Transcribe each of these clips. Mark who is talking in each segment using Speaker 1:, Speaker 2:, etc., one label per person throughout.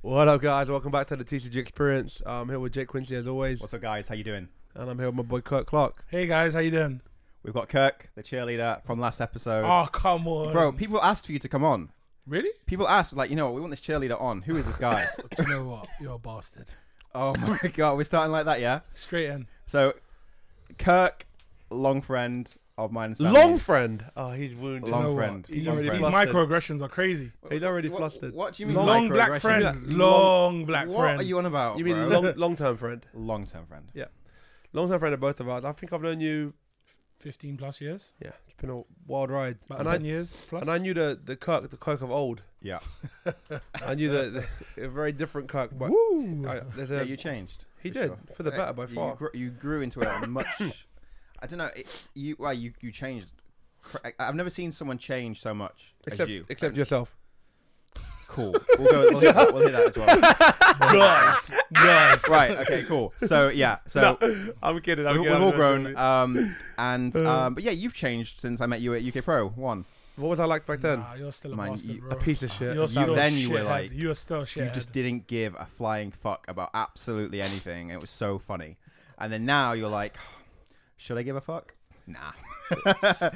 Speaker 1: What up, guys? Welcome back to the TCG Experience. I'm here with Jake Quincy as always,
Speaker 2: What's up, guys? How you doing?
Speaker 1: and I'm here with my boy Kirk Clark.
Speaker 3: Hey guys, how you doing?
Speaker 2: We've got Kirk, the cheerleader from last episode.
Speaker 3: Oh come on,
Speaker 2: Bro, people asked for you to come on.
Speaker 3: Really?
Speaker 2: People asked, like, you know what? We want this cheerleader on. Who is this guy?
Speaker 3: Do you know what? You're a bastard.
Speaker 2: oh my god, we're starting like that, yeah.
Speaker 3: Straight in.
Speaker 2: So, Kirk, long friend of mine. and Sammy's.
Speaker 1: Long friend. Oh, he's wounded.
Speaker 3: Do you
Speaker 2: Long
Speaker 3: know what?
Speaker 2: friend.
Speaker 3: These,
Speaker 2: Long
Speaker 3: these
Speaker 2: friend.
Speaker 3: microaggressions are crazy.
Speaker 1: He's already
Speaker 2: What-
Speaker 1: flustered.
Speaker 2: What, do you mean?
Speaker 1: Long
Speaker 3: Long black
Speaker 2: microaggression?
Speaker 3: friends.
Speaker 1: Yeah.
Speaker 3: Long black
Speaker 2: What
Speaker 3: friends.
Speaker 2: are you on about?
Speaker 1: you mean
Speaker 2: bro?
Speaker 1: long, long-term friend?
Speaker 2: long-term friend?
Speaker 1: Long-term friend of both of us. I think I've known you.
Speaker 3: Fifteen plus years.
Speaker 1: Yeah, it's been a wild ride.
Speaker 3: About
Speaker 1: and
Speaker 3: ten
Speaker 1: I,
Speaker 3: years plus.
Speaker 1: and I knew the the Kirk, the Kirk of old.
Speaker 2: Yeah.
Speaker 1: I knew the, the a very different Kirk, but
Speaker 3: Woo.
Speaker 1: I, there's
Speaker 2: Yeah,
Speaker 1: a,
Speaker 2: you changed.
Speaker 1: he
Speaker 2: for
Speaker 1: did
Speaker 2: sure.
Speaker 1: for the
Speaker 2: Uh,
Speaker 1: better by
Speaker 2: you
Speaker 1: far.
Speaker 2: Grew, you grew into a much. I don't know. It, you well, you you changed. cr- I- I've never seen someone change so much
Speaker 1: Except
Speaker 2: as you.
Speaker 1: except
Speaker 2: And-
Speaker 1: yourself.
Speaker 2: Cool. We'll go. We'll, hit that, we'll hit that as well.
Speaker 3: guys, guys.
Speaker 2: right. Okay. Cool. So yeah. So
Speaker 1: I'm kidding.
Speaker 2: we've, we've all grown. Um, and
Speaker 1: Uh.
Speaker 2: um, but yeah, you've changed since I met you at UK Pro One.
Speaker 1: What was I like back then?
Speaker 3: Nah, you're still a
Speaker 2: Man,
Speaker 3: bastard,
Speaker 2: you-
Speaker 1: A
Speaker 3: bro.
Speaker 1: piece of shit.
Speaker 3: You're still
Speaker 2: then you were
Speaker 3: shithead.
Speaker 2: like-
Speaker 3: you're still a shithead.
Speaker 2: You just didn't give a flying fuck about absolutely anything, and it was so funny. And then now you're like, should I give a fuck? Nah.
Speaker 3: still, still
Speaker 1: a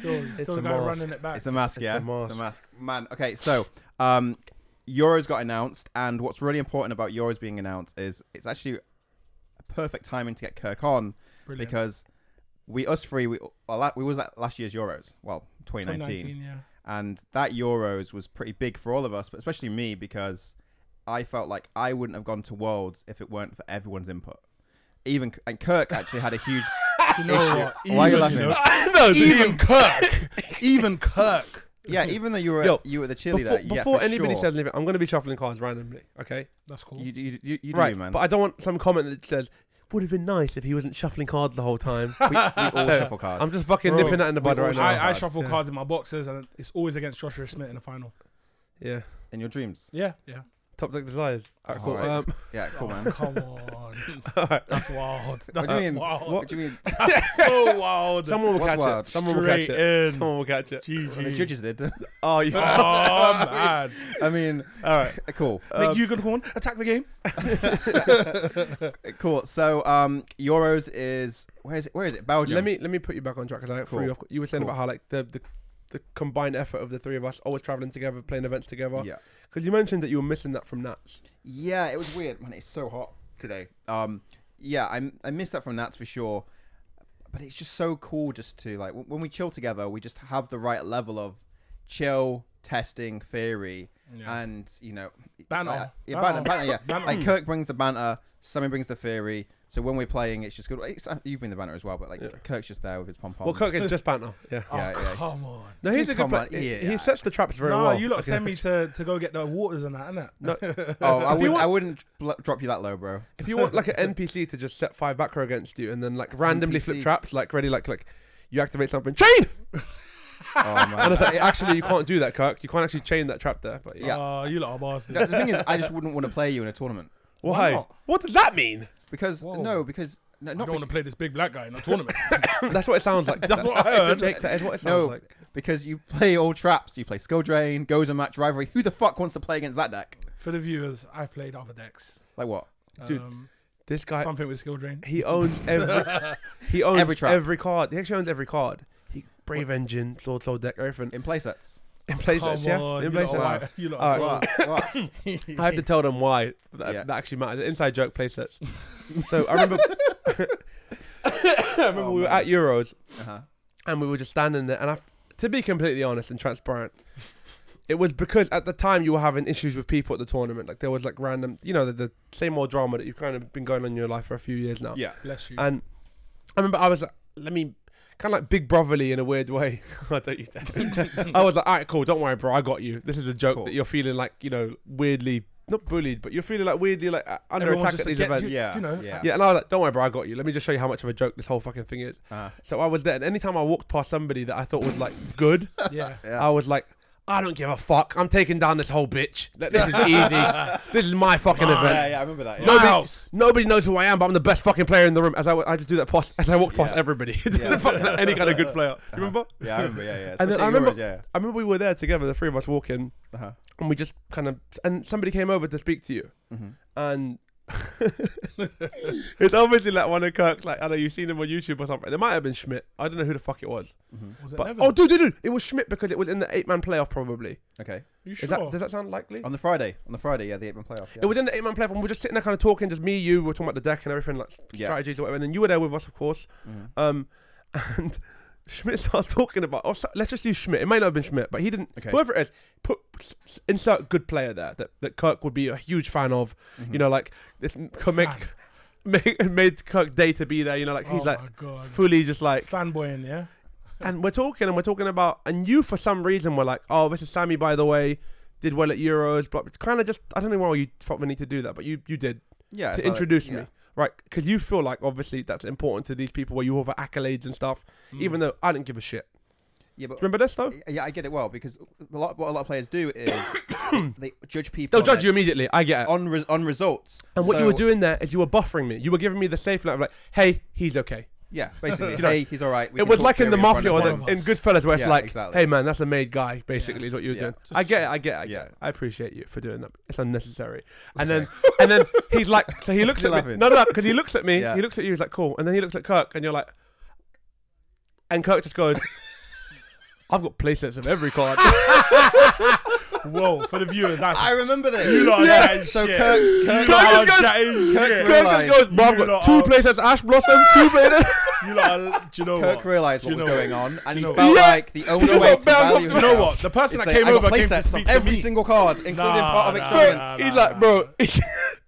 Speaker 3: the guy
Speaker 1: mask.
Speaker 3: running it back.
Speaker 2: It's a mask,
Speaker 1: It's a
Speaker 2: yeah.
Speaker 1: mask.
Speaker 2: It's a mask. Man, okay, so um Euros got announced and what's really important about Euros being announced is it's actually a perfect timing to get Kirk on
Speaker 3: Brilliant.
Speaker 2: because we us three we well, we was at last year's Euros, well, 2019,
Speaker 3: 2019, yeah.
Speaker 2: and that Euros was pretty big for all of us, but especially me because I felt like I wouldn't have gone to Worlds if it weren't for everyone's input. Even and Kirk actually had a huge
Speaker 3: Do you know
Speaker 2: issue.
Speaker 3: what?
Speaker 2: Why are you
Speaker 3: Even,
Speaker 2: laughing?
Speaker 3: know,
Speaker 1: no,
Speaker 3: even Kirk. Even Kirk.
Speaker 2: yeah, even though you were
Speaker 1: Yo,
Speaker 2: you were the
Speaker 1: before,
Speaker 2: cheerleader. yeah,
Speaker 1: before
Speaker 2: for
Speaker 1: anybody
Speaker 2: sure.
Speaker 1: says anything, I'm going to be shuffling cards randomly. Okay,
Speaker 3: That's cool.
Speaker 2: You, you, you, you do,
Speaker 1: right,
Speaker 2: man.
Speaker 1: but I don't want some comment that says would have been nice if he wasn't shuffling cards the whole time.
Speaker 2: we, we all
Speaker 1: So,
Speaker 2: shuffle cards.
Speaker 1: I'm just fucking
Speaker 3: Bro,
Speaker 1: nipping that in the bud
Speaker 2: we all
Speaker 1: right now.
Speaker 2: shuffle.
Speaker 3: I, I
Speaker 2: cards.
Speaker 3: shuffle
Speaker 1: Yeah.
Speaker 3: cards in my boxes, and it's always against Joshua Smith in the final.
Speaker 1: yeah,
Speaker 2: in your dreams.
Speaker 3: Yeah, yeah. Oh,
Speaker 1: top deck desires. Alright, cool.
Speaker 2: Alright.
Speaker 1: Um,
Speaker 2: Yeah, cool, man.
Speaker 3: Come on.
Speaker 1: alright.
Speaker 3: That's wild. That's
Speaker 2: What do you mean?
Speaker 3: wild.
Speaker 2: What do you mean?
Speaker 3: So wild.
Speaker 1: Someone will
Speaker 2: What's
Speaker 1: catch
Speaker 2: wild?
Speaker 1: it. Someone will
Speaker 3: Straight
Speaker 1: catch it.
Speaker 3: in.
Speaker 1: Someone will catch it.
Speaker 2: Well, the
Speaker 3: GG.
Speaker 2: judges did.
Speaker 1: Oh, you. All
Speaker 3: Oh, man.
Speaker 2: I mean,
Speaker 1: right.
Speaker 2: cool,
Speaker 1: Um,
Speaker 3: Make Jugendhorn attack the game.
Speaker 2: cool. So, um, Euros is where is it? Where is it? Belgium.
Speaker 1: Let me let me put you back on track because I threw
Speaker 2: Cool.
Speaker 1: you off. You were saying
Speaker 2: Cool.
Speaker 1: about how like the, the the combined effort of the three of us always traveling together, playing events together.
Speaker 2: Yeah,
Speaker 1: Because you mentioned that you were missing that from Nats.
Speaker 2: yeah. It was weird, man. It's so hot today. Um, yeah, I I missed that from Nats for sure. But it's just so cool just to like w- when we chill together, we just have the right level of chill, testing, theory, and you know
Speaker 3: Banter.
Speaker 2: like, yeah, banter,
Speaker 3: Banter.
Speaker 2: banter, yeah.
Speaker 3: Banter.
Speaker 2: Like Kirk brings the banter, Sammy brings the theory. So when we're playing, it's just good. It's, uh, you bring the banter as well, but like
Speaker 1: Yeah.
Speaker 2: Kirk's just there with his pom pom.
Speaker 1: Well, Kirk is just banter. Yeah.
Speaker 2: yeah,
Speaker 3: oh,
Speaker 2: yeah.
Speaker 3: come on.
Speaker 1: No, he's a good
Speaker 2: Come
Speaker 1: player.
Speaker 2: on, yeah.
Speaker 1: He sets the traps very
Speaker 3: no,
Speaker 1: well.
Speaker 3: you lot
Speaker 1: Okay.
Speaker 3: send me to, to go get the waters and that, innit?
Speaker 1: No,
Speaker 2: oh, I
Speaker 1: If you
Speaker 2: wouldn't,
Speaker 1: want-
Speaker 2: I wouldn't bl- drop you that low, bro.
Speaker 1: if you want like an NPC to just set five back row against you and then like randomly flip
Speaker 2: NPC.
Speaker 1: traps, like ready, like like you activate something, chain,
Speaker 2: Oh
Speaker 1: and
Speaker 2: man.
Speaker 1: it's like actually you can't do that, Kirk. You can't actually chain that trap there. But yeah,
Speaker 2: Yeah.
Speaker 3: Oh, you lot are
Speaker 2: the
Speaker 3: bastards.
Speaker 2: thing is, I just wouldn't want to play you in a tournament
Speaker 1: why?
Speaker 3: Why not?
Speaker 1: what does that mean?
Speaker 2: because
Speaker 3: Whoa.
Speaker 2: no, because no,
Speaker 3: I
Speaker 2: not
Speaker 3: don't want to play this big black guy in a tournament.
Speaker 1: That's what it sounds like.
Speaker 3: That's what I heard.
Speaker 1: Jake, that is what it sounds
Speaker 2: No.
Speaker 1: like.
Speaker 2: be- because you play all traps. You play skill drain, goes a match rivalry. Who the fuck wants to play against that deck?
Speaker 3: For the viewers, I played other decks.
Speaker 2: Like what?
Speaker 1: Dude,
Speaker 3: um,
Speaker 1: This guy,
Speaker 3: something with skill drain.
Speaker 1: he owns every, he owns
Speaker 2: Every
Speaker 1: every,
Speaker 2: trap.
Speaker 1: card. He actually owns every card. He brave engine, sword, sword deck, everything
Speaker 2: In play sets.
Speaker 1: in place.
Speaker 3: Come
Speaker 1: Yeah,
Speaker 3: on,
Speaker 1: in
Speaker 3: you lot
Speaker 1: place.
Speaker 3: are
Speaker 2: playsets.
Speaker 3: wi- you lot
Speaker 1: All
Speaker 3: are
Speaker 1: right.
Speaker 3: wild.
Speaker 2: What? what?
Speaker 1: I have to tell them why that,
Speaker 2: Yeah.
Speaker 1: that actually matters. Inside joke play sets. so I remember, I remember
Speaker 2: Oh,
Speaker 1: we were
Speaker 2: man.
Speaker 1: at Euros
Speaker 2: Uh-huh.
Speaker 1: and we were just standing there. And I, to be completely honest and transparent, it was because at the time you were having issues with people at the tournament. Like there was like random, you know, the, the same old drama that you've kind of been going on in your life for a few years now.
Speaker 2: Yeah.
Speaker 3: Bless you.
Speaker 1: And I remember I was like, let me. Kind of like big brotherly in a weird way. I don't you dare. I was like, all right, cool. Don't worry, bro. I got you. This is a joke
Speaker 2: Cool.
Speaker 1: that you're feeling like, you know, weirdly, not bullied, but you're feeling like weirdly like uh, under
Speaker 3: Everyone's
Speaker 1: attack at
Speaker 3: just
Speaker 1: these
Speaker 3: like,
Speaker 1: events.
Speaker 3: you-
Speaker 2: Yeah.
Speaker 3: know,
Speaker 2: Yeah.
Speaker 1: Yeah, and I was like, don't worry, bro. I got you. Let me just show you how much of a joke this whole fucking thing is.
Speaker 2: Uh,
Speaker 1: So I was there, and anytime I walked past somebody that I thought was like good,
Speaker 3: yeah.
Speaker 2: Yeah.
Speaker 1: I was like, I don't give a fuck. I'm taking down this whole bitch. Like, This is easy. this is my fucking event.
Speaker 2: Yeah, yeah, I remember that. Yeah.
Speaker 3: No,
Speaker 1: Nobody,
Speaker 3: house.
Speaker 1: nobody knows who I am, but I'm the best fucking player in the room. As I, I just do that past, as I walk past
Speaker 2: Yeah.
Speaker 1: everybody,
Speaker 2: Yeah. Uh-huh.
Speaker 1: Fuck that, any kind of good player. You remember?
Speaker 2: yeah, I remember. Yeah, yeah.
Speaker 1: And then
Speaker 2: Especially
Speaker 1: I remember,
Speaker 2: yours, yeah.
Speaker 1: I remember we were there together, the three of us walking,
Speaker 2: Uh-huh.
Speaker 1: and we just kind of, and somebody came over to speak to you,
Speaker 2: Mm-hmm.
Speaker 1: and it's obviously like one of Kirk's, like I don't know you've seen him on YouTube or something. It might have been Schmidt. I don't know who the fuck it was.
Speaker 3: Was it
Speaker 1: But,
Speaker 3: Nevin?
Speaker 1: oh, dude, dude, dude, it was Schmidt because it was in the eight-man playoff, probably.
Speaker 2: Okay.
Speaker 3: you sure?
Speaker 1: Is that, does that sound likely?
Speaker 2: On the Friday, on the Friday, yeah, the eight-man playoff. Yeah.
Speaker 1: It was in the eight man platform. We were just sitting there kind of talking, just me, you, we were talking about the deck and everything, like
Speaker 2: Yeah.
Speaker 1: strategies or whatever. And then you were there with us, of course.
Speaker 2: Mhm.
Speaker 1: Um, and Schmidt starts talking about, or so, let's just use Schmidt. It may not have been Schmidt, but he didn't,
Speaker 2: Okay.
Speaker 1: whoever it is, put s- s- insert good player there that, that Kirk would be a huge fan of. You know, like, this m- could make,
Speaker 3: Mm-hmm. Fan.
Speaker 1: make, made Kirk day to be there. You know, like, he's
Speaker 3: oh
Speaker 1: like
Speaker 3: my god.
Speaker 1: fully just like,
Speaker 3: Fanboying, yeah.
Speaker 1: and we're talking and we're talking about and you for some reason were like oh this is sammy by the way did well at euros but it's kind of just i don't know why you felt we need to do that but you you did
Speaker 2: yeah,
Speaker 1: to
Speaker 2: I felt like-
Speaker 1: introduce
Speaker 2: yeah.
Speaker 1: me right because you feel like obviously that's important to these people where you offer accolades and stuff even though i didn't give a shit
Speaker 2: Yeah, but
Speaker 1: remember this though
Speaker 2: yeah, I get it well because a lot, what a lot of players do is they judge people.
Speaker 1: they'll
Speaker 2: on
Speaker 1: judge you immediately i get it
Speaker 2: on re- on results.
Speaker 1: and what
Speaker 2: Oh, So,
Speaker 1: you were doing there is you were buffering me you were giving me the safe light of like hey he's okay
Speaker 2: Yeah, basically,
Speaker 1: You know,
Speaker 2: hey, he's all right. we
Speaker 1: it
Speaker 2: can
Speaker 1: was
Speaker 2: talk
Speaker 1: like
Speaker 2: to
Speaker 1: in
Speaker 2: him
Speaker 1: the
Speaker 2: front
Speaker 1: mafia or
Speaker 2: of
Speaker 1: the,
Speaker 2: him.
Speaker 3: them.
Speaker 1: in Goodfellas where it's
Speaker 2: Yeah,
Speaker 1: like
Speaker 2: exactly.
Speaker 1: hey man that's a made guy basically
Speaker 3: Yeah.
Speaker 1: is what you were
Speaker 2: Yeah.
Speaker 1: doing
Speaker 2: Just-
Speaker 1: I get it I get it I get
Speaker 2: Yeah.
Speaker 1: it I appreciate you for doing that it's unnecessary and then and then he's like so he looks
Speaker 2: You're
Speaker 1: at me
Speaker 2: laughing.
Speaker 1: no no because he looks at me
Speaker 2: Yeah.
Speaker 1: he looks at you he's like cool and then he looks at Kirk and you're like and Kirk just goes I've got playsets of every card
Speaker 3: Whoa, for the viewers, that's
Speaker 2: I remember this.
Speaker 3: you lot are
Speaker 1: Yeah.
Speaker 3: chatting
Speaker 2: So
Speaker 3: shit.
Speaker 2: Kirk,
Speaker 3: you
Speaker 2: Kirk,
Speaker 1: Kirk
Speaker 3: lot are
Speaker 1: is good.
Speaker 3: chatting
Speaker 2: Kirk
Speaker 3: shit.
Speaker 1: Kirk just
Speaker 2: Realised
Speaker 1: goes bro I've
Speaker 3: you
Speaker 1: got
Speaker 3: lot
Speaker 1: two
Speaker 3: are-
Speaker 1: places Ash Blossom two places
Speaker 3: You lot are, do you know
Speaker 2: Kirk
Speaker 3: what?
Speaker 2: realized
Speaker 3: Do
Speaker 2: what
Speaker 3: you
Speaker 2: was
Speaker 3: know
Speaker 2: going on, and he
Speaker 3: know
Speaker 2: felt
Speaker 3: what?
Speaker 1: Yeah.
Speaker 2: like the only
Speaker 1: You
Speaker 2: way
Speaker 1: got
Speaker 2: to
Speaker 1: bound
Speaker 2: value
Speaker 1: up-
Speaker 3: You
Speaker 2: himself.
Speaker 3: know what? The person
Speaker 2: is
Speaker 3: that
Speaker 2: say,
Speaker 3: came
Speaker 2: I got
Speaker 3: over came to
Speaker 2: playsets
Speaker 3: speak
Speaker 2: of
Speaker 3: to
Speaker 2: every
Speaker 3: me.
Speaker 2: single card, including
Speaker 3: Nah,
Speaker 2: part of
Speaker 3: nah,
Speaker 2: experience.
Speaker 3: nah,
Speaker 1: he's like bro it
Speaker 2: Part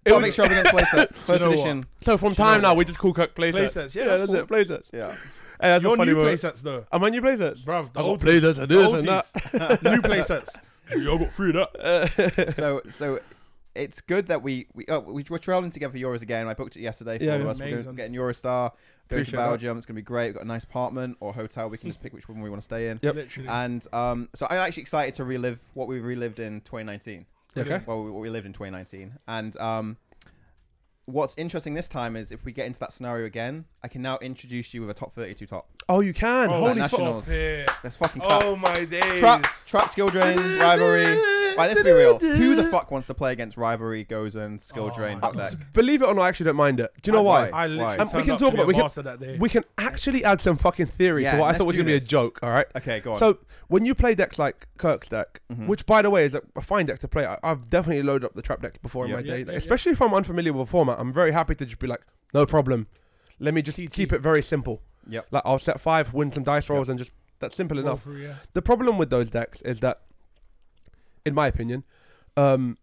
Speaker 2: of
Speaker 1: was-
Speaker 2: extravagant playset, first
Speaker 3: know what?
Speaker 2: edition.
Speaker 1: so from time now we just call Kirk playsets
Speaker 3: Playsets, yeah,
Speaker 1: that's
Speaker 3: that's
Speaker 1: it playsets
Speaker 2: Yeah,
Speaker 1: Hey, that's a
Speaker 3: Your
Speaker 1: funny
Speaker 3: new
Speaker 1: word.
Speaker 3: playsets though.
Speaker 1: And when you play that,
Speaker 3: Bruv, the
Speaker 1: I got
Speaker 3: old
Speaker 1: playsets and this and that.
Speaker 3: New playsets. Yo, I got three of that.
Speaker 2: so so it's good that we we oh, we were traveling together for Euros again. I booked it yesterday for
Speaker 1: Yeah,
Speaker 2: all of us. We're
Speaker 3: amazing.
Speaker 2: gonna- getting Eurostar, going
Speaker 1: Appreciate
Speaker 2: to
Speaker 1: that.
Speaker 2: Belgium. It's gonna be great. We've got a nice apartment or hotel. We can just pick which one we want to stay in.
Speaker 1: Yep.
Speaker 3: Literally.
Speaker 2: And um, so I'm actually excited to relive what we relived in 2019.
Speaker 1: Okay.
Speaker 2: Well, we, what we lived in 2019. And um, what's interesting this time is if we get into that scenario again, I can now introduce you with a top 32 top.
Speaker 1: Oh, you can.
Speaker 3: Oh,
Speaker 1: Holy
Speaker 2: that
Speaker 1: fuck.
Speaker 2: nationals.
Speaker 3: stop it.
Speaker 2: Let's fucking clap.
Speaker 3: Oh my days.
Speaker 2: Trap, trap, skill drain, rivalry. Right, let's be real. Who the fuck wants to play against rivalry, Gozen, skill
Speaker 3: Oh,
Speaker 2: drain,
Speaker 3: I
Speaker 2: hot
Speaker 3: don't
Speaker 2: deck?
Speaker 1: Believe it or not, I actually don't mind it. Do you know
Speaker 2: Why?
Speaker 1: why?
Speaker 3: I literally
Speaker 2: And we
Speaker 3: turned
Speaker 1: can talk
Speaker 3: up to be
Speaker 1: about-
Speaker 3: a
Speaker 1: we can-
Speaker 3: master that day.
Speaker 1: We can actually add some fucking theory
Speaker 2: Yeah,
Speaker 1: to what I
Speaker 2: let's
Speaker 1: thought was
Speaker 2: do
Speaker 1: going to be a
Speaker 2: this.
Speaker 1: joke, all right?
Speaker 2: Okay, go on. Mm-hmm.
Speaker 1: So, when you play decks like Kirk's deck, which by the way is a, a fine deck to play, I, I've definitely loaded up the trap decks before
Speaker 2: Yeah.
Speaker 1: in my
Speaker 3: Yeah,
Speaker 1: day.
Speaker 3: yeah, yeah.
Speaker 1: Especially if I'm unfamiliar with the format, I'm very happy to just be like, no problem. Let me just
Speaker 3: TT.
Speaker 1: keep it very simple.
Speaker 2: Yep.
Speaker 1: Like, I'll set five, win some dice rolls, and just that's simple
Speaker 3: Roll
Speaker 1: enough.
Speaker 3: through, yeah.
Speaker 1: The problem with those decks is that, in my opinion, um,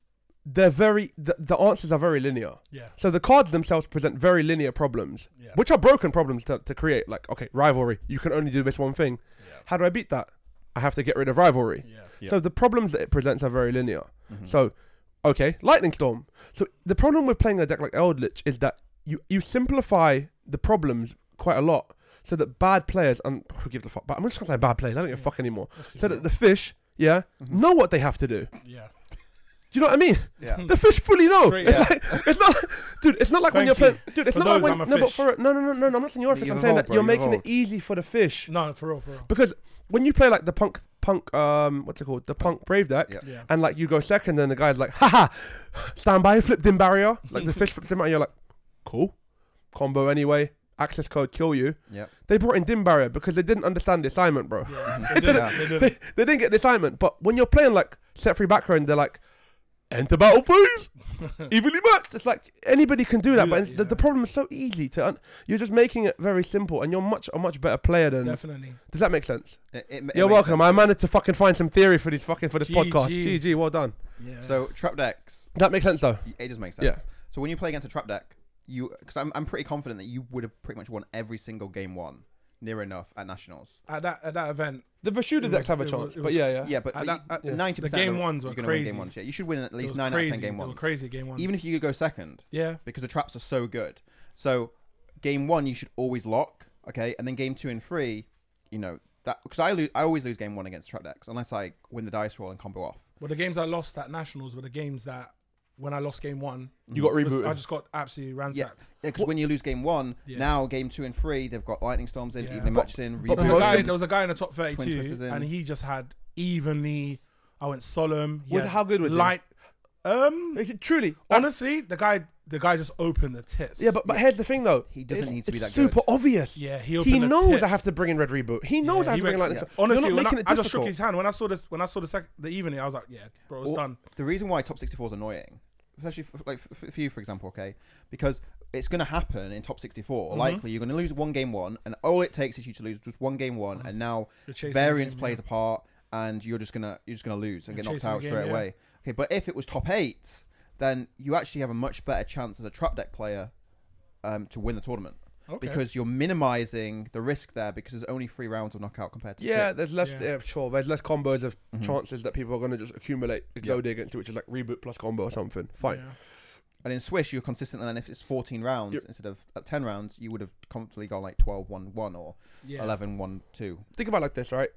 Speaker 1: they're very the, the answers are very linear.
Speaker 3: Yeah.
Speaker 1: So the cards themselves present very linear problems,
Speaker 3: Yeah.
Speaker 1: which are broken problems to, to create. Like, okay, rivalry, you can only do this one thing.
Speaker 3: Yeah.
Speaker 1: How do I beat that? I have to get rid of rivalry.
Speaker 3: Yeah. Mm.
Speaker 2: Yeah.
Speaker 1: So the problems that it presents are very linear.
Speaker 2: Mm-hmm.
Speaker 1: So, okay, lightning storm. So the problem with playing a deck like Eldritch is that you you simplify the problems quite a lot, so that bad players and who gives a fuck. But I'm just gonna say bad players. I don't give a fuck anymore. So that the fish, yeah,
Speaker 3: Mm-hmm.
Speaker 1: know what they have to do. Do
Speaker 3: Yeah.
Speaker 1: you know what I mean?
Speaker 2: Yeah.
Speaker 1: The fish fully know.
Speaker 3: Straight-
Speaker 1: It's
Speaker 2: Yeah.
Speaker 1: like it's not, dude. It's not like when you're
Speaker 3: Thank
Speaker 1: playing,
Speaker 3: you.
Speaker 1: dude. It's
Speaker 3: For
Speaker 1: not like
Speaker 3: those,
Speaker 1: when
Speaker 3: I'm a
Speaker 1: no, but
Speaker 3: fish.
Speaker 1: for no, no, no, no, no. I'm not saying you're a
Speaker 2: You
Speaker 1: fish. I'm
Speaker 2: evolved,
Speaker 1: saying that
Speaker 2: bro,
Speaker 1: you're
Speaker 2: you
Speaker 1: making it
Speaker 2: evolved.
Speaker 1: easy for the fish
Speaker 3: No, for real, for real.
Speaker 1: because when you play like the punk punk um what's it called the punk brave deck
Speaker 2: Yep.
Speaker 3: Yeah.
Speaker 1: and like you go second and the guy's like haha stand by flipped in barrier like the fish flipped him out and you're like cool combo anyway access code kill you
Speaker 2: Yep.
Speaker 1: they brought in dim barrier because they didn't understand the assignment bro
Speaker 3: Yeah.
Speaker 2: They
Speaker 3: They
Speaker 2: did
Speaker 3: did
Speaker 2: it.
Speaker 3: it. They did
Speaker 1: they,
Speaker 3: it.
Speaker 1: they didn't get the assignment but when you're playing like set free backhand they're like enter battle phase evenly matched it's like anybody can do that
Speaker 3: Do
Speaker 1: but
Speaker 3: that,
Speaker 1: the, the
Speaker 3: yeah.
Speaker 1: problem is so easy to un- you're just making it very simple and you're much a much better player than
Speaker 3: Definitely.
Speaker 1: does that make sense
Speaker 2: It- it- it
Speaker 1: you're
Speaker 2: makes
Speaker 1: welcome.
Speaker 2: sense.
Speaker 1: I managed to fucking find some theory for this fucking for this
Speaker 3: GG.
Speaker 1: podcast. GG, well done.
Speaker 3: Yeah.
Speaker 2: So trap decks,
Speaker 1: That makes sense though.
Speaker 2: it does make sense.
Speaker 1: Yeah.
Speaker 2: So when you play against a trap deck, you because I'm, I'm pretty confident that you would have pretty much won every single game one, near enough at nationals.
Speaker 3: at that at that event,
Speaker 1: The Vashuda
Speaker 3: It
Speaker 1: decks
Speaker 3: was-
Speaker 1: have a
Speaker 3: it
Speaker 1: chance,
Speaker 3: was- it
Speaker 1: but
Speaker 3: was-
Speaker 1: yeah, yeah.
Speaker 2: Yeah, but
Speaker 3: At that- at- yeah.
Speaker 2: ninety
Speaker 3: uh, The
Speaker 2: percent
Speaker 3: game ones were
Speaker 2: you're gonna win game
Speaker 3: crazy.
Speaker 2: ones. Yeah, you should win at
Speaker 3: it was
Speaker 2: least nine
Speaker 3: crazy.
Speaker 2: out of ten game
Speaker 3: They were
Speaker 2: ones.
Speaker 3: crazy game ones.
Speaker 2: Even if you could go second,
Speaker 3: yeah.
Speaker 2: because the traps are so good. So game one, you should always lock. Okay, and then game two and three, you know, that because I lose, I always lose game one against trap decks unless I win the dice roll and combo off.
Speaker 3: Well, the games I lost at nationals were the games that when I lost game one,
Speaker 1: You got
Speaker 3: I was-
Speaker 1: rebooted.
Speaker 3: I just got absolutely ransacked.
Speaker 2: Yeah, because when you lose game one,
Speaker 3: Yeah.
Speaker 2: now game two and three, they've got lightning storms in,
Speaker 3: Yeah.
Speaker 2: evenly matched in,
Speaker 1: but
Speaker 3: There was, a
Speaker 1: Most
Speaker 3: guy,
Speaker 1: of-
Speaker 3: there was a guy in the top
Speaker 2: twisters
Speaker 3: 32,
Speaker 2: in.
Speaker 3: and he just had evenly. I went solemn. he
Speaker 1: Was-
Speaker 3: had
Speaker 1: how good was he?
Speaker 3: light? Um,
Speaker 1: Like, Truly, honestly.
Speaker 3: honestly, the guy, the guy just opened the tits.
Speaker 1: Yeah, but, but here's the thing though.
Speaker 2: He doesn't
Speaker 1: it's,
Speaker 2: need to be
Speaker 1: it's
Speaker 2: that good.
Speaker 1: super obvious.
Speaker 3: Yeah, he
Speaker 1: he,
Speaker 3: opened the
Speaker 1: knows
Speaker 3: tits.
Speaker 1: I have to bring in red reboot. He knows
Speaker 3: Yeah,
Speaker 1: I have
Speaker 3: he
Speaker 1: to bring in
Speaker 3: went-
Speaker 1: lightning.
Speaker 2: yeah.
Speaker 1: Storm.
Speaker 3: honestly,
Speaker 1: You're
Speaker 3: when
Speaker 1: not
Speaker 3: I,
Speaker 1: making it
Speaker 3: I just shook
Speaker 1: difficult.
Speaker 3: his hand when I saw this. When I saw the sec- the evening, I was like, yeah, bro, it's
Speaker 2: Or-
Speaker 3: done.
Speaker 2: The reason why top 64 is annoying, especially for, like for, for you, for example, okay, because it's going to happen in top 64.
Speaker 3: Mm-hmm.
Speaker 2: Likely, you're going to lose one game one, and all it takes is you to lose just one game one, and now
Speaker 3: You're chasing Mm-hmm. the
Speaker 2: variance
Speaker 3: game,
Speaker 2: plays a part, and you're just gonna you're just gonna lose and
Speaker 3: You're
Speaker 2: get knocked
Speaker 3: chasing the
Speaker 2: out
Speaker 3: game,
Speaker 2: straight
Speaker 3: yeah.
Speaker 2: away. Okay, but if it was top eight, then you actually have a much better chance as a trap deck player um, to win the tournament.
Speaker 3: Okay.
Speaker 2: Because you're minimizing the risk there because there's only three rounds of knockout compared to
Speaker 1: Yeah,
Speaker 2: six. Mm-hmm.
Speaker 1: there's less.
Speaker 3: Yeah. Mm-hmm.
Speaker 1: Yeah. sure. There's less combos of chances that people are going to just accumulate explode against it, which is like reboot plus combo or something. Fine.
Speaker 3: Yeah.
Speaker 2: And in Swiss, you're consistent. And then if it's 14 rounds
Speaker 1: Yep.
Speaker 2: instead of uh, 10 rounds, you would have comfortably gone like 12 1 1 or
Speaker 3: Yeah.
Speaker 2: 11 1 2.
Speaker 1: Think about it like this, right?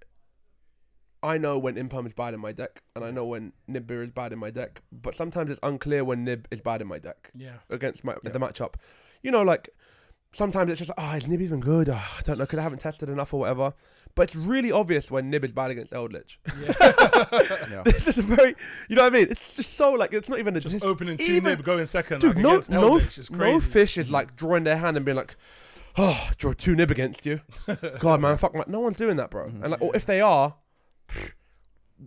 Speaker 1: I know when Impum is bad in my deck, and I know when Nibbir is bad in my deck, but sometimes it's unclear when Nib is bad in my deck
Speaker 3: Yeah.
Speaker 1: against my
Speaker 2: Yeah.
Speaker 1: the matchup. You know, like sometimes it's just like, oh, is Nib even good? Oh, I don't know, because I haven't tested enough or whatever. But it's really obvious when Nib is bad against Eldritch.
Speaker 2: Yeah.
Speaker 1: it's just a very, you know what I mean? It's just so like it's not even a
Speaker 3: Just
Speaker 1: dis-
Speaker 3: opening two
Speaker 1: even-
Speaker 3: nib, going second.
Speaker 1: Dude,
Speaker 3: like,
Speaker 1: no,
Speaker 3: against
Speaker 1: no,
Speaker 3: Eldritch
Speaker 1: f-
Speaker 3: is
Speaker 1: no
Speaker 3: crazy.
Speaker 1: fish is like drawing their hand and being like, "Oh, draw two nib against you." God, man, fuck, man. no one's doing that, bro.
Speaker 2: Mhm.
Speaker 1: And like, or if they are,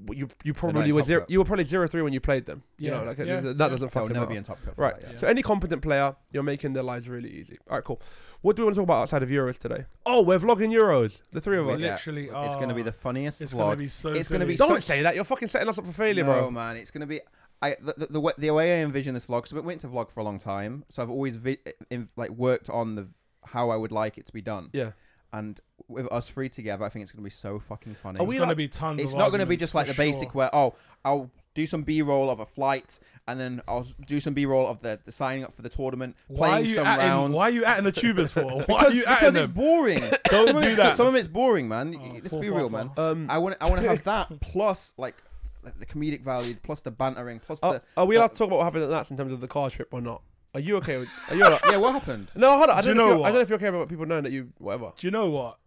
Speaker 1: you you
Speaker 2: not
Speaker 1: probably
Speaker 2: in
Speaker 1: were
Speaker 2: top
Speaker 1: zero,
Speaker 2: cup.
Speaker 1: you were probably zero three when you played them.
Speaker 3: Yeah,
Speaker 1: You know, like
Speaker 3: yeah,
Speaker 1: th-
Speaker 3: yeah.
Speaker 1: that doesn't
Speaker 2: They'll
Speaker 1: fucking
Speaker 2: never
Speaker 1: matter.
Speaker 2: be in top cup. for
Speaker 1: Right.
Speaker 2: that, yeah.
Speaker 3: Yeah.
Speaker 1: So any competent player, you're making their lives really easy. All right, cool. What do we want to talk about outside of Euros today? Oh, we're vlogging Euros, the three of us.
Speaker 3: Yeah. literally
Speaker 2: It's going to
Speaker 3: are-
Speaker 2: be the funniest
Speaker 3: It's
Speaker 2: vlog.
Speaker 3: gonna be so.
Speaker 2: It's gonna
Speaker 3: silly.
Speaker 2: be
Speaker 1: Don't
Speaker 2: such-
Speaker 1: say that. You're fucking setting us up for failure,
Speaker 2: no,
Speaker 1: bro.
Speaker 2: man, it's gonna be. I the, the, the way the way I envision this vlog. So it went to vlog for a long time. So I've always vi- in, like worked on the how I would like it to be done.
Speaker 1: Yeah.
Speaker 2: And with us three together, I think it's gonna be so fucking funny.
Speaker 1: Are
Speaker 3: It's
Speaker 1: we
Speaker 3: gonna
Speaker 1: like-
Speaker 3: be tons.
Speaker 2: it's
Speaker 3: of
Speaker 2: not gonna be
Speaker 3: arguments,
Speaker 2: just like
Speaker 3: for
Speaker 2: the basic
Speaker 3: sure.
Speaker 2: where oh I'll do some B roll of a flight and then I'll do some B roll of the, the signing up for the tournament,
Speaker 3: Why are
Speaker 2: playing
Speaker 3: you
Speaker 2: some
Speaker 3: atting-
Speaker 2: rounds.
Speaker 3: Why are you atting the tubers for? Why are
Speaker 2: because,
Speaker 3: you
Speaker 2: because
Speaker 3: atting
Speaker 2: it's
Speaker 3: them?
Speaker 2: boring.
Speaker 3: Don't
Speaker 2: some of
Speaker 3: do
Speaker 2: it's-
Speaker 3: that.
Speaker 2: Some of it's boring, man.
Speaker 3: Oh,
Speaker 2: Let's
Speaker 3: four,
Speaker 2: be
Speaker 3: four,
Speaker 2: real,
Speaker 3: four.
Speaker 2: man.
Speaker 1: Um,
Speaker 2: I want I want to have that plus like like, the comedic value plus the bantering plus
Speaker 1: are,
Speaker 2: the uh,
Speaker 1: are we
Speaker 2: the-
Speaker 1: allowed to talk about what happened at Nats in terms of the car trip or not? Are you okay with? Are you? All right?
Speaker 2: yeah what happened
Speaker 1: No, hold on. I
Speaker 3: Do
Speaker 1: don't,
Speaker 3: you
Speaker 1: know
Speaker 3: know
Speaker 1: if you're- I
Speaker 3: what?
Speaker 1: don't know if you're okay about people knowing that you whatever.
Speaker 3: Do you know what?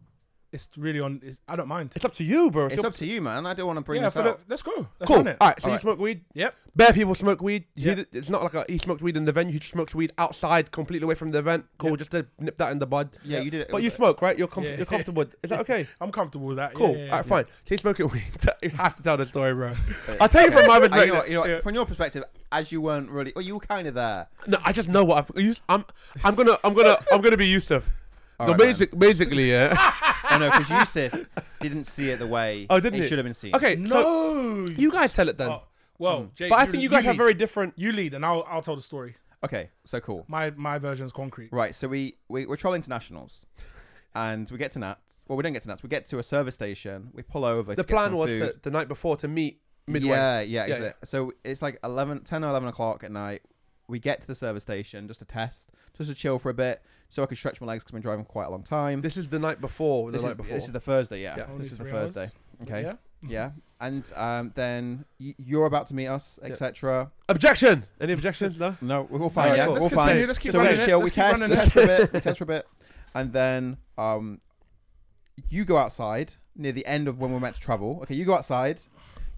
Speaker 3: It's really on. It's, I don't mind.
Speaker 1: It's up to you, bro.
Speaker 2: it's up to you man I don't want to bring
Speaker 3: yeah,
Speaker 2: this
Speaker 3: for
Speaker 2: up
Speaker 3: the, let's go. Let's
Speaker 1: cool.
Speaker 3: run
Speaker 1: All
Speaker 3: it.
Speaker 1: right. So you
Speaker 2: Alright.
Speaker 1: smoke weed.
Speaker 3: Yep.
Speaker 1: Bare people smoke weed. He
Speaker 3: Yeah.
Speaker 1: did- it's not like a, he smoked weed in the venue. He just smoked weed outside, completely away from the event. Cool.
Speaker 3: Yeah.
Speaker 1: Just to nip that in the bud.
Speaker 2: yeah you did it
Speaker 1: But you smoke, right? You're, com-
Speaker 3: Yeah.
Speaker 1: you're comfortable. Is that okay?
Speaker 3: I'm comfortable with that.
Speaker 1: Cool.
Speaker 3: Yeah, yeah,
Speaker 1: All right,
Speaker 3: yeah.
Speaker 1: fine. So you smoking weed. you have to tell the story, bro. I'll tell you from my
Speaker 2: I,
Speaker 1: perspective.
Speaker 2: Uh, you know, what, you know what,
Speaker 1: Yeah.
Speaker 2: from your perspective as you weren't really well you were kind of there
Speaker 1: No, I just know what I've. You, I'm. I'm gonna. I'm gonna. I'm gonna be Yusuf.
Speaker 2: All
Speaker 1: No,
Speaker 2: right, man.
Speaker 1: basic, basically, yeah.
Speaker 2: oh no because Yusuf didn't see it the way
Speaker 1: Oh, didn't
Speaker 2: it
Speaker 1: he?
Speaker 2: should have been seen
Speaker 1: Okay, so
Speaker 3: No.
Speaker 1: you guys tell it then. mm.
Speaker 3: Oh, well, Jake,
Speaker 1: but I think you guys have
Speaker 3: lead.
Speaker 1: very different.
Speaker 3: You lead, and I'll I'll tell the story.
Speaker 2: okay so cool
Speaker 3: My my version's concrete.
Speaker 2: Right, so we, we we're trolling internationals, and we get to Nats. Well, we don't get to Nats. We get to a service station. We pull over.
Speaker 1: The
Speaker 2: to get
Speaker 1: plan
Speaker 2: some
Speaker 1: was
Speaker 2: food.
Speaker 1: to, the night before to meet midway.
Speaker 2: Yeah, yeah,
Speaker 1: Yeah,
Speaker 2: exa- So it's like 11, 10 or eleven o'clock at night. We get to the service station just to test, just to chill for a bit, so I can stretch my legs because I've been driving quite a long time.
Speaker 1: This is the night before. The
Speaker 2: This
Speaker 1: night
Speaker 2: is,
Speaker 1: before.
Speaker 2: this is the Thursday, yeah.
Speaker 1: Yeah.
Speaker 3: Only
Speaker 2: This is the
Speaker 3: three hours.
Speaker 2: Thursday. Okay. Yeah.
Speaker 3: Yeah.
Speaker 2: And um, then y- you're about to meet us,
Speaker 1: Yeah.
Speaker 2: etc.
Speaker 1: Objection! Any objections? No.
Speaker 2: No, we're all fine.
Speaker 1: Alright,
Speaker 2: yeah,
Speaker 1: cool.
Speaker 2: we're all
Speaker 3: Let's
Speaker 2: fine.
Speaker 3: continue, let's keep
Speaker 2: so we
Speaker 3: running
Speaker 2: just
Speaker 3: it,
Speaker 2: chill. We
Speaker 3: let's keep
Speaker 2: test,
Speaker 3: running it.
Speaker 2: test for a bit, we test for a bit, and then um, you go outside near the end of when we're meant to travel. Okay, you go outside.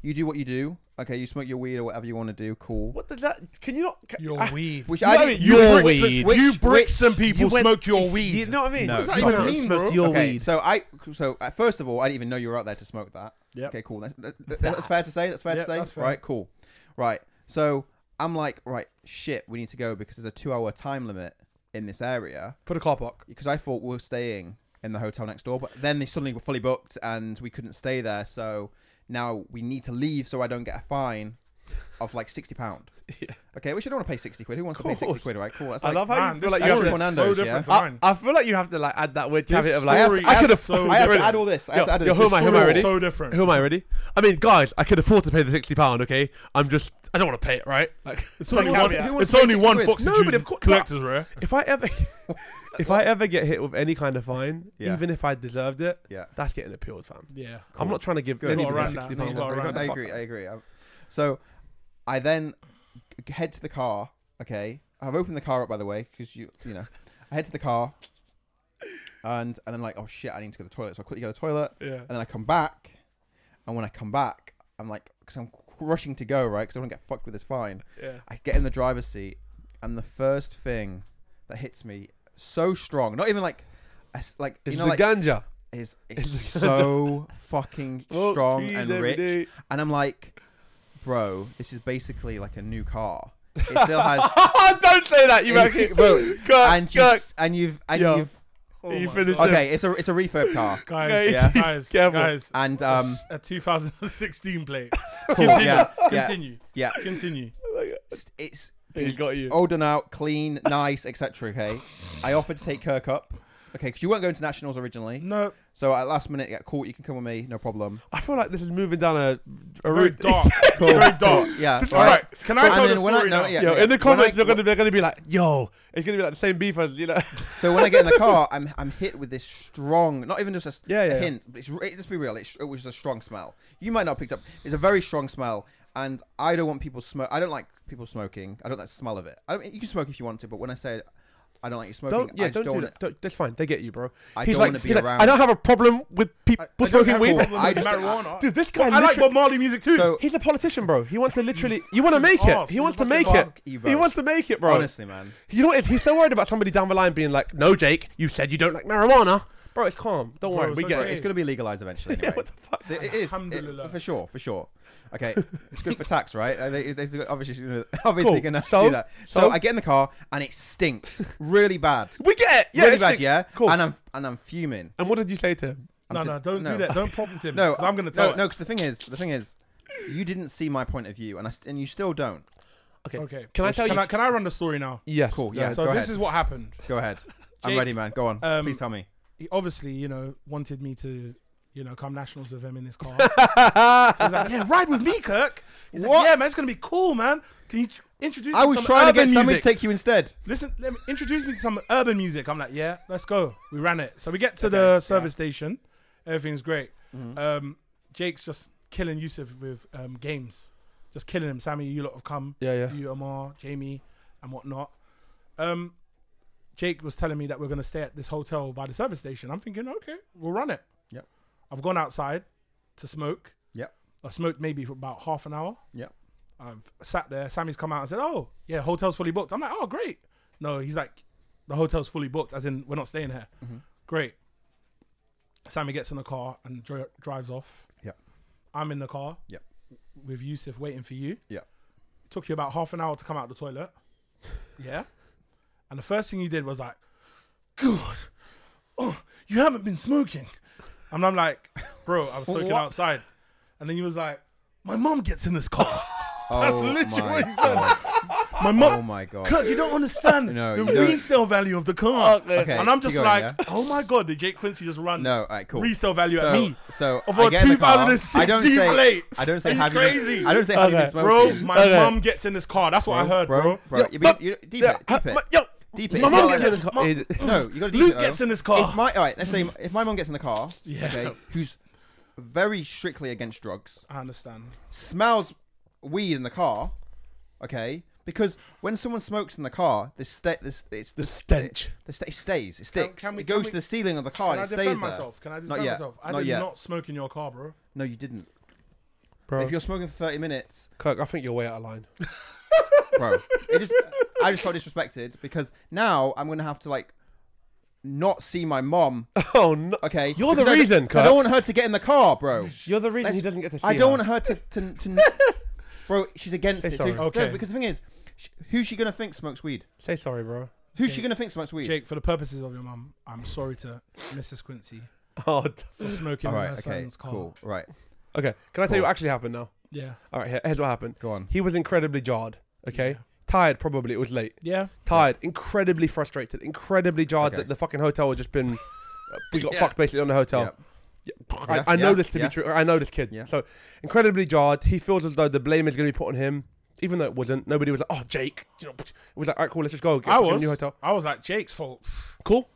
Speaker 2: You do what you do. Okay, you smoke your weed or whatever you want to do. Cool.
Speaker 1: What does that? Can you not? Can,
Speaker 3: Your
Speaker 1: I-
Speaker 3: weed.
Speaker 2: Which
Speaker 1: You know
Speaker 2: I
Speaker 1: what I mean?
Speaker 2: didn't. you-
Speaker 1: Your
Speaker 3: bricks
Speaker 1: weed.
Speaker 3: and-
Speaker 2: Which-
Speaker 3: you bricks and
Speaker 1: you
Speaker 3: people
Speaker 1: went-
Speaker 3: smoke your weed.
Speaker 1: You know what I mean?
Speaker 2: No. What does that
Speaker 1: You
Speaker 2: even
Speaker 1: can't
Speaker 3: mean,
Speaker 1: smoke
Speaker 3: bro?
Speaker 1: your
Speaker 2: okay,
Speaker 1: weed.
Speaker 2: so I so uh, first of all, I didn't even know you were out there to smoke that.
Speaker 3: Yep.
Speaker 2: Okay, cool. That's, that- that- that's fair to say. That's fair
Speaker 3: Yep,
Speaker 2: to say.
Speaker 3: that's fair.
Speaker 2: Right. Cool. Right. So I'm like, right, shit. We need to go because there's a two-hour time limit in this area.
Speaker 1: For the car park.
Speaker 2: because I thought we were staying in the hotel next door, but then they suddenly were fully booked and we couldn't stay there. So now we need to leave so I don't get a fine of like sixty pound.
Speaker 1: Yeah.
Speaker 2: Okay, which I don't want to pay sixty quid. Who wants to pay
Speaker 1: Course.
Speaker 2: sixty quid? Right, cool. That's
Speaker 1: I
Speaker 2: like,
Speaker 1: love how
Speaker 3: Man,
Speaker 1: you
Speaker 3: this
Speaker 1: feel like you
Speaker 2: story
Speaker 1: have Uh,
Speaker 3: story
Speaker 1: to.
Speaker 2: is Fernando,
Speaker 3: is so
Speaker 2: yeah.
Speaker 3: different to
Speaker 1: I,
Speaker 3: mine.
Speaker 1: I feel like you have to like add that weird
Speaker 3: This
Speaker 1: caveat of
Speaker 2: I
Speaker 1: like.
Speaker 2: have,
Speaker 3: story
Speaker 2: I
Speaker 3: is
Speaker 2: have to,
Speaker 3: so
Speaker 2: I have to
Speaker 3: different.
Speaker 2: add all this. I have
Speaker 1: Yo,
Speaker 2: to add all
Speaker 1: yo,
Speaker 2: this.
Speaker 1: uh, who am I? Who am I
Speaker 3: It's
Speaker 1: already?
Speaker 3: So different.
Speaker 1: Who am I already? I mean, guys, I could afford to pay the sixty pound. Okay, I'm just. I don't want to pay it, right? Like,
Speaker 3: It's
Speaker 1: like
Speaker 3: only
Speaker 1: caveat.
Speaker 3: one.
Speaker 2: who wants
Speaker 3: It's
Speaker 2: to pay
Speaker 3: only
Speaker 2: 60
Speaker 3: one
Speaker 2: quid?
Speaker 3: fox
Speaker 1: No,
Speaker 3: that you
Speaker 1: but of cour-
Speaker 3: collectors rare.
Speaker 1: if I ever, if I ever get hit with any kind of fine,
Speaker 2: Yeah.
Speaker 1: even if I deserved it,
Speaker 2: Yeah.
Speaker 1: that's getting appealed, fam.
Speaker 3: Yeah.
Speaker 1: I'm not trying to give
Speaker 2: Good.
Speaker 1: anybody
Speaker 2: You've got a
Speaker 1: sixty
Speaker 3: run
Speaker 1: pounds.
Speaker 3: down. You've got a
Speaker 1: Like,
Speaker 3: run
Speaker 1: what
Speaker 2: I
Speaker 1: the
Speaker 2: agree.
Speaker 1: fuck?
Speaker 2: I agree. I'm- So I then g- head to the car. Okay, I've opened the car up by the way because you you know I head to the car, and and then like oh shit I need to go to the toilet so I quickly go to the toilet
Speaker 3: Yeah.
Speaker 2: and then I come back, and when I come back I'm like because I'm rushing to go right because I want to get fucked with this fine.
Speaker 3: Yeah.
Speaker 2: I get in the driver's seat, and the first thing that hits me so strong, not even like, I s- like
Speaker 1: It's
Speaker 2: you know,
Speaker 1: the
Speaker 2: like
Speaker 1: ganja.
Speaker 2: is is
Speaker 1: it's the
Speaker 2: so fucking
Speaker 1: Smoke
Speaker 2: strong
Speaker 1: trees
Speaker 2: and
Speaker 1: every
Speaker 2: rich,
Speaker 1: day.
Speaker 2: and I'm like, bro, this is basically like a new car. It still has.
Speaker 1: Oh, Don't say that, you actually.
Speaker 2: Bro,
Speaker 1: Cut,
Speaker 2: and you
Speaker 1: cut.
Speaker 2: have and you've and
Speaker 1: Yo.
Speaker 2: you've
Speaker 3: Oh
Speaker 1: You
Speaker 3: my
Speaker 1: finished
Speaker 3: God.
Speaker 1: it.
Speaker 2: okay. It's a it's a refurb car,
Speaker 3: Guys,
Speaker 1: Yeah.
Speaker 3: guys,
Speaker 1: Careful.
Speaker 3: guys.
Speaker 2: and
Speaker 3: a
Speaker 2: um,
Speaker 3: s- a 2016 plate.
Speaker 2: cool,
Speaker 3: Continue.
Speaker 2: yeah, yeah,
Speaker 3: Continue.
Speaker 2: yeah.
Speaker 3: Continue.
Speaker 1: Oh
Speaker 2: It's, it's
Speaker 1: He got you.
Speaker 2: old and out, clean, nice, etc. Okay, I offered to take Kirk up. Okay, because you weren't going to nationals originally.
Speaker 3: No,
Speaker 2: So at last minute, yeah, cool. You can come with me, no problem.
Speaker 1: I feel like this is moving down a, a
Speaker 3: very
Speaker 1: route.
Speaker 3: dark. Very dark.
Speaker 2: Yeah,
Speaker 3: This is
Speaker 2: all right.
Speaker 3: right. Can I
Speaker 2: And
Speaker 3: tell
Speaker 2: then
Speaker 3: the
Speaker 2: when I-
Speaker 3: story
Speaker 2: no,
Speaker 3: now?
Speaker 2: yeah.
Speaker 1: Yo, in the
Speaker 2: When
Speaker 1: comments,
Speaker 2: I-
Speaker 1: you're gonna, they're gonna be like, "Yo, it's gonna be like the same beef as you know."
Speaker 2: So when I get in the car, I'm I'm hit with this strong, not even just a, s-
Speaker 1: Yeah, yeah,
Speaker 2: a
Speaker 1: yeah.
Speaker 2: hint, but it's it, just be real. It, it was a strong smell. You might not have picked up. It's a very strong smell, and I don't want people smoke. I don't like people smoking. I don't like the smell of it. I don't, you can smoke if you want to, but when I say I don't like you smoking,
Speaker 1: Don't, yeah,
Speaker 2: I
Speaker 1: don't,
Speaker 2: just
Speaker 1: do
Speaker 2: don't,
Speaker 1: that. Don't, that's fine. They get you, bro.
Speaker 2: I
Speaker 1: he's
Speaker 2: don't
Speaker 1: like,
Speaker 2: wanna be
Speaker 1: he's like,
Speaker 2: around-
Speaker 1: I don't have a problem with people
Speaker 3: I don't
Speaker 1: smoking
Speaker 3: have
Speaker 1: weed.
Speaker 3: a problem
Speaker 2: I
Speaker 3: with
Speaker 2: just-
Speaker 3: marijuana.
Speaker 1: Dude, this guy.
Speaker 3: I like
Speaker 1: literally-
Speaker 3: Bob Marley music too.
Speaker 2: So-
Speaker 1: He's a politician, bro. He wants to literally. You want to make it.
Speaker 3: arse.
Speaker 1: He
Speaker 3: He's
Speaker 1: wants to
Speaker 3: a
Speaker 1: make
Speaker 2: fucking
Speaker 1: it.
Speaker 2: fuck you, bro.
Speaker 1: He wants to make it, bro.
Speaker 2: Honestly, man.
Speaker 1: You know what? it is? He's so worried about somebody down the line being like, "No, Jake, you said you don't like marijuana, bro. It's calm. Don't
Speaker 3: Bro,
Speaker 1: worry, we
Speaker 3: so
Speaker 1: get
Speaker 3: great.
Speaker 2: It's
Speaker 1: it."
Speaker 2: going to be legalized eventually. Anyway.
Speaker 1: Yeah, what the fuck?
Speaker 2: It- it is
Speaker 3: Alhamdulillah.
Speaker 2: it- for sure, for sure. Okay, it's good for tax, right? Uh, They, they, they obviously, gonna- obviously
Speaker 1: Cool.
Speaker 2: gonna
Speaker 1: So-
Speaker 2: do that. So,
Speaker 1: so-
Speaker 2: I get in the car and it stinks really bad,
Speaker 1: We get it. Yeah,
Speaker 2: really
Speaker 1: it's
Speaker 2: bad,
Speaker 1: sick.
Speaker 2: yeah.
Speaker 1: Cool.
Speaker 2: And I'm and I'm fuming.
Speaker 1: And what did you say to him?
Speaker 2: I'm
Speaker 3: no,
Speaker 2: si-
Speaker 3: no, don't
Speaker 2: no.
Speaker 3: do that. Don't prompt him.
Speaker 2: No,
Speaker 3: 'cause I'm gonna tell
Speaker 2: No,
Speaker 3: it.
Speaker 2: no, because the thing is, the thing is, you didn't see my point of view, and I st- and you still don't.
Speaker 1: Okay.
Speaker 3: Okay.
Speaker 1: Can I tell
Speaker 3: can
Speaker 1: you?
Speaker 3: I, can I run the story now?
Speaker 1: Yes.
Speaker 2: Cool, yeah.
Speaker 3: so
Speaker 2: go
Speaker 3: this
Speaker 2: ahead.
Speaker 3: is what happened.
Speaker 2: Go ahead. I'm
Speaker 3: Jake,
Speaker 2: ready, man. Go on.
Speaker 3: um,
Speaker 2: Please tell me.
Speaker 3: He obviously, you know, wanted me to, you know, come nationals with him in his car. so he's like, yeah, ride with me, Kirk. He's
Speaker 2: What?
Speaker 3: like, yeah, man, it's gonna be cool, man. Can you tr- introduce?
Speaker 2: I
Speaker 3: me
Speaker 2: was
Speaker 3: some
Speaker 2: trying to get
Speaker 3: urban
Speaker 2: somebody
Speaker 3: music?
Speaker 2: to take you instead.
Speaker 3: Listen, let me introduce me to some urban music. I'm like, yeah, let's go. We ran it. So we get to the service station. Everything's great.
Speaker 1: Mm-hmm.
Speaker 3: Um, Jake's just killing Yusuf with um, games, just killing him. Sammy, you lot have come.
Speaker 1: Yeah, yeah.
Speaker 3: You, Amar, Jamie, and whatnot. Um, Jake was telling me that we're gonna stay at this hotel by the service station. I'm thinking, okay, we'll run it.
Speaker 2: Yep.
Speaker 3: I've gone outside to smoke.
Speaker 2: Yep.
Speaker 3: I smoked maybe for about half an hour.
Speaker 2: Yep.
Speaker 3: I've sat there. Sammy's come out and said, "Oh, yeah, hotel's fully booked." I'm like, "Oh, great." No, he's like, "The hotel's fully booked," as in we're not staying here.
Speaker 2: Mm-hmm.
Speaker 3: Great. Sammy gets in the car and dri- drives off.
Speaker 2: Yep.
Speaker 3: I'm in the car.
Speaker 2: Yep.
Speaker 3: With Yusuf waiting for you.
Speaker 2: Yep.
Speaker 3: It took you about half an hour to come out the toilet. yeah. And the first thing you did was like, "God, oh, you haven't been smoking," and I'm like, "Bro, I was smoking
Speaker 2: What?
Speaker 3: outside," and then he was like, "My mom gets in this car."
Speaker 2: That's
Speaker 3: literally
Speaker 2: Oh my
Speaker 3: what he said.
Speaker 2: God.
Speaker 3: My mom.
Speaker 2: Oh my god.
Speaker 3: Kirk, you don't understand
Speaker 2: No,
Speaker 3: the
Speaker 2: you don't.
Speaker 3: resale value of the car.
Speaker 2: Okay,
Speaker 3: and I'm
Speaker 2: keep
Speaker 3: just
Speaker 2: going,
Speaker 3: like,
Speaker 2: yeah.
Speaker 3: oh my god, did Jake Quincy just run
Speaker 2: No, all right, cool.
Speaker 3: resale value
Speaker 2: so,
Speaker 3: at me?
Speaker 2: So
Speaker 3: Of
Speaker 2: I
Speaker 3: our
Speaker 2: get in the car. I don't
Speaker 3: 2016
Speaker 2: say,
Speaker 3: plate.
Speaker 2: I don't say
Speaker 3: Are you
Speaker 2: have you
Speaker 3: crazy?
Speaker 2: been, I don't say have you been
Speaker 1: Okay.
Speaker 3: Bro,
Speaker 2: smoking.
Speaker 3: my
Speaker 1: Okay.
Speaker 3: mum gets in this car. That's what I heard, bro.
Speaker 2: bro,
Speaker 1: Yo,
Speaker 2: you,
Speaker 1: but-
Speaker 2: you, deep
Speaker 1: Yeah,
Speaker 2: it, deep
Speaker 1: ha-
Speaker 2: it.
Speaker 1: ma- Yo,
Speaker 2: Deep it.
Speaker 1: my
Speaker 2: It's
Speaker 1: mum
Speaker 2: not
Speaker 1: gets
Speaker 2: like
Speaker 1: in this
Speaker 2: that.
Speaker 1: car. Is-
Speaker 2: No, you got to deep
Speaker 3: Luke
Speaker 2: it. though.
Speaker 3: gets in this car.
Speaker 2: If my all right, let's say if my mom gets in the car,
Speaker 3: Yeah.
Speaker 2: okay, who's very strictly against drugs,
Speaker 3: I understand.
Speaker 2: smells weed in the car, okay, because when someone smokes in the car, this sta- this it's the,
Speaker 1: stench.
Speaker 2: The sta- it stays, it sticks.
Speaker 3: can we-
Speaker 2: it goes
Speaker 3: can
Speaker 2: to
Speaker 3: we-
Speaker 2: the ceiling of the car
Speaker 3: Can
Speaker 2: and
Speaker 3: I
Speaker 2: it stays
Speaker 3: defend
Speaker 2: there.
Speaker 3: myself? Can I
Speaker 2: Not
Speaker 3: defend
Speaker 2: yet.
Speaker 3: myself? I
Speaker 2: Not
Speaker 3: did
Speaker 2: yet.
Speaker 3: not smoke in your car, bro.
Speaker 2: No, you didn't.
Speaker 1: Bro,
Speaker 2: If you're smoking for thirty minutes,
Speaker 1: Kirk, I think you're way out of line.
Speaker 2: bro, it just I just felt disrespected because now I'm gonna have to like not see my mom.
Speaker 1: Oh no,
Speaker 2: Okay,
Speaker 1: You're the
Speaker 2: Because I don't-
Speaker 1: reason,
Speaker 2: 'cause I don't
Speaker 1: Kirk.
Speaker 2: want her to get in the car, bro.
Speaker 1: you're the reason
Speaker 2: Let's-
Speaker 1: he doesn't get to see.
Speaker 2: I don't
Speaker 1: her.
Speaker 2: want her to, to, to bro. She's against
Speaker 1: Say
Speaker 2: it. So-
Speaker 1: sorry.
Speaker 2: no,
Speaker 3: Okay.
Speaker 2: because the thing is, sh who's she gonna think smokes weed?
Speaker 1: Say sorry, bro.
Speaker 2: Who's she
Speaker 3: Jake-
Speaker 2: gonna think smokes weed?
Speaker 3: Jake, for the purposes of your mum, I'm sorry to Mrs. Quincy
Speaker 1: Oh, d-
Speaker 3: for smoking
Speaker 2: All
Speaker 3: in
Speaker 2: right,
Speaker 3: her
Speaker 2: okay,
Speaker 3: son's car.
Speaker 2: cool. Right,
Speaker 1: okay. Can I tell you
Speaker 2: Cool.
Speaker 1: what actually happened now?
Speaker 3: Yeah.
Speaker 1: All right, here- here's what happened.
Speaker 2: go on.
Speaker 1: He was incredibly jarred. Okay,
Speaker 3: Yeah.
Speaker 1: tired probably. It was late.
Speaker 3: Yeah.
Speaker 1: Tired, incredibly frustrated, incredibly jarred
Speaker 2: Okay.
Speaker 1: that the fucking hotel had just been. uh, We got
Speaker 3: Yeah.
Speaker 1: fucked basically on the hotel.
Speaker 2: Yep.
Speaker 1: I,
Speaker 2: Yeah,
Speaker 1: I know
Speaker 2: yeah,
Speaker 1: this to
Speaker 2: yeah.
Speaker 1: be true. I know this kid.
Speaker 2: Yeah.
Speaker 1: So incredibly jarred. He feels as though the blame is going to be put on him. even though it wasn't, nobody was like, "Oh, Jake." You know, it was like, "All right, cool, let's just go." Get
Speaker 3: I
Speaker 1: a
Speaker 3: was.
Speaker 1: new hotel.
Speaker 3: I was like Jake's fault.
Speaker 1: Cool,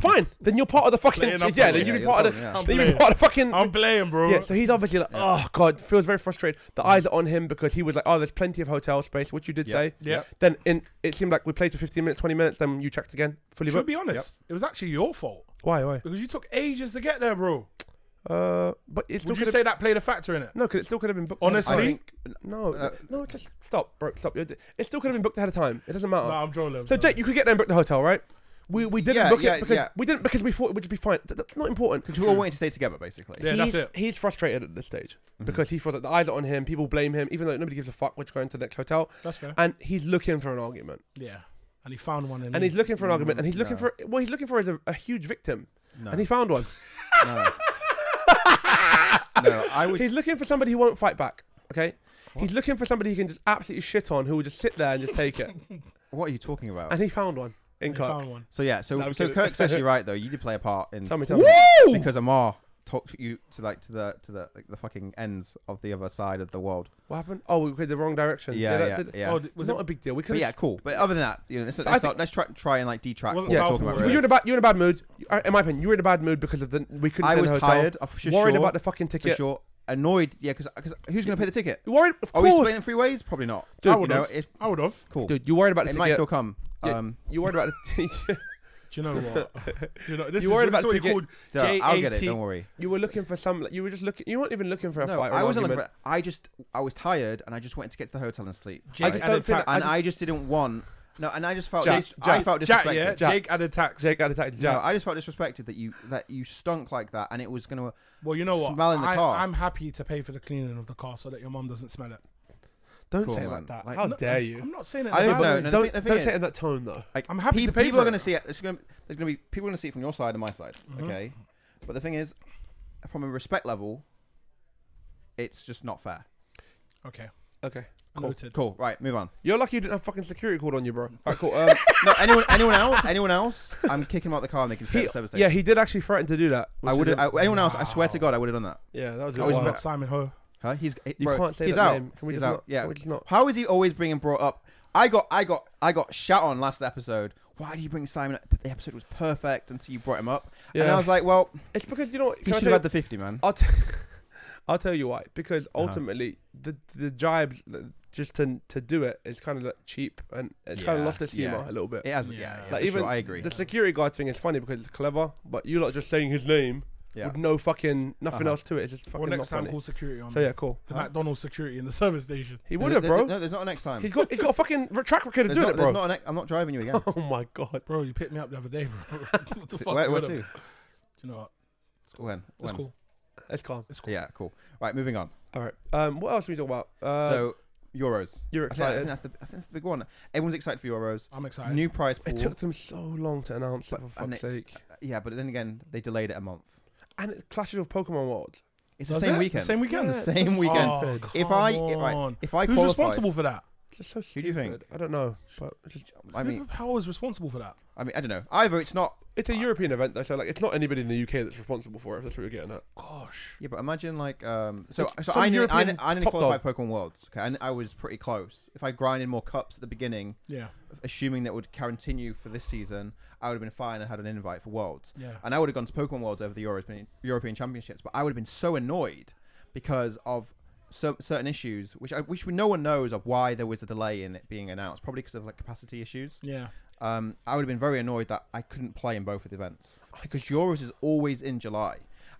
Speaker 1: fine. Then you're part of the fucking
Speaker 3: Playing up
Speaker 1: yeah.
Speaker 3: on
Speaker 1: Then
Speaker 3: it.
Speaker 1: you'd be
Speaker 2: Yeah,
Speaker 1: part of
Speaker 2: you're
Speaker 1: the
Speaker 2: probably- yeah.
Speaker 3: I'm
Speaker 1: then you'd be
Speaker 3: playing.
Speaker 1: part of fucking
Speaker 3: I'm playing, bro.
Speaker 1: yeah. So he's obviously like, "Oh God," feels very frustrated. The eyes are on him because he was like, "Oh, there's plenty of hotel space," which you did
Speaker 2: Yeah.
Speaker 1: say.
Speaker 3: yeah.
Speaker 1: Then in, it seemed like we played for 15 minutes, 20 minutes. Then you checked again, fully
Speaker 3: Should
Speaker 1: booked.
Speaker 3: be honest. It was actually your fault
Speaker 1: Why? Why?
Speaker 3: because you took ages to get there, bro.
Speaker 1: Uh, but it's still
Speaker 3: Would you
Speaker 1: could
Speaker 3: say that played a factor in it?
Speaker 1: no, because it still could have been booked.
Speaker 2: I
Speaker 3: Honestly?
Speaker 1: ahead
Speaker 2: think
Speaker 1: of time. no,
Speaker 2: Uh,
Speaker 1: no, just stop, bro, stop. You're d- It still could have been booked ahead of time. It doesn't matter.
Speaker 3: No, I'm trolling. I'm
Speaker 1: Oh. So
Speaker 3: trolling.
Speaker 1: Jake, you could get there and book the hotel, right? We we didn't
Speaker 2: Yeah,
Speaker 1: book
Speaker 2: yeah,
Speaker 1: it because
Speaker 2: yeah.
Speaker 1: we didn't because we thought it would just be fine. Th- That's not important.
Speaker 2: because we all wanted to stay together, basically.
Speaker 3: Yeah.
Speaker 1: he's,
Speaker 3: that's it. Mm-hmm.
Speaker 1: He's frustrated at this stage because he feels like the eyes are on him. People blame him, even though nobody gives a fuck. We're just going to the next hotel,
Speaker 3: that's fair.
Speaker 1: and he's looking for an argument.
Speaker 3: yeah, and he found one in.
Speaker 1: And he's looking for an argument, and he's looking
Speaker 3: Mm,
Speaker 2: no.
Speaker 1: for well, he's looking for is a, a huge victim,
Speaker 2: No.
Speaker 1: and he found one.
Speaker 2: no. no, I would.
Speaker 1: He's looking for somebody who won't fight back. Okay, he's looking for somebody he can just absolutely shit on, who will just sit there and just take it.
Speaker 2: What are you talking about?
Speaker 1: and he found one in
Speaker 3: he
Speaker 1: Kirk.
Speaker 3: found one.
Speaker 2: So yeah, so
Speaker 1: No, I'm
Speaker 2: so
Speaker 1: kidding.
Speaker 2: Kirk's actually right though. You did play a part in
Speaker 1: Tell me, tell me.
Speaker 2: because Amar talked to you to like to the to the like, the fucking ends of the other side of the world.
Speaker 1: What happened? Oh, we went the wrong direction.
Speaker 2: Yeah,
Speaker 1: that
Speaker 2: yeah,
Speaker 1: did-
Speaker 2: yeah.
Speaker 3: Oh, d- was
Speaker 1: not
Speaker 3: it?
Speaker 1: a big deal. We could.
Speaker 2: But yeah, cool. But other than that, you know, let's,
Speaker 1: I
Speaker 2: let's,
Speaker 1: think-
Speaker 2: not, let's try try and like detract what
Speaker 3: Wasn't
Speaker 2: we're
Speaker 1: South
Speaker 2: talking about.
Speaker 3: Wales.
Speaker 1: Well,
Speaker 2: really.
Speaker 1: you're in a bad. You're in a bad mood. You- I- in my opinion, you were in a bad mood because of the we couldn't.
Speaker 2: I
Speaker 1: stay in
Speaker 2: was
Speaker 1: the hotel,
Speaker 2: tired. I'm for
Speaker 1: worried
Speaker 2: sure,
Speaker 1: about the fucking ticket.
Speaker 2: for sure. Annoyed, yeah, because who's gonna pay the ticket?
Speaker 1: You worried, of
Speaker 2: Are we
Speaker 1: course,
Speaker 2: splitting it three ways? Probably not.
Speaker 1: Dude,
Speaker 3: I
Speaker 2: you
Speaker 3: would
Speaker 2: know,
Speaker 3: have.
Speaker 2: it's
Speaker 3: I would have.
Speaker 2: cool.
Speaker 1: dude. You worried about the
Speaker 2: it
Speaker 1: ticket.
Speaker 2: might still come.
Speaker 1: Yeah.
Speaker 2: Um,
Speaker 1: you worried about the. t-
Speaker 3: Do you know what? Do you know this
Speaker 1: You
Speaker 3: is
Speaker 1: worried
Speaker 3: this is
Speaker 1: about
Speaker 3: what he
Speaker 1: ticket-
Speaker 3: called
Speaker 2: no, I'll get it.
Speaker 3: JAT.
Speaker 2: Don't worry.
Speaker 1: you were looking for some. You were just looking. You weren't even looking for a
Speaker 2: No,
Speaker 1: fight. or
Speaker 2: I
Speaker 1: an
Speaker 2: wasn't looking for.
Speaker 1: argument.
Speaker 2: it. I just I was tired and I just wanted to get to the hotel and sleep.
Speaker 3: Jake
Speaker 1: just
Speaker 2: Right?
Speaker 3: had
Speaker 1: don't
Speaker 3: a
Speaker 1: think
Speaker 3: tax.
Speaker 2: and I just didn't want. No, and I just felt.
Speaker 1: Jack,
Speaker 2: dis- I
Speaker 1: Jack,
Speaker 2: felt
Speaker 3: Jack,
Speaker 2: disrespected.
Speaker 3: yeah, Jake had a tax.
Speaker 1: Jake got attacked.
Speaker 2: No,
Speaker 1: Jack.
Speaker 2: I just felt disrespected that you that you stunk like that, and it was gonna.
Speaker 3: Well, you know what?
Speaker 2: Smelling the
Speaker 3: I,
Speaker 2: car.
Speaker 3: I'm happy to pay for the cleaning of the car so that your mom doesn't smell it.
Speaker 1: don't
Speaker 2: Cool,
Speaker 1: say it
Speaker 2: man.
Speaker 1: like that.
Speaker 2: Like-
Speaker 1: How
Speaker 3: No,
Speaker 1: dare
Speaker 3: I'm-
Speaker 1: you?
Speaker 3: I'm not saying it.
Speaker 2: I don't
Speaker 3: about
Speaker 2: know,
Speaker 3: you.
Speaker 2: no, the
Speaker 1: don't
Speaker 2: thing- the thing
Speaker 1: don't
Speaker 2: is-
Speaker 1: say it in that tone though.
Speaker 2: Like,
Speaker 3: I'm happy
Speaker 2: pe-
Speaker 3: to pay
Speaker 2: People
Speaker 3: for
Speaker 2: are gonna
Speaker 3: it.
Speaker 2: see it. It's gonna. There's gonna be people are gonna see it from your side and my side.
Speaker 1: Mm-hmm.
Speaker 2: Okay, but the thing is, from a respect level, it's just not fair.
Speaker 3: Okay.
Speaker 1: Okay.
Speaker 3: Noted.
Speaker 2: Cool. Right, move on.
Speaker 1: You're lucky you didn't have fucking security called on you, bro. Alright, cool. Um,
Speaker 2: No, anyone, anyone else? Anyone else? I'm kicking them out the car and they can stay
Speaker 1: he-
Speaker 2: at the service station.
Speaker 1: yeah, he did actually threaten to do that.
Speaker 2: I
Speaker 1: which
Speaker 2: would.
Speaker 1: is a-
Speaker 2: Anyone else? I swear to God, I would have done that.
Speaker 1: Yeah, that was.
Speaker 2: I was
Speaker 1: wild.
Speaker 2: about-
Speaker 3: Simon Ho.
Speaker 2: Huh? He's he-
Speaker 1: You
Speaker 2: bro,
Speaker 1: can't say
Speaker 2: he's
Speaker 1: that
Speaker 2: out.
Speaker 1: name. Can we
Speaker 2: he's
Speaker 1: just
Speaker 2: out.
Speaker 1: not-
Speaker 2: yeah.
Speaker 1: can we just not?
Speaker 2: How is he always being brought up? I got I got I got shot on last episode. Why do you bring Simon up? But the episode was perfect until you brought him up. And
Speaker 1: Yeah.
Speaker 2: I was like, well,
Speaker 1: It's because you know what.
Speaker 2: he
Speaker 1: can I
Speaker 2: should
Speaker 1: tell you-
Speaker 2: have had the 50, man.
Speaker 1: I'll, t- I'll tell you why. Because ultimately, the the jibes like, just to to do it is kind of like cheap, and it's kind of
Speaker 2: Yeah,
Speaker 1: lost its humor
Speaker 2: yeah.
Speaker 1: a little bit.
Speaker 2: It has,
Speaker 3: Yeah.
Speaker 2: yeah, yeah,
Speaker 3: Like,
Speaker 2: for
Speaker 1: even
Speaker 2: sure, I agree.
Speaker 1: The security guard thing is funny because it's clever, but you lot just saying his name
Speaker 2: Yeah.
Speaker 1: with no fucking nothing
Speaker 2: Uh-huh.
Speaker 1: else to it. It's just fucking
Speaker 3: Well,
Speaker 1: not
Speaker 3: next time
Speaker 1: funny.
Speaker 3: call security on
Speaker 1: So yeah, cool.
Speaker 3: the
Speaker 2: Huh?
Speaker 3: McDonald's security in the service station.
Speaker 1: He
Speaker 2: There's-
Speaker 1: would have,
Speaker 2: there's-
Speaker 1: bro.
Speaker 2: No, there's not a next time.
Speaker 1: He's got he's got a fucking track record of
Speaker 2: there's
Speaker 1: doing
Speaker 2: not,
Speaker 1: it, bro.
Speaker 2: there's not a ne- I'm not driving you again.
Speaker 1: Oh my god.
Speaker 3: Bro, you picked me up the other day, bro. what the fuck?
Speaker 2: where, where
Speaker 3: Do
Speaker 2: to?
Speaker 3: you know what?
Speaker 2: When?
Speaker 3: It's
Speaker 2: When?
Speaker 3: cool.
Speaker 1: It's calm.
Speaker 3: It's cool.
Speaker 2: Yeah, cool. Right, moving on.
Speaker 1: All right. Um, what else are we talking about? Uh,
Speaker 2: so Euros.
Speaker 1: you're
Speaker 2: I think, I think
Speaker 1: excited.
Speaker 2: that's the I think that's the big one. Everyone's excited for Euros.
Speaker 3: I'm excited.
Speaker 2: New prize pool.
Speaker 1: It took them so long to announce it
Speaker 2: but-
Speaker 1: for
Speaker 2: and
Speaker 1: fuck's
Speaker 2: it's-
Speaker 1: sake,
Speaker 2: yeah, but then again, they delayed it a month.
Speaker 1: and it clashes with Pokemon World.
Speaker 2: It's
Speaker 3: Does
Speaker 2: the same
Speaker 3: it?
Speaker 2: weekend.
Speaker 3: Same weekend.
Speaker 2: It's the same weekend.
Speaker 3: Oh,
Speaker 2: if
Speaker 3: come
Speaker 2: I if I
Speaker 3: on.
Speaker 2: if I
Speaker 3: Who's
Speaker 2: qualified,
Speaker 3: responsible for that?
Speaker 1: It's just so
Speaker 2: Who
Speaker 1: stupid.
Speaker 2: do you
Speaker 1: I don't know. But it's, just-
Speaker 2: I
Speaker 3: Who
Speaker 2: mean,
Speaker 3: the hell is responsible for that?
Speaker 2: I mean, I don't know. Either it's not.
Speaker 1: it's a European event though, so like it's not anybody in the UK that's responsible for it. If that's what you're getting at.
Speaker 3: Gosh.
Speaker 2: Yeah, but imagine like um. So
Speaker 1: It's
Speaker 2: so
Speaker 1: some
Speaker 2: I knew I,
Speaker 1: European
Speaker 2: knew- I nearly
Speaker 1: top
Speaker 2: qualified Pokemon Worlds. Okay, and I was pretty close. If I grinded more cups at the beginning,
Speaker 3: Yeah.
Speaker 2: assuming that would continue for this season, I would have been fine and had an invite for Worlds.
Speaker 3: Yeah.
Speaker 2: And I would have gone to Pokemon Worlds over the European European Championships, but I would have been so annoyed because of so, certain issues, which I, which no one knows of why there was a delay in it being announced. Probably because of like capacity issues.
Speaker 3: Yeah.
Speaker 2: um, I would have been very annoyed that I couldn't play in both of the events because Euros is always in July,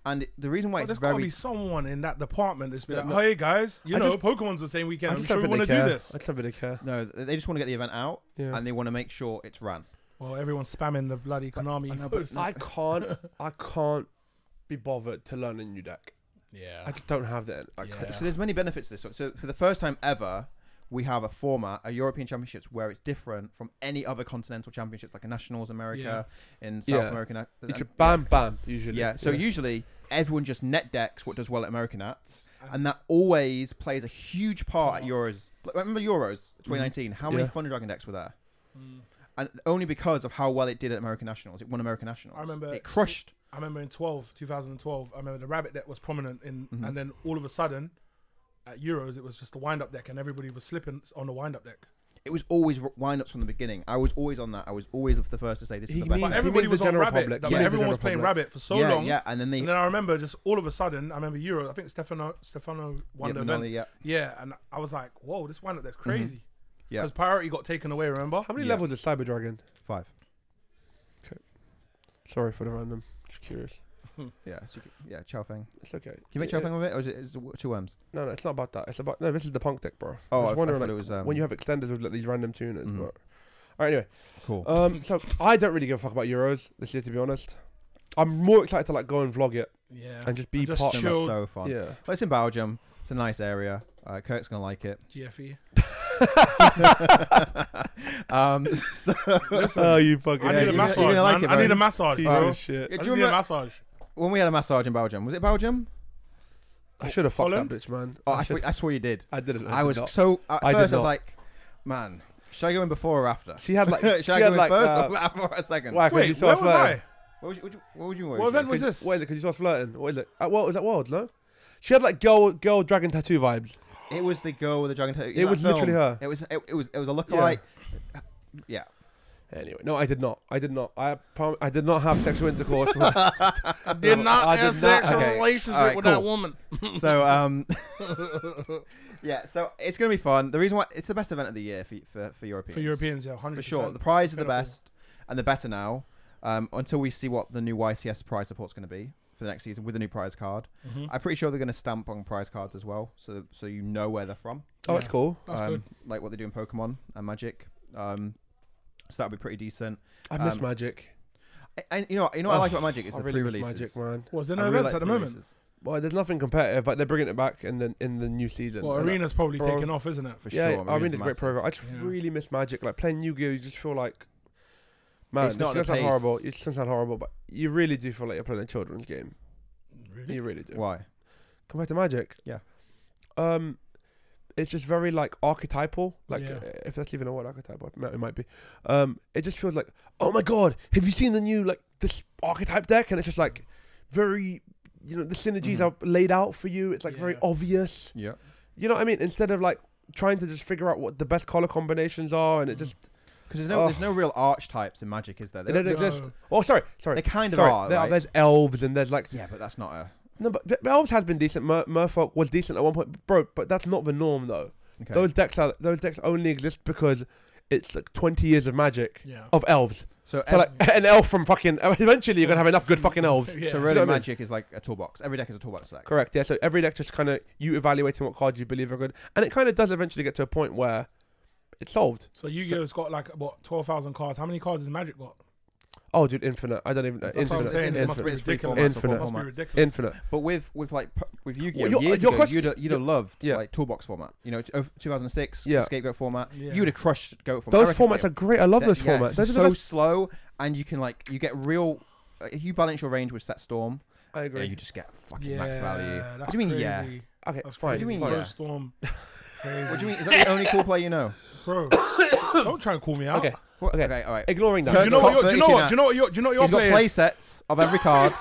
Speaker 2: and the reason why
Speaker 3: But
Speaker 2: it's
Speaker 3: there's got to
Speaker 2: very
Speaker 3: be someone in that department that's been
Speaker 1: Yeah,
Speaker 3: like,
Speaker 1: no.
Speaker 3: "Hey guys, you
Speaker 1: I
Speaker 3: know,
Speaker 1: just-
Speaker 3: Pokemon's the same weekend.
Speaker 1: I
Speaker 3: I'm
Speaker 1: just
Speaker 3: sure
Speaker 1: don't
Speaker 3: we
Speaker 1: think
Speaker 3: want
Speaker 1: they
Speaker 3: to
Speaker 1: care.
Speaker 3: do this."
Speaker 1: I just don't really care.
Speaker 2: no, they just want to get the event out
Speaker 1: Yeah.
Speaker 2: and they want to make sure it's ran.
Speaker 3: Well, everyone's spamming the bloody Konami.
Speaker 2: I know, but
Speaker 3: posts.
Speaker 1: I can't. I can't be bothered to learn a new deck. I
Speaker 3: yeah.
Speaker 1: just don't have that. I can't.
Speaker 3: Yeah.
Speaker 2: So there's many benefits to this. So for the first time ever, we have a format, a European Championships, where it's different from any other continental championships, like a Nationals America and South
Speaker 1: Yeah.
Speaker 2: American. uh,
Speaker 1: You
Speaker 2: and-
Speaker 1: just bam, bam. Usually.
Speaker 2: Yeah. So usually everyone just net decks what does well at American Nats,
Speaker 3: And-
Speaker 2: and that always plays a huge part at Euros. Like, remember Euros 2019? How many
Speaker 1: Yeah.
Speaker 2: Thunder Dragon decks were there?
Speaker 3: Mm.
Speaker 2: And only because of how well it did at American Nationals, it won American Nationals.
Speaker 3: I remember-
Speaker 2: it crushed.
Speaker 3: I remember in 12, 2012, I remember the rabbit deck was prominent in,
Speaker 2: Mhm.
Speaker 3: and then all of a sudden, at Euros, it was just the wind up deck, and everybody was slipping on the wind up deck.
Speaker 2: It was always r- wind-ups from the beginning. I was always on that. I was always the first to say this is
Speaker 1: He
Speaker 2: the
Speaker 1: means-
Speaker 2: best.
Speaker 3: But
Speaker 1: he
Speaker 2: lineup."
Speaker 1: means
Speaker 3: everybody
Speaker 1: the
Speaker 3: was on
Speaker 1: general
Speaker 3: rabbit.
Speaker 1: public.
Speaker 3: Like,
Speaker 1: Yeah.
Speaker 3: everyone
Speaker 1: He means
Speaker 3: was
Speaker 1: the
Speaker 3: playing
Speaker 1: general
Speaker 3: rabbit for so
Speaker 2: yeah,
Speaker 3: long.
Speaker 2: yeah, and then they
Speaker 3: And then I remember just all of a sudden, I remember Euro. I think Stefano Stefano
Speaker 2: yeah,
Speaker 3: won the
Speaker 2: Manoli,
Speaker 3: event.
Speaker 2: yeah,
Speaker 3: Yeah, and I was like, whoa, this wind up deck's crazy.
Speaker 2: Yeah.
Speaker 3: Because priority got taken away, remember?
Speaker 1: How many
Speaker 2: Yeah.
Speaker 1: levels is Cyber Dragon?
Speaker 2: five.
Speaker 1: Sorry for the random. Just curious.
Speaker 2: Yeah, so you could- yeah, Chao Feng.
Speaker 1: It's okay. Can
Speaker 2: Can you make Chao Feng with it, or is it, is it two worms?
Speaker 1: No, no, it's not about that. It's about no. This is the punk deck, bro.
Speaker 2: Oh,
Speaker 1: I
Speaker 2: I-
Speaker 1: was
Speaker 2: I
Speaker 1: wondering
Speaker 2: thought
Speaker 1: like,
Speaker 2: it was, um,
Speaker 1: when you have extenders with like these random tuners.
Speaker 2: Mhm.
Speaker 1: But all right, anyway.
Speaker 3: Uh,
Speaker 2: Cool.
Speaker 1: Um, so I don't really give a fuck about Euros this year, to be honest. I'm more excited to like go and vlog it
Speaker 3: Yeah.
Speaker 1: and just be
Speaker 3: And just
Speaker 1: part. of
Speaker 2: Them are
Speaker 1: it.
Speaker 3: chill.
Speaker 2: so fun.
Speaker 1: Yeah.
Speaker 2: Well, it's in Belgium. It's a nice area. Uh, Kirk's gonna like it.
Speaker 3: GFE.
Speaker 2: um, so,
Speaker 1: Oh, you fucking.
Speaker 3: I
Speaker 2: Yeah,
Speaker 3: need
Speaker 2: you're
Speaker 3: a
Speaker 2: gonna-
Speaker 3: massage.
Speaker 2: you're gonna like
Speaker 3: man.
Speaker 2: it,
Speaker 3: I need
Speaker 2: bro.
Speaker 3: a massage,
Speaker 1: Piece
Speaker 3: bro.
Speaker 1: of shit.
Speaker 2: Yeah,
Speaker 3: I
Speaker 2: do you
Speaker 3: just need a
Speaker 2: remember-
Speaker 3: massage.
Speaker 2: when we had a massage in Belgium, was it Belgium?
Speaker 1: I should have fucked that
Speaker 3: Holland?
Speaker 1: bitch, man.
Speaker 2: Oh,
Speaker 1: I,
Speaker 2: I,
Speaker 1: should-
Speaker 2: thought- I swore you did.
Speaker 1: I didn't.
Speaker 2: I
Speaker 1: did
Speaker 2: was
Speaker 1: not.
Speaker 2: so. At
Speaker 1: I did
Speaker 2: first, I was
Speaker 1: not.
Speaker 2: like, man, should I go in before or after?
Speaker 1: She had like.
Speaker 2: should
Speaker 1: she
Speaker 2: I go
Speaker 1: had
Speaker 2: in
Speaker 1: like.
Speaker 2: first
Speaker 1: uh,
Speaker 2: or after a second?
Speaker 1: why, 'cause you
Speaker 3: Wait,
Speaker 1: saw
Speaker 3: where
Speaker 1: us
Speaker 3: was
Speaker 1: flirting.
Speaker 3: I?
Speaker 2: What would you? What would you? What would you
Speaker 3: What event
Speaker 1: Could-
Speaker 3: was this?
Speaker 1: What is it? Because you saw us flirting. What is it? At what was that world? No. She had like girl, girl dragon tattoo vibes.
Speaker 2: It was the girl with the dragon tattoo.
Speaker 1: It was literally her.
Speaker 2: It was. It, it was. It was a lookalike. Yeah.
Speaker 1: Anyway, no, I did not. I did not. I prom- I did not have sexual intercourse. with
Speaker 3: Did not
Speaker 1: I did not-
Speaker 3: have sexual
Speaker 2: Okay.
Speaker 3: relationship
Speaker 2: Alright,
Speaker 3: with
Speaker 2: cool.
Speaker 3: that woman.
Speaker 2: So um. yeah. So it's gonna be fun. The reason why it's the best event of the year for for, for Europeans.
Speaker 3: For Europeans, yeah, hundred
Speaker 2: For sure. The prize is the best and the better now. Um, until we see what the new YCS prize support's going to be for the next season with the new prize card.
Speaker 3: Mm-hmm.
Speaker 2: I'm pretty sure they're going to stamp on prize cards as well, so so you know where they're from.
Speaker 1: oh, it's cool.
Speaker 3: That's
Speaker 2: um,
Speaker 3: good.
Speaker 2: Like what they do in Pokemon and Magic. Um, so that would be pretty decent.
Speaker 1: I miss
Speaker 2: Um,
Speaker 1: magic.
Speaker 2: I- And you know, you know what I like about Magic is
Speaker 1: Oh, I
Speaker 2: the
Speaker 1: really miss
Speaker 2: pre-releases.
Speaker 1: magic, man.
Speaker 3: Was there
Speaker 2: I
Speaker 3: no
Speaker 2: really
Speaker 3: events
Speaker 2: like
Speaker 3: at the moment?
Speaker 2: pre-releases,
Speaker 1: Well, there's nothing competitive, but they're bringing it back in the in the new season.
Speaker 3: Well,
Speaker 1: And, uh,
Speaker 3: arena's probably
Speaker 1: Bro.
Speaker 3: taking off, isn't it?
Speaker 2: For
Speaker 1: yeah,
Speaker 2: sure.
Speaker 1: I mean, it's a great
Speaker 2: massive.
Speaker 1: program. I just
Speaker 3: Yeah.
Speaker 1: really miss Magic. Like playing Yu-Gi-Oh, you just feel like, man,
Speaker 2: It's
Speaker 1: it's
Speaker 2: not
Speaker 1: not
Speaker 2: the
Speaker 1: sound
Speaker 2: pace.
Speaker 1: horrible. It doesn't sound horrible, but you really do feel like you're playing a children's game.
Speaker 3: Really?
Speaker 1: You really do.
Speaker 2: Why?
Speaker 1: Compared to Magic,
Speaker 2: Yeah.
Speaker 1: um, it's just very like archetypal. Like
Speaker 3: Yeah.
Speaker 1: uh, if that's even a word, archetypal. It might- It might be. Um, it just feels like, oh my god, have you seen the new like this archetype deck? And it's just like very, you know, the synergies
Speaker 2: Mhm.
Speaker 1: are laid out for you. It's like very
Speaker 3: Yeah.
Speaker 1: obvious.
Speaker 2: Yeah.
Speaker 1: You know what I mean? Instead of like trying to just figure out what the best color combinations are, and it just
Speaker 2: Because there's no
Speaker 1: Oh.
Speaker 2: there's no real archetypes in Magic, is there?
Speaker 1: they
Speaker 2: Mm. They,
Speaker 1: don't
Speaker 2: they,
Speaker 1: exist.
Speaker 3: No.
Speaker 1: Oh, sorry, sorry.
Speaker 2: they kind of
Speaker 1: sorry.
Speaker 2: are.
Speaker 1: there
Speaker 2: right?
Speaker 1: there's elves and there's like
Speaker 2: yeah, but that's not a.
Speaker 1: no, but the- the elves has been decent. Mer- Merfolk was decent at one point, bro. But that's not the norm though.
Speaker 2: Okay.
Speaker 1: Those decks are those decks only exist because it's like 20 years of magic
Speaker 3: Yeah.
Speaker 2: Oh.
Speaker 1: of elves.
Speaker 2: so
Speaker 1: So like an elf from fucking eventually you're gonna have enough good fucking elves.
Speaker 3: Yeah.
Speaker 2: So
Speaker 1: You know
Speaker 2: really,
Speaker 1: what I mean?
Speaker 2: magic is like a toolbox. Every deck is a toolbox deck.
Speaker 1: Correct. Yeah. So every deck just kind of you evaluating what cards you believe are good, and it kind of does eventually get to a point where it's solved.
Speaker 3: So Yu-Gi-Oh's got like what twelve thousand cards. How many cards has Magic got?
Speaker 1: Oh, dude, infinite. I don't even know.
Speaker 2: That's what I'm
Speaker 1: Infinite.
Speaker 2: saying, it must
Speaker 1: Infinite.
Speaker 2: be three formats
Speaker 3: Infinite.
Speaker 2: or four
Speaker 1: Infinite.
Speaker 3: Must be
Speaker 2: formats.
Speaker 3: ridiculous.
Speaker 1: Infinite.
Speaker 2: But with with like pu- with Yu-Gi-Oh,
Speaker 1: Well, your-
Speaker 2: years
Speaker 1: your
Speaker 2: ago,
Speaker 1: question-
Speaker 2: you'd have, you'd have loved
Speaker 1: Yeah.
Speaker 2: like toolbox format. You know, t- oh, 2006
Speaker 1: Yeah.
Speaker 2: the scapegoat format.
Speaker 3: Yeah.
Speaker 2: You'd have crushed goat format. I
Speaker 1: Those
Speaker 2: reckon
Speaker 1: formats
Speaker 2: they-
Speaker 1: are great. I love
Speaker 2: they're-
Speaker 1: those
Speaker 2: yeah, 'cause
Speaker 1: formats. Those are
Speaker 2: it's
Speaker 1: the
Speaker 2: so
Speaker 1: best.
Speaker 2: slow, and you can like you get real. uh, If you balance your range with set storm,
Speaker 1: I
Speaker 2: yeah,
Speaker 1: agree.
Speaker 2: you just get fucking max value.
Speaker 3: Yeah,
Speaker 2: What do you mean?
Speaker 3: that's
Speaker 2: Yeah.
Speaker 3: crazy.
Speaker 1: Okay,
Speaker 3: That's
Speaker 1: fine.
Speaker 3: fine.
Speaker 2: do you mean,
Speaker 1: fine.
Speaker 2: yeah?
Speaker 3: Storm.
Speaker 2: What do you mean? Is that the only cool player you know?
Speaker 3: Bro, don't try and call me out.
Speaker 1: Okay.
Speaker 2: What?
Speaker 1: Okay.
Speaker 2: all right.
Speaker 1: Ignoring
Speaker 2: No,
Speaker 1: that.
Speaker 3: Do you know
Speaker 2: Top
Speaker 3: what? Your, do you know
Speaker 2: 32
Speaker 3: what? Do you know what? Your, do you know what your
Speaker 2: He's got
Speaker 3: players?
Speaker 2: play sets of every card,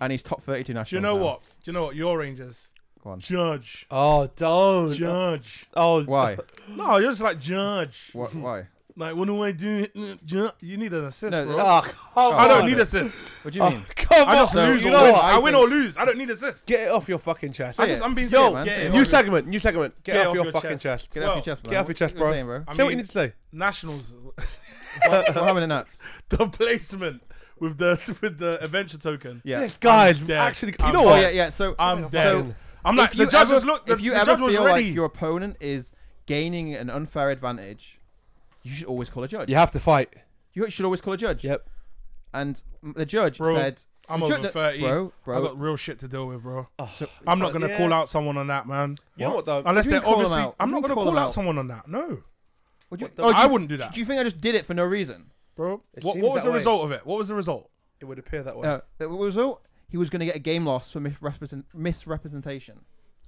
Speaker 2: and he's top 32
Speaker 3: do you
Speaker 2: national.
Speaker 3: know what? Do you know what your Rangers?
Speaker 2: Go on.
Speaker 3: Judge,
Speaker 1: Oh, don't.
Speaker 3: judge.
Speaker 1: Oh,
Speaker 2: Why?
Speaker 3: No, you're just like judge.
Speaker 2: what? Why?
Speaker 3: Like, what do I do? Uh, ju- You need an assist,
Speaker 2: No,
Speaker 3: bro.
Speaker 2: that-
Speaker 1: Oh, come
Speaker 3: I
Speaker 1: on. Oh,
Speaker 3: don't need assists.
Speaker 2: What do you mean?
Speaker 1: Come
Speaker 3: I
Speaker 1: on.
Speaker 3: just
Speaker 2: So,
Speaker 3: lose.
Speaker 2: you
Speaker 3: or
Speaker 2: know
Speaker 3: win.
Speaker 2: what?
Speaker 3: I,
Speaker 2: I
Speaker 3: win or
Speaker 2: think-
Speaker 3: lose. I don't need assists.
Speaker 1: Get it off your fucking chest.
Speaker 3: I
Speaker 2: Say
Speaker 3: just,
Speaker 2: it.
Speaker 3: I'm being
Speaker 2: Say it,
Speaker 3: serious.
Speaker 2: man.
Speaker 3: Get
Speaker 2: Say
Speaker 3: it
Speaker 2: it.
Speaker 3: off
Speaker 1: New
Speaker 3: your-
Speaker 1: segment. New segment. Get,
Speaker 3: Get
Speaker 1: it off,
Speaker 3: off
Speaker 1: your,
Speaker 3: your
Speaker 1: fucking
Speaker 3: chest.
Speaker 1: chest.
Speaker 2: Get
Speaker 3: Well,
Speaker 2: off your chest, man.
Speaker 1: Get off your chest, bro.
Speaker 2: What are
Speaker 3: I
Speaker 1: Say what you
Speaker 3: mean-
Speaker 1: need to say.
Speaker 3: Nationals.
Speaker 2: you saying, bro? what happened to nuts?
Speaker 3: the placement with the with the adventure token.
Speaker 2: Yeah.
Speaker 1: This guy's
Speaker 3: I'm dead.
Speaker 1: actually. You
Speaker 3: I'm
Speaker 1: know
Speaker 2: Oh
Speaker 1: what?
Speaker 2: yeah, yeah. So
Speaker 3: I'm
Speaker 2: so
Speaker 3: dead. I'm
Speaker 2: if
Speaker 3: like the
Speaker 2: you
Speaker 3: judges
Speaker 2: ever-
Speaker 3: look. The,
Speaker 2: if you
Speaker 3: the
Speaker 2: ever
Speaker 3: judge was
Speaker 2: feel
Speaker 3: ready.
Speaker 2: like your opponent is gaining an unfair advantage, you should always call a judge.
Speaker 1: You have to fight.
Speaker 2: You should always call a judge.
Speaker 1: Yep.
Speaker 2: And m- the judge
Speaker 3: Bro,
Speaker 2: said,
Speaker 3: I'm
Speaker 2: the ju-
Speaker 3: over
Speaker 2: the-
Speaker 3: 30.
Speaker 2: Bro,
Speaker 3: I
Speaker 2: bro. Oh,
Speaker 3: got real shit to deal with, bro.
Speaker 2: so- uh,
Speaker 3: I'm not gonna
Speaker 1: yeah.
Speaker 3: call out someone on that, man.
Speaker 1: You know what though?
Speaker 3: Unless
Speaker 2: You
Speaker 3: they're
Speaker 2: can call 'em
Speaker 3: obviously,
Speaker 2: out.
Speaker 3: I'm
Speaker 2: You
Speaker 3: not
Speaker 2: can
Speaker 3: gonna
Speaker 2: call
Speaker 3: call,
Speaker 2: 'em out.
Speaker 3: out someone on that. No,
Speaker 2: would you-
Speaker 1: the-
Speaker 2: oh, do
Speaker 3: I
Speaker 2: you-
Speaker 3: wouldn't do that.
Speaker 2: Do you think I just did it for no reason?
Speaker 3: bro.
Speaker 1: It
Speaker 3: What,
Speaker 1: seems
Speaker 3: what was
Speaker 1: that
Speaker 3: the
Speaker 1: way.
Speaker 3: result of it? What was the result?
Speaker 1: it would appear that way.
Speaker 2: No. The result, he was going to get a game loss for misrepresent- misrepresentation.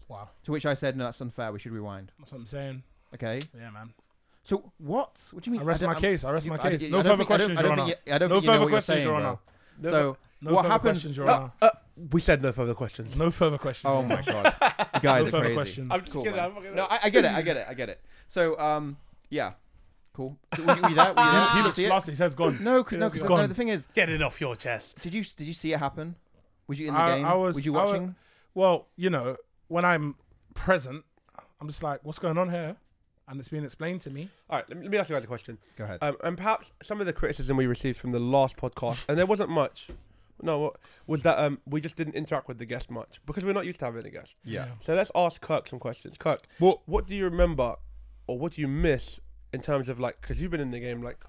Speaker 3: Wow,
Speaker 2: To which I said, no, that's unfair. We should rewind.
Speaker 3: that's what I'm saying.
Speaker 2: Okay.
Speaker 3: Yeah, man.
Speaker 2: So what? What do you mean?
Speaker 3: I rest
Speaker 2: don't-
Speaker 3: my
Speaker 2: I'm-
Speaker 3: case. I rest
Speaker 2: you-
Speaker 3: my
Speaker 2: I-
Speaker 3: case.
Speaker 2: I
Speaker 3: No
Speaker 2: don't
Speaker 3: further
Speaker 2: think- I don't-
Speaker 3: questions,
Speaker 2: I
Speaker 3: Your
Speaker 2: don't
Speaker 3: Honor.
Speaker 2: think you- I don't
Speaker 3: No
Speaker 2: think you know
Speaker 3: further
Speaker 2: what you're
Speaker 3: questions,
Speaker 2: saying,
Speaker 3: Your
Speaker 2: bro.
Speaker 3: Honor.
Speaker 2: So
Speaker 3: No
Speaker 2: what
Speaker 3: further
Speaker 2: happens?
Speaker 3: questions, Your
Speaker 2: no,
Speaker 3: Honor.
Speaker 2: uh,
Speaker 1: We said no further questions.
Speaker 3: No further questions.
Speaker 2: Oh my god, you guys
Speaker 3: no
Speaker 2: are
Speaker 3: further
Speaker 2: crazy.
Speaker 3: questions.
Speaker 4: I'm just
Speaker 2: Cool,
Speaker 4: kidding.
Speaker 2: man.
Speaker 4: I'm not gonna-
Speaker 2: No, I, I get it. I get it. I get it. So, um, yeah, cool. Were you, were you there? Were you there?
Speaker 3: he
Speaker 2: Did you
Speaker 3: looks
Speaker 2: see it?
Speaker 3: flustered. His head's gone.
Speaker 2: No, 'cause- no,
Speaker 3: It's
Speaker 2: 'cause- no,
Speaker 3: gone.
Speaker 2: The thing is,
Speaker 4: Get it off your chest.
Speaker 2: did you did you see it happen? Was you in the
Speaker 3: I-
Speaker 2: game?
Speaker 3: I was-
Speaker 2: Were you
Speaker 3: I was-
Speaker 2: watching?
Speaker 3: Well, you know, when I'm present, I'm just like, what's going on here? And it's being explained to me.
Speaker 1: All right, let me, let me ask you guys a question.
Speaker 2: Go ahead.
Speaker 1: Um, and perhaps some of the criticism we received from the last podcast, and there wasn't much. No, what- was that um, we just didn't interact with the guest much because we're not used to having a guest.
Speaker 2: yeah.
Speaker 1: So let's ask Kirk some questions. Kirk,
Speaker 3: What?
Speaker 1: what do you remember, or what do you miss in terms of like? Because you've been in the game like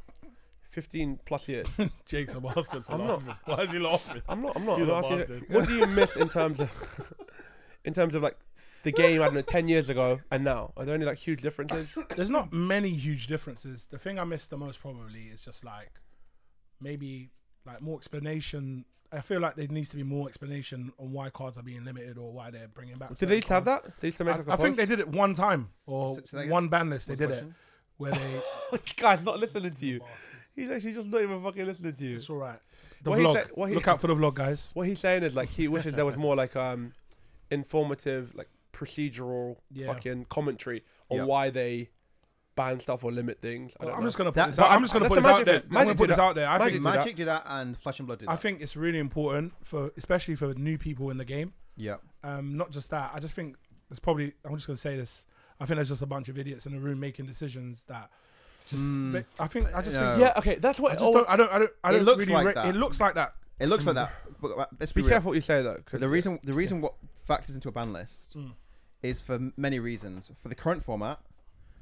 Speaker 1: fifteen plus years.
Speaker 3: Jake's a bastard for
Speaker 1: I'm not-
Speaker 3: laughing. Why is he laughing?
Speaker 1: I'm not. I'm not.
Speaker 3: You're
Speaker 1: I'm
Speaker 3: the
Speaker 1: asking you-
Speaker 3: bastard.
Speaker 1: what do you miss in terms of, in terms of like, the game? I don't know, ten years ago and now. Are there any like huge differences?
Speaker 3: There's not many huge differences. The thing I miss the most probably is just like maybe like more explanation. I feel like there needs to be more explanation on why cards are being limited or why they're bringing back.
Speaker 1: Did they
Speaker 3: certain
Speaker 1: used to have
Speaker 3: cards.
Speaker 1: that? They used to make. like, a
Speaker 3: I, I think
Speaker 1: post?
Speaker 3: they did it one time or
Speaker 2: Say- say that again?
Speaker 3: one ban list. They did it
Speaker 2: question?
Speaker 3: where they.
Speaker 1: This guy's not listening to you. He's actually just not even fucking listening to you.
Speaker 3: It's all right. The
Speaker 1: What he
Speaker 3: vlog.
Speaker 1: said- what he-
Speaker 3: Look out for the vlog, guys.
Speaker 1: What he's saying is like he wishes there was more like um, informative, like procedural
Speaker 3: Yeah.
Speaker 1: fucking commentary on
Speaker 2: Yeah.
Speaker 1: why they ban stuff or limit things. I
Speaker 3: Well,
Speaker 1: don't
Speaker 3: I'm
Speaker 1: know.
Speaker 3: just gonna put
Speaker 2: That-
Speaker 3: this out. I'm just gonna
Speaker 1: that's
Speaker 3: put this
Speaker 1: the
Speaker 3: out
Speaker 1: magic
Speaker 3: there.
Speaker 1: of it.
Speaker 3: I'm gonna
Speaker 1: Magic
Speaker 3: put
Speaker 1: do
Speaker 3: this
Speaker 1: that.
Speaker 3: out there. I
Speaker 1: Magic
Speaker 3: think
Speaker 1: do that.
Speaker 2: Magic did that and Flesh and Blood did that.
Speaker 3: I think it's really important for especially for new people in the game.
Speaker 2: Yeah.
Speaker 3: Um, not just that. I just think there's probably. I'm just gonna say this. I think there's just a bunch of idiots in the room making decisions that. Just. ma- I think. I just.
Speaker 2: No.
Speaker 3: Think,
Speaker 1: yeah, okay, that's what. oh, it
Speaker 3: I just
Speaker 1: always-
Speaker 3: don't. I don't. I don't. I
Speaker 2: It
Speaker 3: don't
Speaker 2: looks
Speaker 3: really
Speaker 2: like
Speaker 3: rate-
Speaker 2: that.
Speaker 3: It looks like that.
Speaker 2: It looks like that. But, but let's
Speaker 1: be
Speaker 2: be,
Speaker 1: careful what you say though.
Speaker 2: Real.
Speaker 1: 'cause-
Speaker 2: The reason the reason what factors into a ban list
Speaker 1: Mm.
Speaker 2: is for many reasons. For the current format,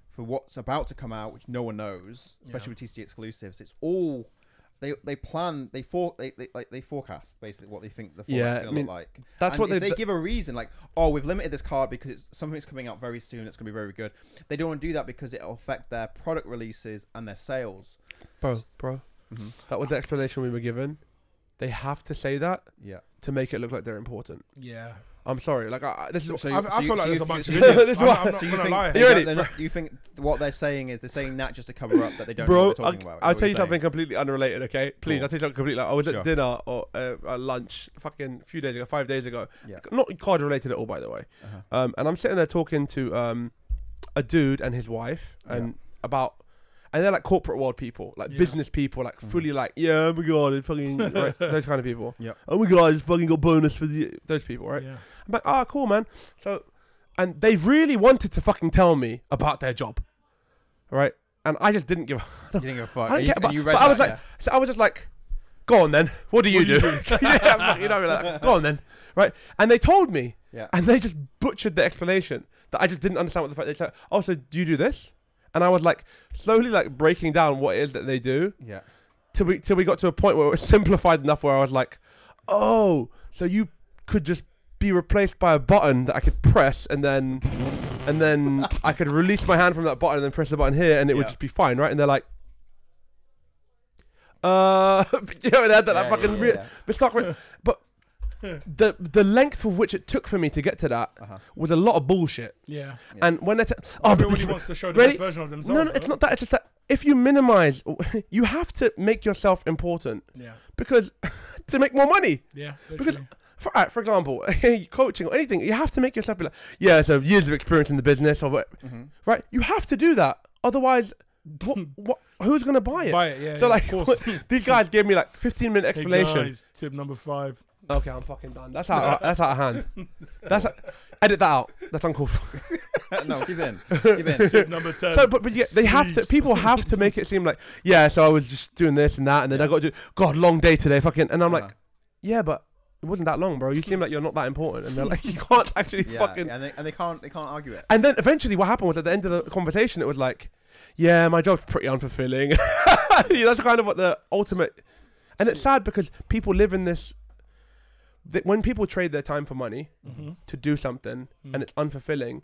Speaker 2: for what's about to come out, which no one knows, especially with TCG exclusives, it's all they they plan they for they, they like they forecast basically what they think the format's
Speaker 1: Yeah, I
Speaker 2: going to
Speaker 1: mean,
Speaker 2: look like.
Speaker 1: that's
Speaker 2: And
Speaker 1: what
Speaker 2: if
Speaker 1: they've
Speaker 2: they
Speaker 1: d-
Speaker 2: give a reason like oh we've limited this card because it's, something's coming out very soon it's going to be very good. They don't want to do that because it'll affect their product releases and their sales.
Speaker 1: bro, bro, that was the explanation we were given. They have to say that
Speaker 2: Yeah.
Speaker 1: to make it look like they're important.
Speaker 3: Yeah.
Speaker 1: I'm sorry, like I, I- this is
Speaker 2: So-
Speaker 1: what
Speaker 2: so
Speaker 3: I,
Speaker 2: you-
Speaker 3: I
Speaker 2: you-
Speaker 3: feel
Speaker 2: so
Speaker 3: like there's
Speaker 2: you-
Speaker 3: a bunch
Speaker 2: so
Speaker 3: of
Speaker 2: you-
Speaker 3: idiots.
Speaker 1: This
Speaker 3: I'm, not- I'm not
Speaker 2: So you
Speaker 3: gonna
Speaker 2: think,
Speaker 3: lie.
Speaker 2: they
Speaker 1: You
Speaker 2: don't-
Speaker 1: ready?
Speaker 2: they're not- you think what they're saying is they're saying that just to cover up that they don't know
Speaker 1: Bro,
Speaker 2: what they're
Speaker 1: I'll,
Speaker 2: talking about. is
Speaker 1: I'll
Speaker 2: what
Speaker 1: tell you
Speaker 2: you're
Speaker 1: something
Speaker 2: saying.
Speaker 1: completely unrelated, okay? Please,
Speaker 2: Cool.
Speaker 1: I'll tell you something completely. Like, I was
Speaker 2: Sure.
Speaker 1: at dinner or uh, at lunch, fucking a few days ago, five days ago.
Speaker 2: Yeah.
Speaker 1: Not card related at all, by the way.
Speaker 2: Uh-huh.
Speaker 1: Um, and I'm sitting there talking to um, a dude and his wife and about. And they're like corporate world people, like
Speaker 3: Yeah. Mm-hmm.
Speaker 1: business people, like fully like, yeah, oh my god, it fucking right, those kind of people.
Speaker 2: Yep.
Speaker 1: Oh my god, it's fucking got bonus for the those people, right?
Speaker 3: Yeah.
Speaker 1: I'm like, ah, cool, man. So, and they really wanted to fucking tell me about their job, right? And I just didn't give. a-
Speaker 2: You didn't give a fuck.
Speaker 1: I
Speaker 2: And
Speaker 1: didn't
Speaker 2: you-
Speaker 1: care,
Speaker 2: and
Speaker 1: but,
Speaker 2: you
Speaker 1: but
Speaker 2: read
Speaker 1: I was
Speaker 2: that,
Speaker 1: like, so I was just like, go on then. What do you do? yeah, like, you know, like, go on then, right? And they told me,
Speaker 2: yeah.
Speaker 1: and they just butchered the explanation that I just didn't understand what the fact they said. Oh, so do you do this? And I was like, slowly like breaking down what it is that they do
Speaker 2: Yeah.
Speaker 1: till we till we got to a point where it was simplified enough where I was like, oh, so you could just be replaced by a button that I could press and then and then I could release my hand from that button and then press the button here and it would
Speaker 2: Yeah.
Speaker 1: just be fine, right? And they're like, uh, you know, they had that like,
Speaker 2: Yeah,
Speaker 1: fucking
Speaker 2: yeah,
Speaker 1: weird,
Speaker 2: yeah.
Speaker 1: but stock, but the the length of which it took for me to get to that
Speaker 2: Uh-huh.
Speaker 1: was a lot of bullshit.
Speaker 3: Yeah.
Speaker 2: Yeah.
Speaker 1: And when they, t- oh, but
Speaker 3: Everybody
Speaker 1: this-
Speaker 3: wants to show the
Speaker 1: really-
Speaker 3: best version of themselves.
Speaker 1: no, no, it's not that. It's just that if you minimize, you have to make yourself important
Speaker 3: though. Yeah.
Speaker 1: because to make more money.
Speaker 3: Yeah.
Speaker 1: Because-
Speaker 3: literally.
Speaker 1: For, alright, for example, coaching or anything, you have to make yourself be like, yeah, so years of uh, experience in the business or what,
Speaker 2: Mhm.
Speaker 1: right? You have to do that. Otherwise, what, what, who's going to buy it?
Speaker 3: buy it. Yeah.
Speaker 1: so,
Speaker 3: yeah,
Speaker 1: like,
Speaker 3: of course.
Speaker 1: these guys gave me like 15 minute explanation.
Speaker 3: Hey guys, tip number five.
Speaker 1: Okay, I'm fucking done. That's out, that's out of hand. That's Edit that out. That's uncalled for.
Speaker 2: no, give in. Give in.
Speaker 3: Tip number ten.
Speaker 1: So, but, but yeah, they have to.
Speaker 3: Sleeves.
Speaker 1: People have to make it seem like, yeah. So I was just doing this and that, and then I got to do. God, long day today, fucking. And I'm like,
Speaker 2: Uh-huh.
Speaker 1: yeah, but it wasn't that long, bro. You seem like you're not that important. And they're like, you can't actually
Speaker 2: yeah,
Speaker 1: fucking.
Speaker 2: and, they, and they can't they can't argue it.
Speaker 1: And then eventually, what happened was at the end of the conversation, it was like, yeah, my job's pretty unfulfilling. Yeah, that's kind of what the ultimate. And it's sad because people live in this. That when people trade their time for money
Speaker 3: Mm-hmm.
Speaker 1: to do something and it's unfulfilling,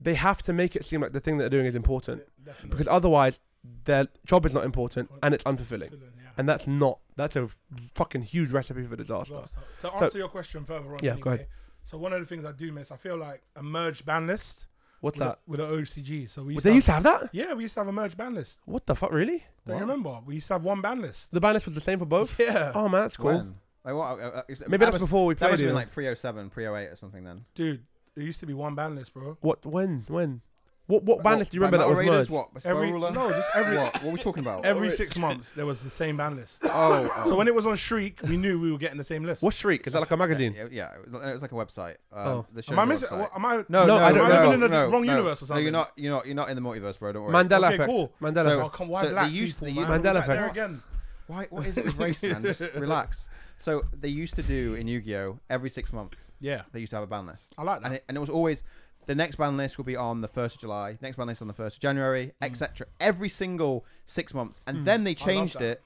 Speaker 1: they have to make it seem like the thing that they're doing is important
Speaker 3: Definitely.
Speaker 1: because otherwise their job is not important and it's unfulfilling.
Speaker 3: Villain, yeah.
Speaker 1: And that's not. That's a fucking huge recipe for disaster.
Speaker 3: Last time. To answer your question further on,
Speaker 1: Yeah,
Speaker 3: anyway,
Speaker 1: go ahead.
Speaker 3: So one of the things I do miss, I feel like a merge ban list
Speaker 1: What's
Speaker 3: with, a,
Speaker 1: that?
Speaker 3: with an OCG. So we used
Speaker 1: They
Speaker 3: to
Speaker 1: used
Speaker 3: have,
Speaker 1: to have that?
Speaker 3: yeah, we used to have a merge ban list.
Speaker 1: What the fuck, really?
Speaker 3: Don't you remember? We used to have one ban list.
Speaker 1: The ban list was the same for both?
Speaker 3: Yeah.
Speaker 1: Oh man, that's cool.
Speaker 2: When? Like, what, uh, uh, is-
Speaker 1: Maybe
Speaker 2: that
Speaker 1: that's
Speaker 2: was-
Speaker 1: before we
Speaker 2: That
Speaker 1: played.
Speaker 2: must have
Speaker 1: him.
Speaker 2: been like oh pre 07, pre 08 or something then.
Speaker 3: Dude, it used to be one ban list, bro.
Speaker 1: what? When? When? What? What band list do you remember that was
Speaker 2: Raiders,
Speaker 1: merged?
Speaker 2: what? Spell
Speaker 3: Every
Speaker 2: ruler?
Speaker 3: no, just every
Speaker 2: What? What are we talking about?
Speaker 3: every six months there was the same ban list.
Speaker 2: oh, oh.
Speaker 3: So when it was on Shriek, we knew we were getting the same list.
Speaker 1: What's Shriek? Is that like a magazine?
Speaker 2: Yeah, yeah, it was- it was like a website. Um,
Speaker 1: Oh.
Speaker 2: the show
Speaker 3: am I
Speaker 2: me
Speaker 3: missing?
Speaker 2: website.
Speaker 3: Am I?
Speaker 2: No,
Speaker 1: No,
Speaker 2: no,
Speaker 1: I don't-
Speaker 2: no,
Speaker 1: I'm
Speaker 3: living in the
Speaker 2: no,
Speaker 3: wrong
Speaker 2: no.
Speaker 3: universe or
Speaker 2: No, you're
Speaker 3: something.
Speaker 2: not. You're not. You're not in the multiverse, bro. Don't worry.
Speaker 1: Mandela
Speaker 3: Okay,
Speaker 1: effect.
Speaker 3: cool.
Speaker 1: Mandela
Speaker 2: So-
Speaker 3: Oh,
Speaker 1: effect.
Speaker 3: come why
Speaker 2: So
Speaker 3: black
Speaker 2: they used-
Speaker 3: people,
Speaker 2: they used-
Speaker 3: man? We're
Speaker 1: Mandela
Speaker 3: back there
Speaker 1: effect.
Speaker 3: again.
Speaker 2: Why? What is this race, man? Just relax. So they used to do in Yu-Gi-Oh every six months.
Speaker 3: Yeah,
Speaker 2: They used to have a ban list,
Speaker 3: I like that.
Speaker 2: and it, and it was always the next ban list will be on the first of July, next ban list on the first of January,
Speaker 3: Hmm.
Speaker 2: etc. Every single six months, and then they changed
Speaker 3: that.
Speaker 2: it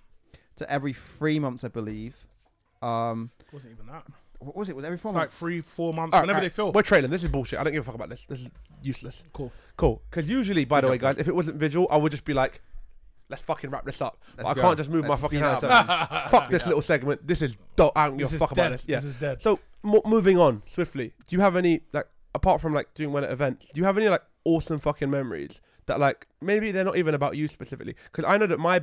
Speaker 2: to every three months, I believe. Um,
Speaker 3: wasn't even that. It's
Speaker 2: what was it? Was it every four
Speaker 3: like
Speaker 2: months?
Speaker 3: three, four months.
Speaker 1: All right,
Speaker 3: whenever
Speaker 1: all
Speaker 3: they
Speaker 1: right.
Speaker 3: feel.
Speaker 1: We're trailing. This is bullshit. I don't give a fuck about this. This is useless.
Speaker 3: Cool.
Speaker 1: Cool. Because usually, by the
Speaker 2: Good
Speaker 1: way, guys,
Speaker 2: job,
Speaker 1: if it wasn't visual, I would just be like, let's fucking wrap this up. But
Speaker 2: Let's
Speaker 1: I
Speaker 2: go.
Speaker 1: can't just move
Speaker 2: Let's
Speaker 1: my fucking
Speaker 2: speed
Speaker 1: hands.
Speaker 2: up,
Speaker 1: up.
Speaker 3: this
Speaker 1: fuck this little segment. This is dope. I don't give a
Speaker 3: is
Speaker 1: fuck
Speaker 3: dead.
Speaker 1: about this. Yeah.
Speaker 3: This is dead.
Speaker 1: So mo moving on swiftly. Do you have any like apart from like doing well at events? Do you have any like awesome fucking memories that like maybe they're not even about you specifically? Because I know that my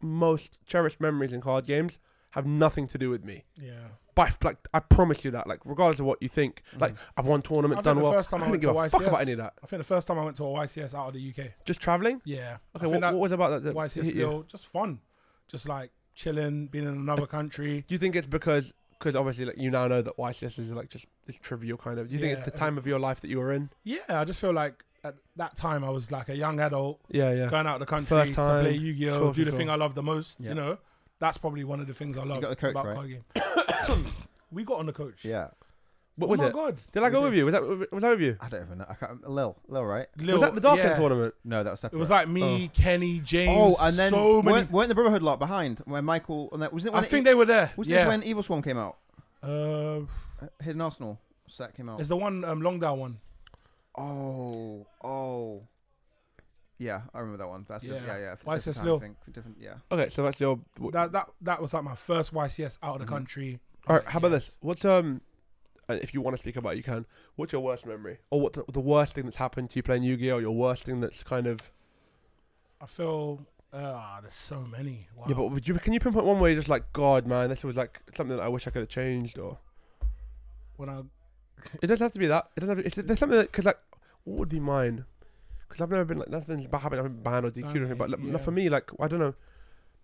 Speaker 1: most cherished memories in card games have nothing to do with me.
Speaker 3: Yeah.
Speaker 1: By f- like, I promise you that. Like, regardless of what you think, like, I've won
Speaker 3: Mm. I
Speaker 1: tournaments,
Speaker 3: think
Speaker 1: done
Speaker 3: the
Speaker 1: well.
Speaker 3: first time I
Speaker 1: I don't
Speaker 3: went
Speaker 1: give
Speaker 3: to
Speaker 1: a fuck
Speaker 3: YCS
Speaker 1: about any of that.
Speaker 3: I think the first time I went to a YCS out of the UK.
Speaker 1: Just traveling.
Speaker 3: Yeah. I
Speaker 1: Okay,
Speaker 3: think
Speaker 1: what,
Speaker 3: that
Speaker 1: what was about that? that
Speaker 3: YCS
Speaker 1: hit you?
Speaker 3: feel just fun, just like chilling, being in another country.
Speaker 1: Do you think it's because because obviously like you now know that YCS is like just this trivial kind of? Do you think it's
Speaker 3: Yeah,
Speaker 1: the
Speaker 3: I
Speaker 1: time of your life that you were in?
Speaker 3: Yeah, I just feel like at that time I was like a young adult
Speaker 1: Yeah, yeah.
Speaker 3: going out of the country
Speaker 1: First
Speaker 3: to play
Speaker 1: time.
Speaker 3: Yu-Gi-Oh,
Speaker 1: Sure,
Speaker 3: do
Speaker 1: sure,
Speaker 3: the
Speaker 1: sure.
Speaker 3: thing I love the most.
Speaker 2: Yeah.
Speaker 3: You know, that's probably one of the things I love
Speaker 2: got the coach,
Speaker 3: about
Speaker 2: right?
Speaker 3: card game. we got on the coach.
Speaker 2: Yeah,
Speaker 1: What
Speaker 3: oh
Speaker 1: was
Speaker 3: my
Speaker 1: it?
Speaker 3: god!
Speaker 1: Did I go
Speaker 2: We
Speaker 1: with you? Was that was that with you?
Speaker 2: I don't even know. I can't. Lil, Lil, right?
Speaker 1: was
Speaker 3: Lil-
Speaker 1: that the Dark End
Speaker 3: yeah.
Speaker 1: tournament?
Speaker 2: No, that was separate.
Speaker 3: It was like me, Kenny, James.
Speaker 2: Oh, and then
Speaker 3: so many.
Speaker 2: weren't, weren't the Brotherhood lot behind when Michael? And that, was it when
Speaker 3: I think
Speaker 2: it,
Speaker 3: they were there.
Speaker 2: was
Speaker 3: yeah.
Speaker 2: this when Evil Swarm came out?
Speaker 3: uh,
Speaker 2: Uh, Hidden Arsenal set came out.
Speaker 3: it's the one um, long down one.
Speaker 2: Oh, oh, yeah, I remember that one. That's yeah,
Speaker 3: Yeah.
Speaker 2: yeah, yeah.
Speaker 3: Why
Speaker 2: different
Speaker 3: is this
Speaker 2: time,
Speaker 3: little?
Speaker 2: I think. for different, yeah.
Speaker 1: Okay, so that's your. w-
Speaker 3: That that that was like my first YCS out of the country.
Speaker 1: Mm. All right, how about this? What's um, uh, if you want to speak about, it, you can. What's your worst memory, or what's the, the worst thing that's happened to you playing Yu-Gi-Oh? Your worst thing that's kind of.
Speaker 3: I feel ah, there's so many. Wow.
Speaker 1: Yeah, but would you can you pinpoint one where you're just like, God, man, this was like something that I wish I could have changed, or
Speaker 3: when I
Speaker 1: it doesn't have to be that. It doesn't. Have to, it's, there's something that because like, what would be mine? Because I've never been like nothing's ba- happened. I've been banned or DQ'd or anything. But
Speaker 3: Banned,
Speaker 1: like,
Speaker 3: yeah.
Speaker 1: for me, like I don't know.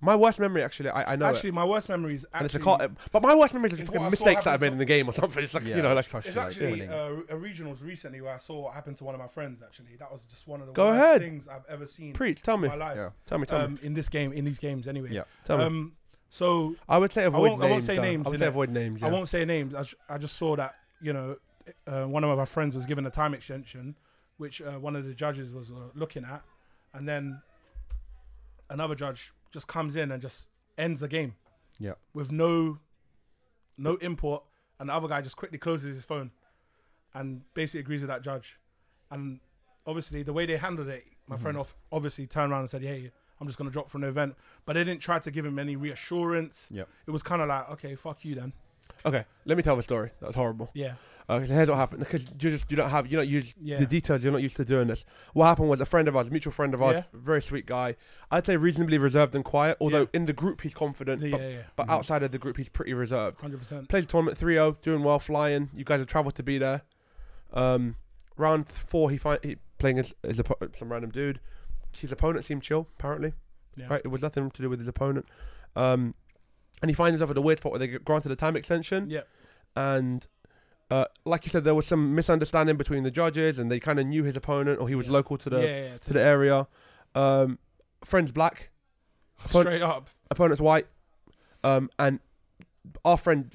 Speaker 1: My worst memory, actually, I, I know it.
Speaker 3: actually my worst memories
Speaker 1: And it's a
Speaker 3: actually
Speaker 1: cart, but my worst memories are
Speaker 3: It's
Speaker 1: just
Speaker 3: what
Speaker 1: fucking
Speaker 3: I saw
Speaker 1: mistakes that I
Speaker 3: happen
Speaker 1: made
Speaker 3: to-
Speaker 1: in the game or something. It's like
Speaker 2: yeah
Speaker 1: you know, like
Speaker 2: it's
Speaker 3: It's actually
Speaker 2: like,
Speaker 3: uh, a regionals recently where I saw it happen to one of my friends. Actually, that was just one of the
Speaker 1: Go
Speaker 3: worst
Speaker 1: ahead.
Speaker 3: things I've ever seen
Speaker 1: preach. Tell
Speaker 3: in
Speaker 1: me,
Speaker 3: my life.
Speaker 2: Yeah.
Speaker 1: tell me, tell me,
Speaker 3: Um, in this game, in these games, anyway.
Speaker 2: Yeah.
Speaker 1: tell me.
Speaker 3: Um, so
Speaker 1: I would say avoid
Speaker 3: won't- I
Speaker 1: names.
Speaker 3: won't say
Speaker 1: though.
Speaker 3: names
Speaker 1: I would
Speaker 3: in
Speaker 1: say
Speaker 3: it.
Speaker 1: avoid names.
Speaker 3: I
Speaker 1: yeah.
Speaker 3: won't say names. I, ju- I just saw that you know, uh, one of my friends was given a time extension, which uh, one of the judges was uh, looking at, and then another judge just comes in and just ends the game.
Speaker 2: Yeah.
Speaker 3: With no, no import, and the other guy just quickly closes his phone, and basically agrees with that judge, and obviously the way they handled it, my friend off obviously turned around and said, "Hey, I'm just gonna drop from the event," but they didn't try to give him any reassurance.
Speaker 2: Yep.
Speaker 3: It was kind of like, okay, fuck you then.
Speaker 1: Okay, let me tell the story. That was horrible.
Speaker 3: Yeah.
Speaker 1: Uh, so here's what happened because you just you don't have you're not used
Speaker 3: Yeah.
Speaker 1: the details. You're not used to doing this. What happened was a friend of ours, a mutual friend of ours,
Speaker 3: Yeah.
Speaker 1: very sweet guy. I'd say reasonably reserved and quiet. Although
Speaker 3: Yeah.
Speaker 1: in the group he's confident,
Speaker 3: Yeah, Mm-hmm.
Speaker 1: but,
Speaker 3: yeah, yeah.
Speaker 1: but outside of the group he's pretty reserved.
Speaker 3: Hundred percent.
Speaker 1: Played the tournament 3-0, doing well, flying. You guys have travelled to be there. Um, round four, he, find, he playing his, his oppo- some random dude. His opponent seemed chill, apparently.
Speaker 3: Yeah.
Speaker 1: Right, it was nothing to do with his opponent. Um, and he finds himself at a weird spot where they get granted a time extension.
Speaker 3: Yeah.
Speaker 1: And uh, like you said, there was some misunderstanding between the judges, and they kind of knew his opponent, or he was
Speaker 3: Yeah.
Speaker 1: local to the
Speaker 3: yeah, yeah,
Speaker 1: to the area. Um, friends black, Put-
Speaker 3: straight up.
Speaker 1: opponent's white, um, and our friend.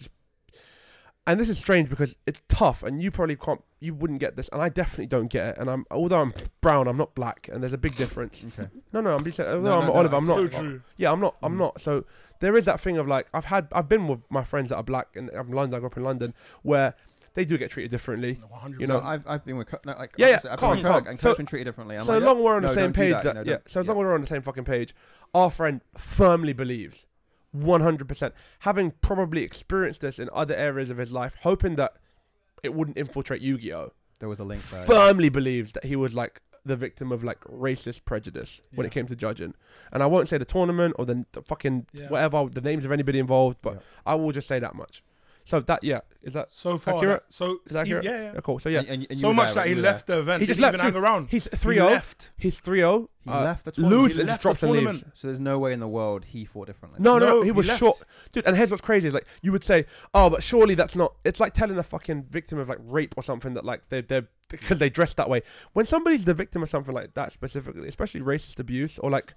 Speaker 1: And this is strange because it's tough, and you probably can't, you wouldn't get this, and I definitely don't get it. And I'm, although I'm brown, I'm not black, and there's a big difference.
Speaker 2: Okay.
Speaker 1: No, no, I'm just, although
Speaker 2: no,
Speaker 1: I'm
Speaker 2: no,
Speaker 1: Oliver,
Speaker 2: it's
Speaker 1: I'm
Speaker 3: so
Speaker 1: not.
Speaker 3: true.
Speaker 1: Yeah, I'm not. I'm
Speaker 2: Mhm.
Speaker 1: not. So there is that thing of like I've had, I've been with my friends that are black, and I'm London. I grew up in London, where they do get treated differently.
Speaker 3: One hundred.
Speaker 1: You
Speaker 2: You
Speaker 1: know-
Speaker 2: know, I've, I've been with Co- no, like
Speaker 1: Yeah, yeah,
Speaker 2: obviously, I've
Speaker 1: calm,
Speaker 2: been with Kirk,
Speaker 1: calm.
Speaker 2: and
Speaker 1: So-
Speaker 2: Kirk's been treated differently. I'm
Speaker 1: so
Speaker 2: like,
Speaker 1: as long as we're on the
Speaker 2: no,
Speaker 1: same
Speaker 2: don't do
Speaker 1: page,
Speaker 2: that,
Speaker 1: that-
Speaker 2: no,
Speaker 1: yeah.
Speaker 2: don't-
Speaker 1: So as
Speaker 2: yeah.
Speaker 1: long as we're on the same fucking page, our friend firmly believes, one hundred percent, having probably experienced this in other areas of his life, hoping that it wouldn't infiltrate Yu-Gi-Oh.
Speaker 2: there was a link there.
Speaker 1: Firmly believes that he was like the victim of like racist prejudice when it came to judging. And I won't say the tournament or the, the fucking
Speaker 3: Yeah.
Speaker 1: whatever the names of anybody involved, but
Speaker 2: Yeah.
Speaker 1: I will just say that much. So that yeah, is that
Speaker 3: So far,
Speaker 1: Accurate?
Speaker 3: that- so
Speaker 1: is that
Speaker 3: Steve,
Speaker 1: accurate?
Speaker 3: yeah, yeah.
Speaker 1: Yeah, cool. So yeah,
Speaker 2: And- and- and you
Speaker 3: so
Speaker 2: were
Speaker 3: much
Speaker 2: there,
Speaker 3: that he
Speaker 2: you were
Speaker 3: left
Speaker 2: there.
Speaker 3: the event.
Speaker 1: He
Speaker 3: He
Speaker 1: just
Speaker 3: didn't
Speaker 1: left,
Speaker 3: even hang
Speaker 1: dude.
Speaker 3: around.
Speaker 1: he's
Speaker 3: He
Speaker 1: 3-0.
Speaker 3: left.
Speaker 1: He's 3-0.
Speaker 2: He
Speaker 1: uh,
Speaker 2: left the tournament.
Speaker 1: Lose
Speaker 3: He
Speaker 1: and just
Speaker 3: left the
Speaker 1: drops and leaves.
Speaker 3: tournament.
Speaker 2: So there's no way in the world he thought differently.
Speaker 1: No, no,
Speaker 3: No,
Speaker 1: no, he
Speaker 3: he
Speaker 1: was
Speaker 3: left.
Speaker 1: short, dude. And here's what's crazy: is like you would say, "Oh, but surely that's not." It's like telling a fucking victim of like rape or something that like they they because they dress that way. When somebody's the victim of something like that specifically, especially racist abuse or like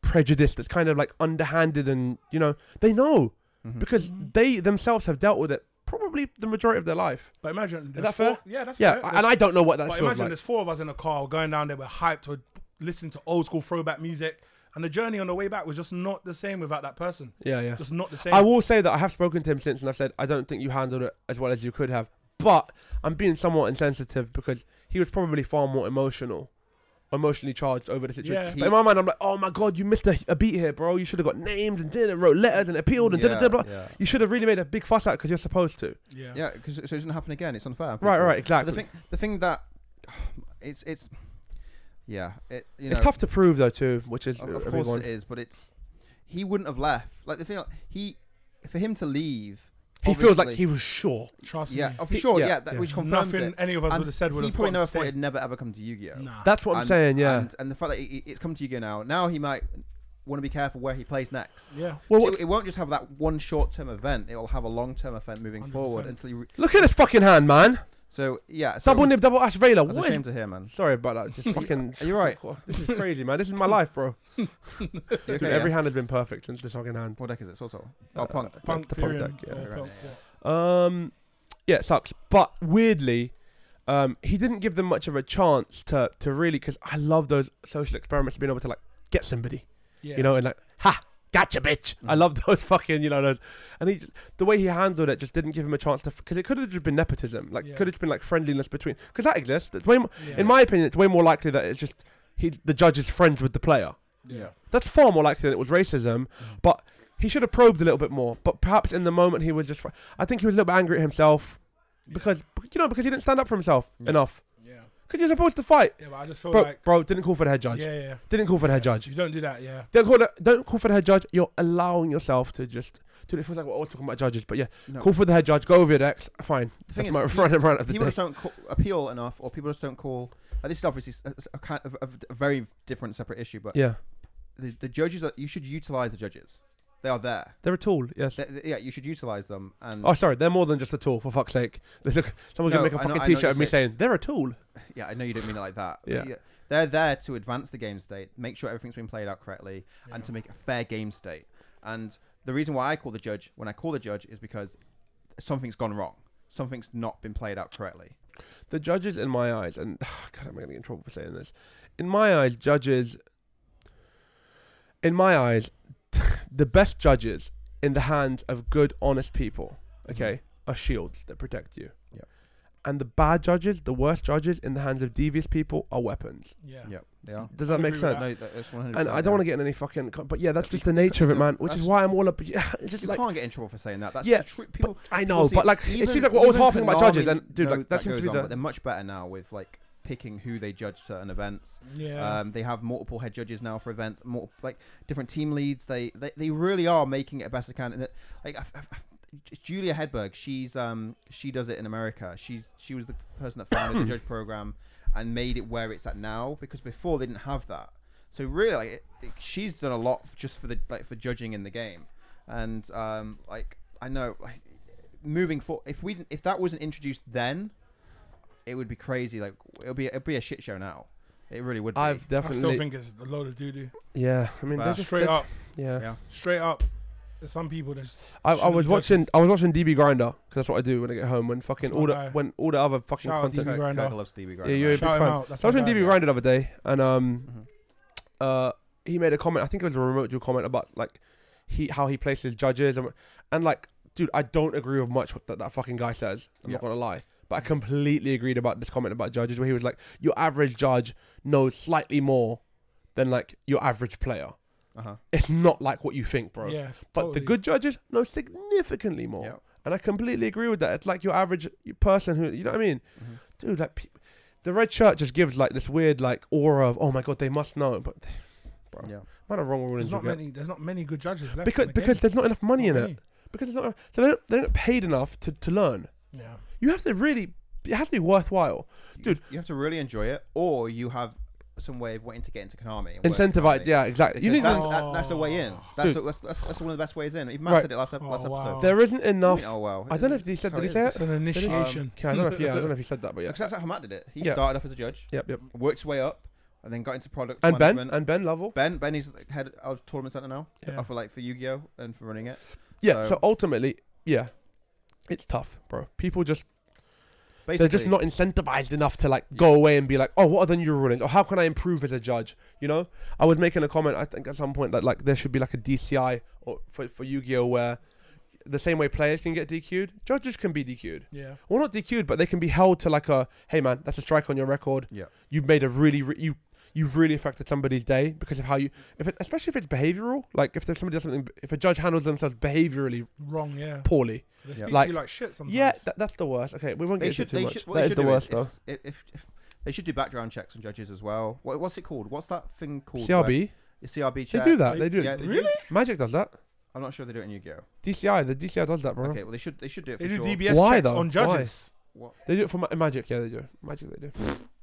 Speaker 1: prejudice that's kind of like underhanded, and you know they know
Speaker 2: Mhm.
Speaker 1: because
Speaker 3: Mhm.
Speaker 1: they themselves have dealt with it probably the majority of their life.
Speaker 3: But imagine
Speaker 1: Is
Speaker 3: there's
Speaker 1: that
Speaker 3: four,
Speaker 1: fair?
Speaker 3: Yeah, that's
Speaker 1: Yeah,
Speaker 3: fair.
Speaker 1: and I don't know what that
Speaker 3: But
Speaker 1: feels
Speaker 3: imagine
Speaker 1: like.
Speaker 3: there's four of us in a car going down there. We're hyped. We're listening to old school throwback music, and the journey on the way back was just not the same without that person.
Speaker 1: yeah, yeah.
Speaker 3: Just not the same.
Speaker 1: I will say that I have spoken to him since, and I've said I don't think you handled it as well as you could have. But I'm being somewhat insensitive because he was probably far more emotional, emotionally charged over the situation.
Speaker 3: Yeah.
Speaker 1: But in my mind, I'm like, oh my god, you missed a, a beat here, bro. You should have got named and did and wrote letters and appealed and da da da.
Speaker 2: Yeah, yeah.
Speaker 1: You should have really made a big fuss out because you're supposed to.
Speaker 3: yeah.
Speaker 2: Yeah, because so it doesn't happen again. It's unfair.
Speaker 1: Right, right,
Speaker 2: But
Speaker 1: exactly.
Speaker 2: The thing, the thing that it's it's yeah, it you know
Speaker 1: it's tough to prove though too, which is
Speaker 2: Of,
Speaker 1: a
Speaker 2: of
Speaker 1: big
Speaker 2: course
Speaker 1: one.
Speaker 2: it is, but it's he wouldn't have left. Like the thing, like, he for him to leave,
Speaker 1: He feels like
Speaker 2: obviously-
Speaker 1: he was sure.
Speaker 3: Trust
Speaker 2: Yeah,
Speaker 3: me.
Speaker 2: oh, for
Speaker 1: He-
Speaker 2: sure.
Speaker 1: yeah,
Speaker 2: Yeah, that,
Speaker 1: yeah.
Speaker 2: which confirms
Speaker 3: Nothing
Speaker 2: it.
Speaker 3: any of us
Speaker 2: And
Speaker 3: would have said would
Speaker 2: he
Speaker 3: have
Speaker 2: probably
Speaker 3: thought
Speaker 2: never
Speaker 3: to
Speaker 2: thought
Speaker 3: stay.
Speaker 2: it'd never ever come to Yu-Gi-Oh.
Speaker 3: Nah.
Speaker 1: That's what I'm
Speaker 2: And-
Speaker 1: saying. Yeah.
Speaker 2: and, and the fact that it- it- it's come to Yu-Gi-Oh now, now he might want to be careful where he plays next.
Speaker 3: yeah.
Speaker 1: well,
Speaker 2: So
Speaker 1: what,
Speaker 2: it, it won't just have that one short-term event; it'll have a long-term event moving forward
Speaker 3: 100%.
Speaker 2: until you. Re-
Speaker 1: look at this fucking hand, man.
Speaker 2: so yeah, so
Speaker 1: Double nib, double ash, Vela.
Speaker 2: that's a
Speaker 1: What is
Speaker 2: shame to hear, man.
Speaker 1: Sorry about that. Just fucking.
Speaker 2: Are you right?
Speaker 1: This is crazy, man. This is my life, bro.
Speaker 2: You
Speaker 1: Dude,
Speaker 2: okay,
Speaker 1: every
Speaker 2: yeah?
Speaker 1: hand has been perfect since this fucking hand.
Speaker 2: What deck is it? Soul Soul.
Speaker 1: Uh,
Speaker 2: Oh, Punk.
Speaker 3: Punk,
Speaker 1: the punk
Speaker 3: Fury
Speaker 1: deck.
Speaker 3: and-
Speaker 1: Yeah.
Speaker 3: oh,
Speaker 2: Right,
Speaker 3: punk,
Speaker 2: yeah.
Speaker 3: yeah.
Speaker 1: Um, yeah, it sucks. But weirdly, um, he didn't give them much of a chance to to really because I love those social experiments, being able to like get somebody,
Speaker 3: Yeah.
Speaker 1: you know, and like ha. Gotcha, bitch! I
Speaker 2: Mhm.
Speaker 1: love those fucking, you know, those, and he, just, the way he handled it just didn't give him a chance to, because it could have just been nepotism, like
Speaker 3: Yeah.
Speaker 1: could have just been like friendliness between, because that exists. It's way, mo-
Speaker 3: Yeah.
Speaker 1: in my opinion, it's way more likely that it's just he, the judge is friends with the player.
Speaker 3: yeah.
Speaker 1: That's far more likely than it was
Speaker 2: Mm.
Speaker 1: racism, but he should have probed a little bit more. But perhaps in the moment he was just, fr- I think he was a little bit angry at himself because you know because he didn't stand up for himself
Speaker 2: Yeah.
Speaker 1: enough.
Speaker 3: yeah.
Speaker 1: Because you're supposed to fight,
Speaker 3: Yeah, but I just feel
Speaker 1: bro.
Speaker 3: like
Speaker 1: bro, didn't call for the head judge.
Speaker 3: yeah, yeah.
Speaker 1: Didn't call for the head
Speaker 3: yeah.
Speaker 1: judge.
Speaker 3: You don't do that, yeah.
Speaker 1: Don't call the, don't call for the head judge. You're allowing yourself to just. Dude, it feels like we're all talking about judges, but yeah,
Speaker 2: No.
Speaker 1: call for the head judge. Go over your decks. Fine.
Speaker 2: The thing
Speaker 1: That's
Speaker 2: is,
Speaker 1: my
Speaker 2: he-
Speaker 1: front and rant of the
Speaker 2: people
Speaker 1: day.
Speaker 2: just don't call, appeal enough, or people just don't call. Like, this is obviously s- s- a, kind of a, a very different, separate issue. But
Speaker 1: Yeah,
Speaker 2: the, the judges, are, you should utilize the judges. They are there.
Speaker 1: they're a tool. Yes.
Speaker 2: They- they- yeah, you should utilize them. And
Speaker 1: Oh, sorry, they're more than just a tool. For fuck's sake, someone's gonna
Speaker 2: No,
Speaker 1: make a
Speaker 2: I know-
Speaker 1: fucking
Speaker 2: I know
Speaker 1: t-shirt
Speaker 2: what
Speaker 1: of me
Speaker 2: you're saying.
Speaker 1: saying they're a tool.
Speaker 2: yeah, I know you don't mean it like that. but
Speaker 1: Yeah.
Speaker 2: they're there to advance the game state, make sure everything's been played out correctly, and to make a fair game state. And the reason why I call the judge when I call the judge is because something's gone wrong. Something's not been played out correctly.
Speaker 1: the judges in my eyes, and God, am I going to get in trouble for saying this? In my eyes, judges. In my eyes, the best judges in the hands of good, honest people, okay, are shields that protect you.
Speaker 2: Mm-hmm. Yep.
Speaker 1: And the bad judges, the worst judges in the hands of devious people are weapons.
Speaker 3: Yeah.
Speaker 2: Yeah, they are.
Speaker 1: Does
Speaker 3: I
Speaker 1: that make
Speaker 3: agree with
Speaker 1: sense?
Speaker 2: No, that- that's 100%.
Speaker 1: And I
Speaker 2: yeah.
Speaker 1: don't want to get in any fucking. co- But yeah, that's
Speaker 2: But
Speaker 1: just
Speaker 2: you-
Speaker 1: the nature of it, man. Which is
Speaker 2: that's-
Speaker 1: why I'm all up. Yeah, it's just
Speaker 2: You
Speaker 1: like
Speaker 2: can't get in trouble for saying that. That's
Speaker 1: Yeah,
Speaker 2: the tru- people.
Speaker 1: I
Speaker 2: people
Speaker 1: know,
Speaker 2: see-
Speaker 1: but like it seems like we're always
Speaker 2: even
Speaker 1: harping about judges,
Speaker 2: Konami
Speaker 1: and dude,
Speaker 2: know
Speaker 1: like that, seems to
Speaker 2: goes
Speaker 1: be
Speaker 2: on,
Speaker 1: the.
Speaker 2: But they're much better now with like picking who they judge certain events.
Speaker 3: Yeah.
Speaker 2: Um, they have multiple head judges now for events, more like different team leads. They they, they really are making it best they can. And it, like I, I, I- Julia Hedberg, she's um she does it in America. She's she was the person that founded the judge program and made it where it's at now because before they didn't have that. So really, like, it, it- she's done a lot just for the like for judging in the game, and um like I know like moving forward, if we didn't- if that wasn't introduced then, it would be crazy. Like it'll be it'll be a shit show now. It really would. Be.
Speaker 1: I've
Speaker 3: I still
Speaker 1: definitely.
Speaker 3: think it's a load of doo doo.
Speaker 1: yeah, I mean, they're
Speaker 2: Fair.
Speaker 1: just,
Speaker 3: Straight
Speaker 1: they're-
Speaker 3: up.
Speaker 1: Yeah.
Speaker 2: Yeah.
Speaker 3: Straight up. There's some people that's
Speaker 1: I, I
Speaker 3: Shouldn't
Speaker 1: was
Speaker 3: be
Speaker 1: watching.
Speaker 3: judges.
Speaker 1: I was watching DB Grinder 'cause that's what I do when I get home. When fucking
Speaker 3: That's my
Speaker 1: all the
Speaker 3: guy.
Speaker 1: when all the other fucking
Speaker 3: Shout out
Speaker 1: content.
Speaker 3: DB
Speaker 2: Kirk,
Speaker 3: Grinder.
Speaker 2: Kirk loves DB Grinder.
Speaker 1: Yeah, you're a big
Speaker 3: shout him
Speaker 1: fan.
Speaker 3: out. That's
Speaker 1: I was
Speaker 3: my
Speaker 1: watching
Speaker 3: guy.
Speaker 1: DB Grinder the other day, and um,
Speaker 3: Mm-hmm.
Speaker 2: Mhm.
Speaker 1: uh, he made a comment. I think it was a remote dual comment about like he how he places judges and and like, dude, I don't agree with much what that, that fucking guy says. I'm not
Speaker 2: Yeah.
Speaker 1: gonna lie, but I completely agreed about this comment about judges where he was like, your average judge knows slightly more than like your average player.
Speaker 2: Uh-huh.
Speaker 1: It's not like what you think, bro.
Speaker 3: Yeah.
Speaker 1: But
Speaker 3: totally.
Speaker 1: the good judges know significantly more.
Speaker 2: Yeah.
Speaker 3: Mm-hmm.
Speaker 1: And I completely agree with that. It's like your average person who, you know what I mean?
Speaker 2: Mhm.
Speaker 1: Dude, like, pe- the red shirt just gives like this weird like aura of oh my god they must know, but bro,
Speaker 2: Yeah.
Speaker 1: amount of wrong rulings
Speaker 3: There's
Speaker 1: you
Speaker 3: not
Speaker 1: get.
Speaker 3: many. There's not many good judges left.
Speaker 1: because
Speaker 3: in the
Speaker 1: because
Speaker 3: game.
Speaker 1: there's not enough money
Speaker 3: Not
Speaker 1: in
Speaker 3: many.
Speaker 1: it because there's not so they don't, they don't get paid enough to to learn.
Speaker 3: Yeah.
Speaker 1: You have to really it has to be worthwhile. Dude.
Speaker 2: You have to really enjoy it, or you have some way of wanting to get into Konami. and work
Speaker 1: Incentivized,
Speaker 2: Konami.
Speaker 1: yeah, exactly. You
Speaker 2: Because
Speaker 1: need
Speaker 2: that's,
Speaker 1: to-
Speaker 2: that, that's a way in. That's,
Speaker 1: Dude.
Speaker 2: a, that's, that's that's one of the best ways in. Even Matt
Speaker 1: Right.
Speaker 2: said it last, ep-
Speaker 3: Oh,
Speaker 2: last
Speaker 3: wow.
Speaker 2: episode.
Speaker 1: there isn't enough.
Speaker 2: Oh wow!
Speaker 1: I don't know if he said-
Speaker 2: that.
Speaker 1: did he say Um,
Speaker 3: It's an initiation.
Speaker 1: Okay, I don't know if yeah, I don't know if he said that, but yeah,
Speaker 2: Because that's how Matt did it. He
Speaker 1: Yeah.
Speaker 2: started off as a judge,
Speaker 1: yep, yep.
Speaker 2: worked his way up, and then got into product
Speaker 1: And Ben
Speaker 2: management.
Speaker 1: and Ben Lovell.
Speaker 2: Ben, Ben is head of tournament center now.
Speaker 3: Yeah.
Speaker 2: uh, For like for Yu-Gi-Oh and for running it.
Speaker 1: Yeah.
Speaker 2: So-
Speaker 1: So ultimately, yeah, it's tough, bro. People just
Speaker 2: Basically,
Speaker 1: they're just not incentivized enough to like go away and be like, oh, what are the new rulings? Or how can I improve as a judge? You know, I was making a comment. I think at some point that like there should be like a DCI or for for Yu-Gi-Oh where the same way players can get DQ'd, judges can be DQ'd.
Speaker 3: Yeah.
Speaker 1: Well, not DQ'd, but they can be held to like a hey man, that's a strike on your record.
Speaker 2: Yeah.
Speaker 1: you've made a really re- you you've really affected somebody's day because of how you if it, especially if it's behavioral like if there's somebody does something if a judge handles themselves behaviorally
Speaker 3: Wrong. Yeah.
Speaker 1: poorly
Speaker 3: They speak
Speaker 1: Like-
Speaker 3: to you like shit sometimes.
Speaker 1: yeah tha- that's the worst okay we won't
Speaker 2: They
Speaker 1: get
Speaker 2: should.
Speaker 1: into too
Speaker 2: They
Speaker 1: much
Speaker 2: should. What
Speaker 1: that
Speaker 2: they
Speaker 1: is
Speaker 2: should
Speaker 1: the
Speaker 2: do
Speaker 1: worst
Speaker 2: is,
Speaker 1: though
Speaker 2: If, if, if they should do background checks on judges as well. What, what's it called? What's that thing called? where-
Speaker 1: CRB
Speaker 2: a CRB
Speaker 1: they
Speaker 2: check.
Speaker 1: do that they do
Speaker 2: Yeah,
Speaker 1: it
Speaker 2: they
Speaker 3: Really?
Speaker 2: Do.
Speaker 1: Magic does that
Speaker 2: I'm not sure they do it in Yu-Gi-Oh.
Speaker 1: DCI the DCI does that bro
Speaker 2: Okay, well they should. They should do it for
Speaker 3: They do
Speaker 2: sure.
Speaker 3: DBS
Speaker 1: Why,
Speaker 3: checks
Speaker 1: though?
Speaker 3: on judges.
Speaker 2: What-
Speaker 1: they do it for ma- Magic yeah they do Magic they do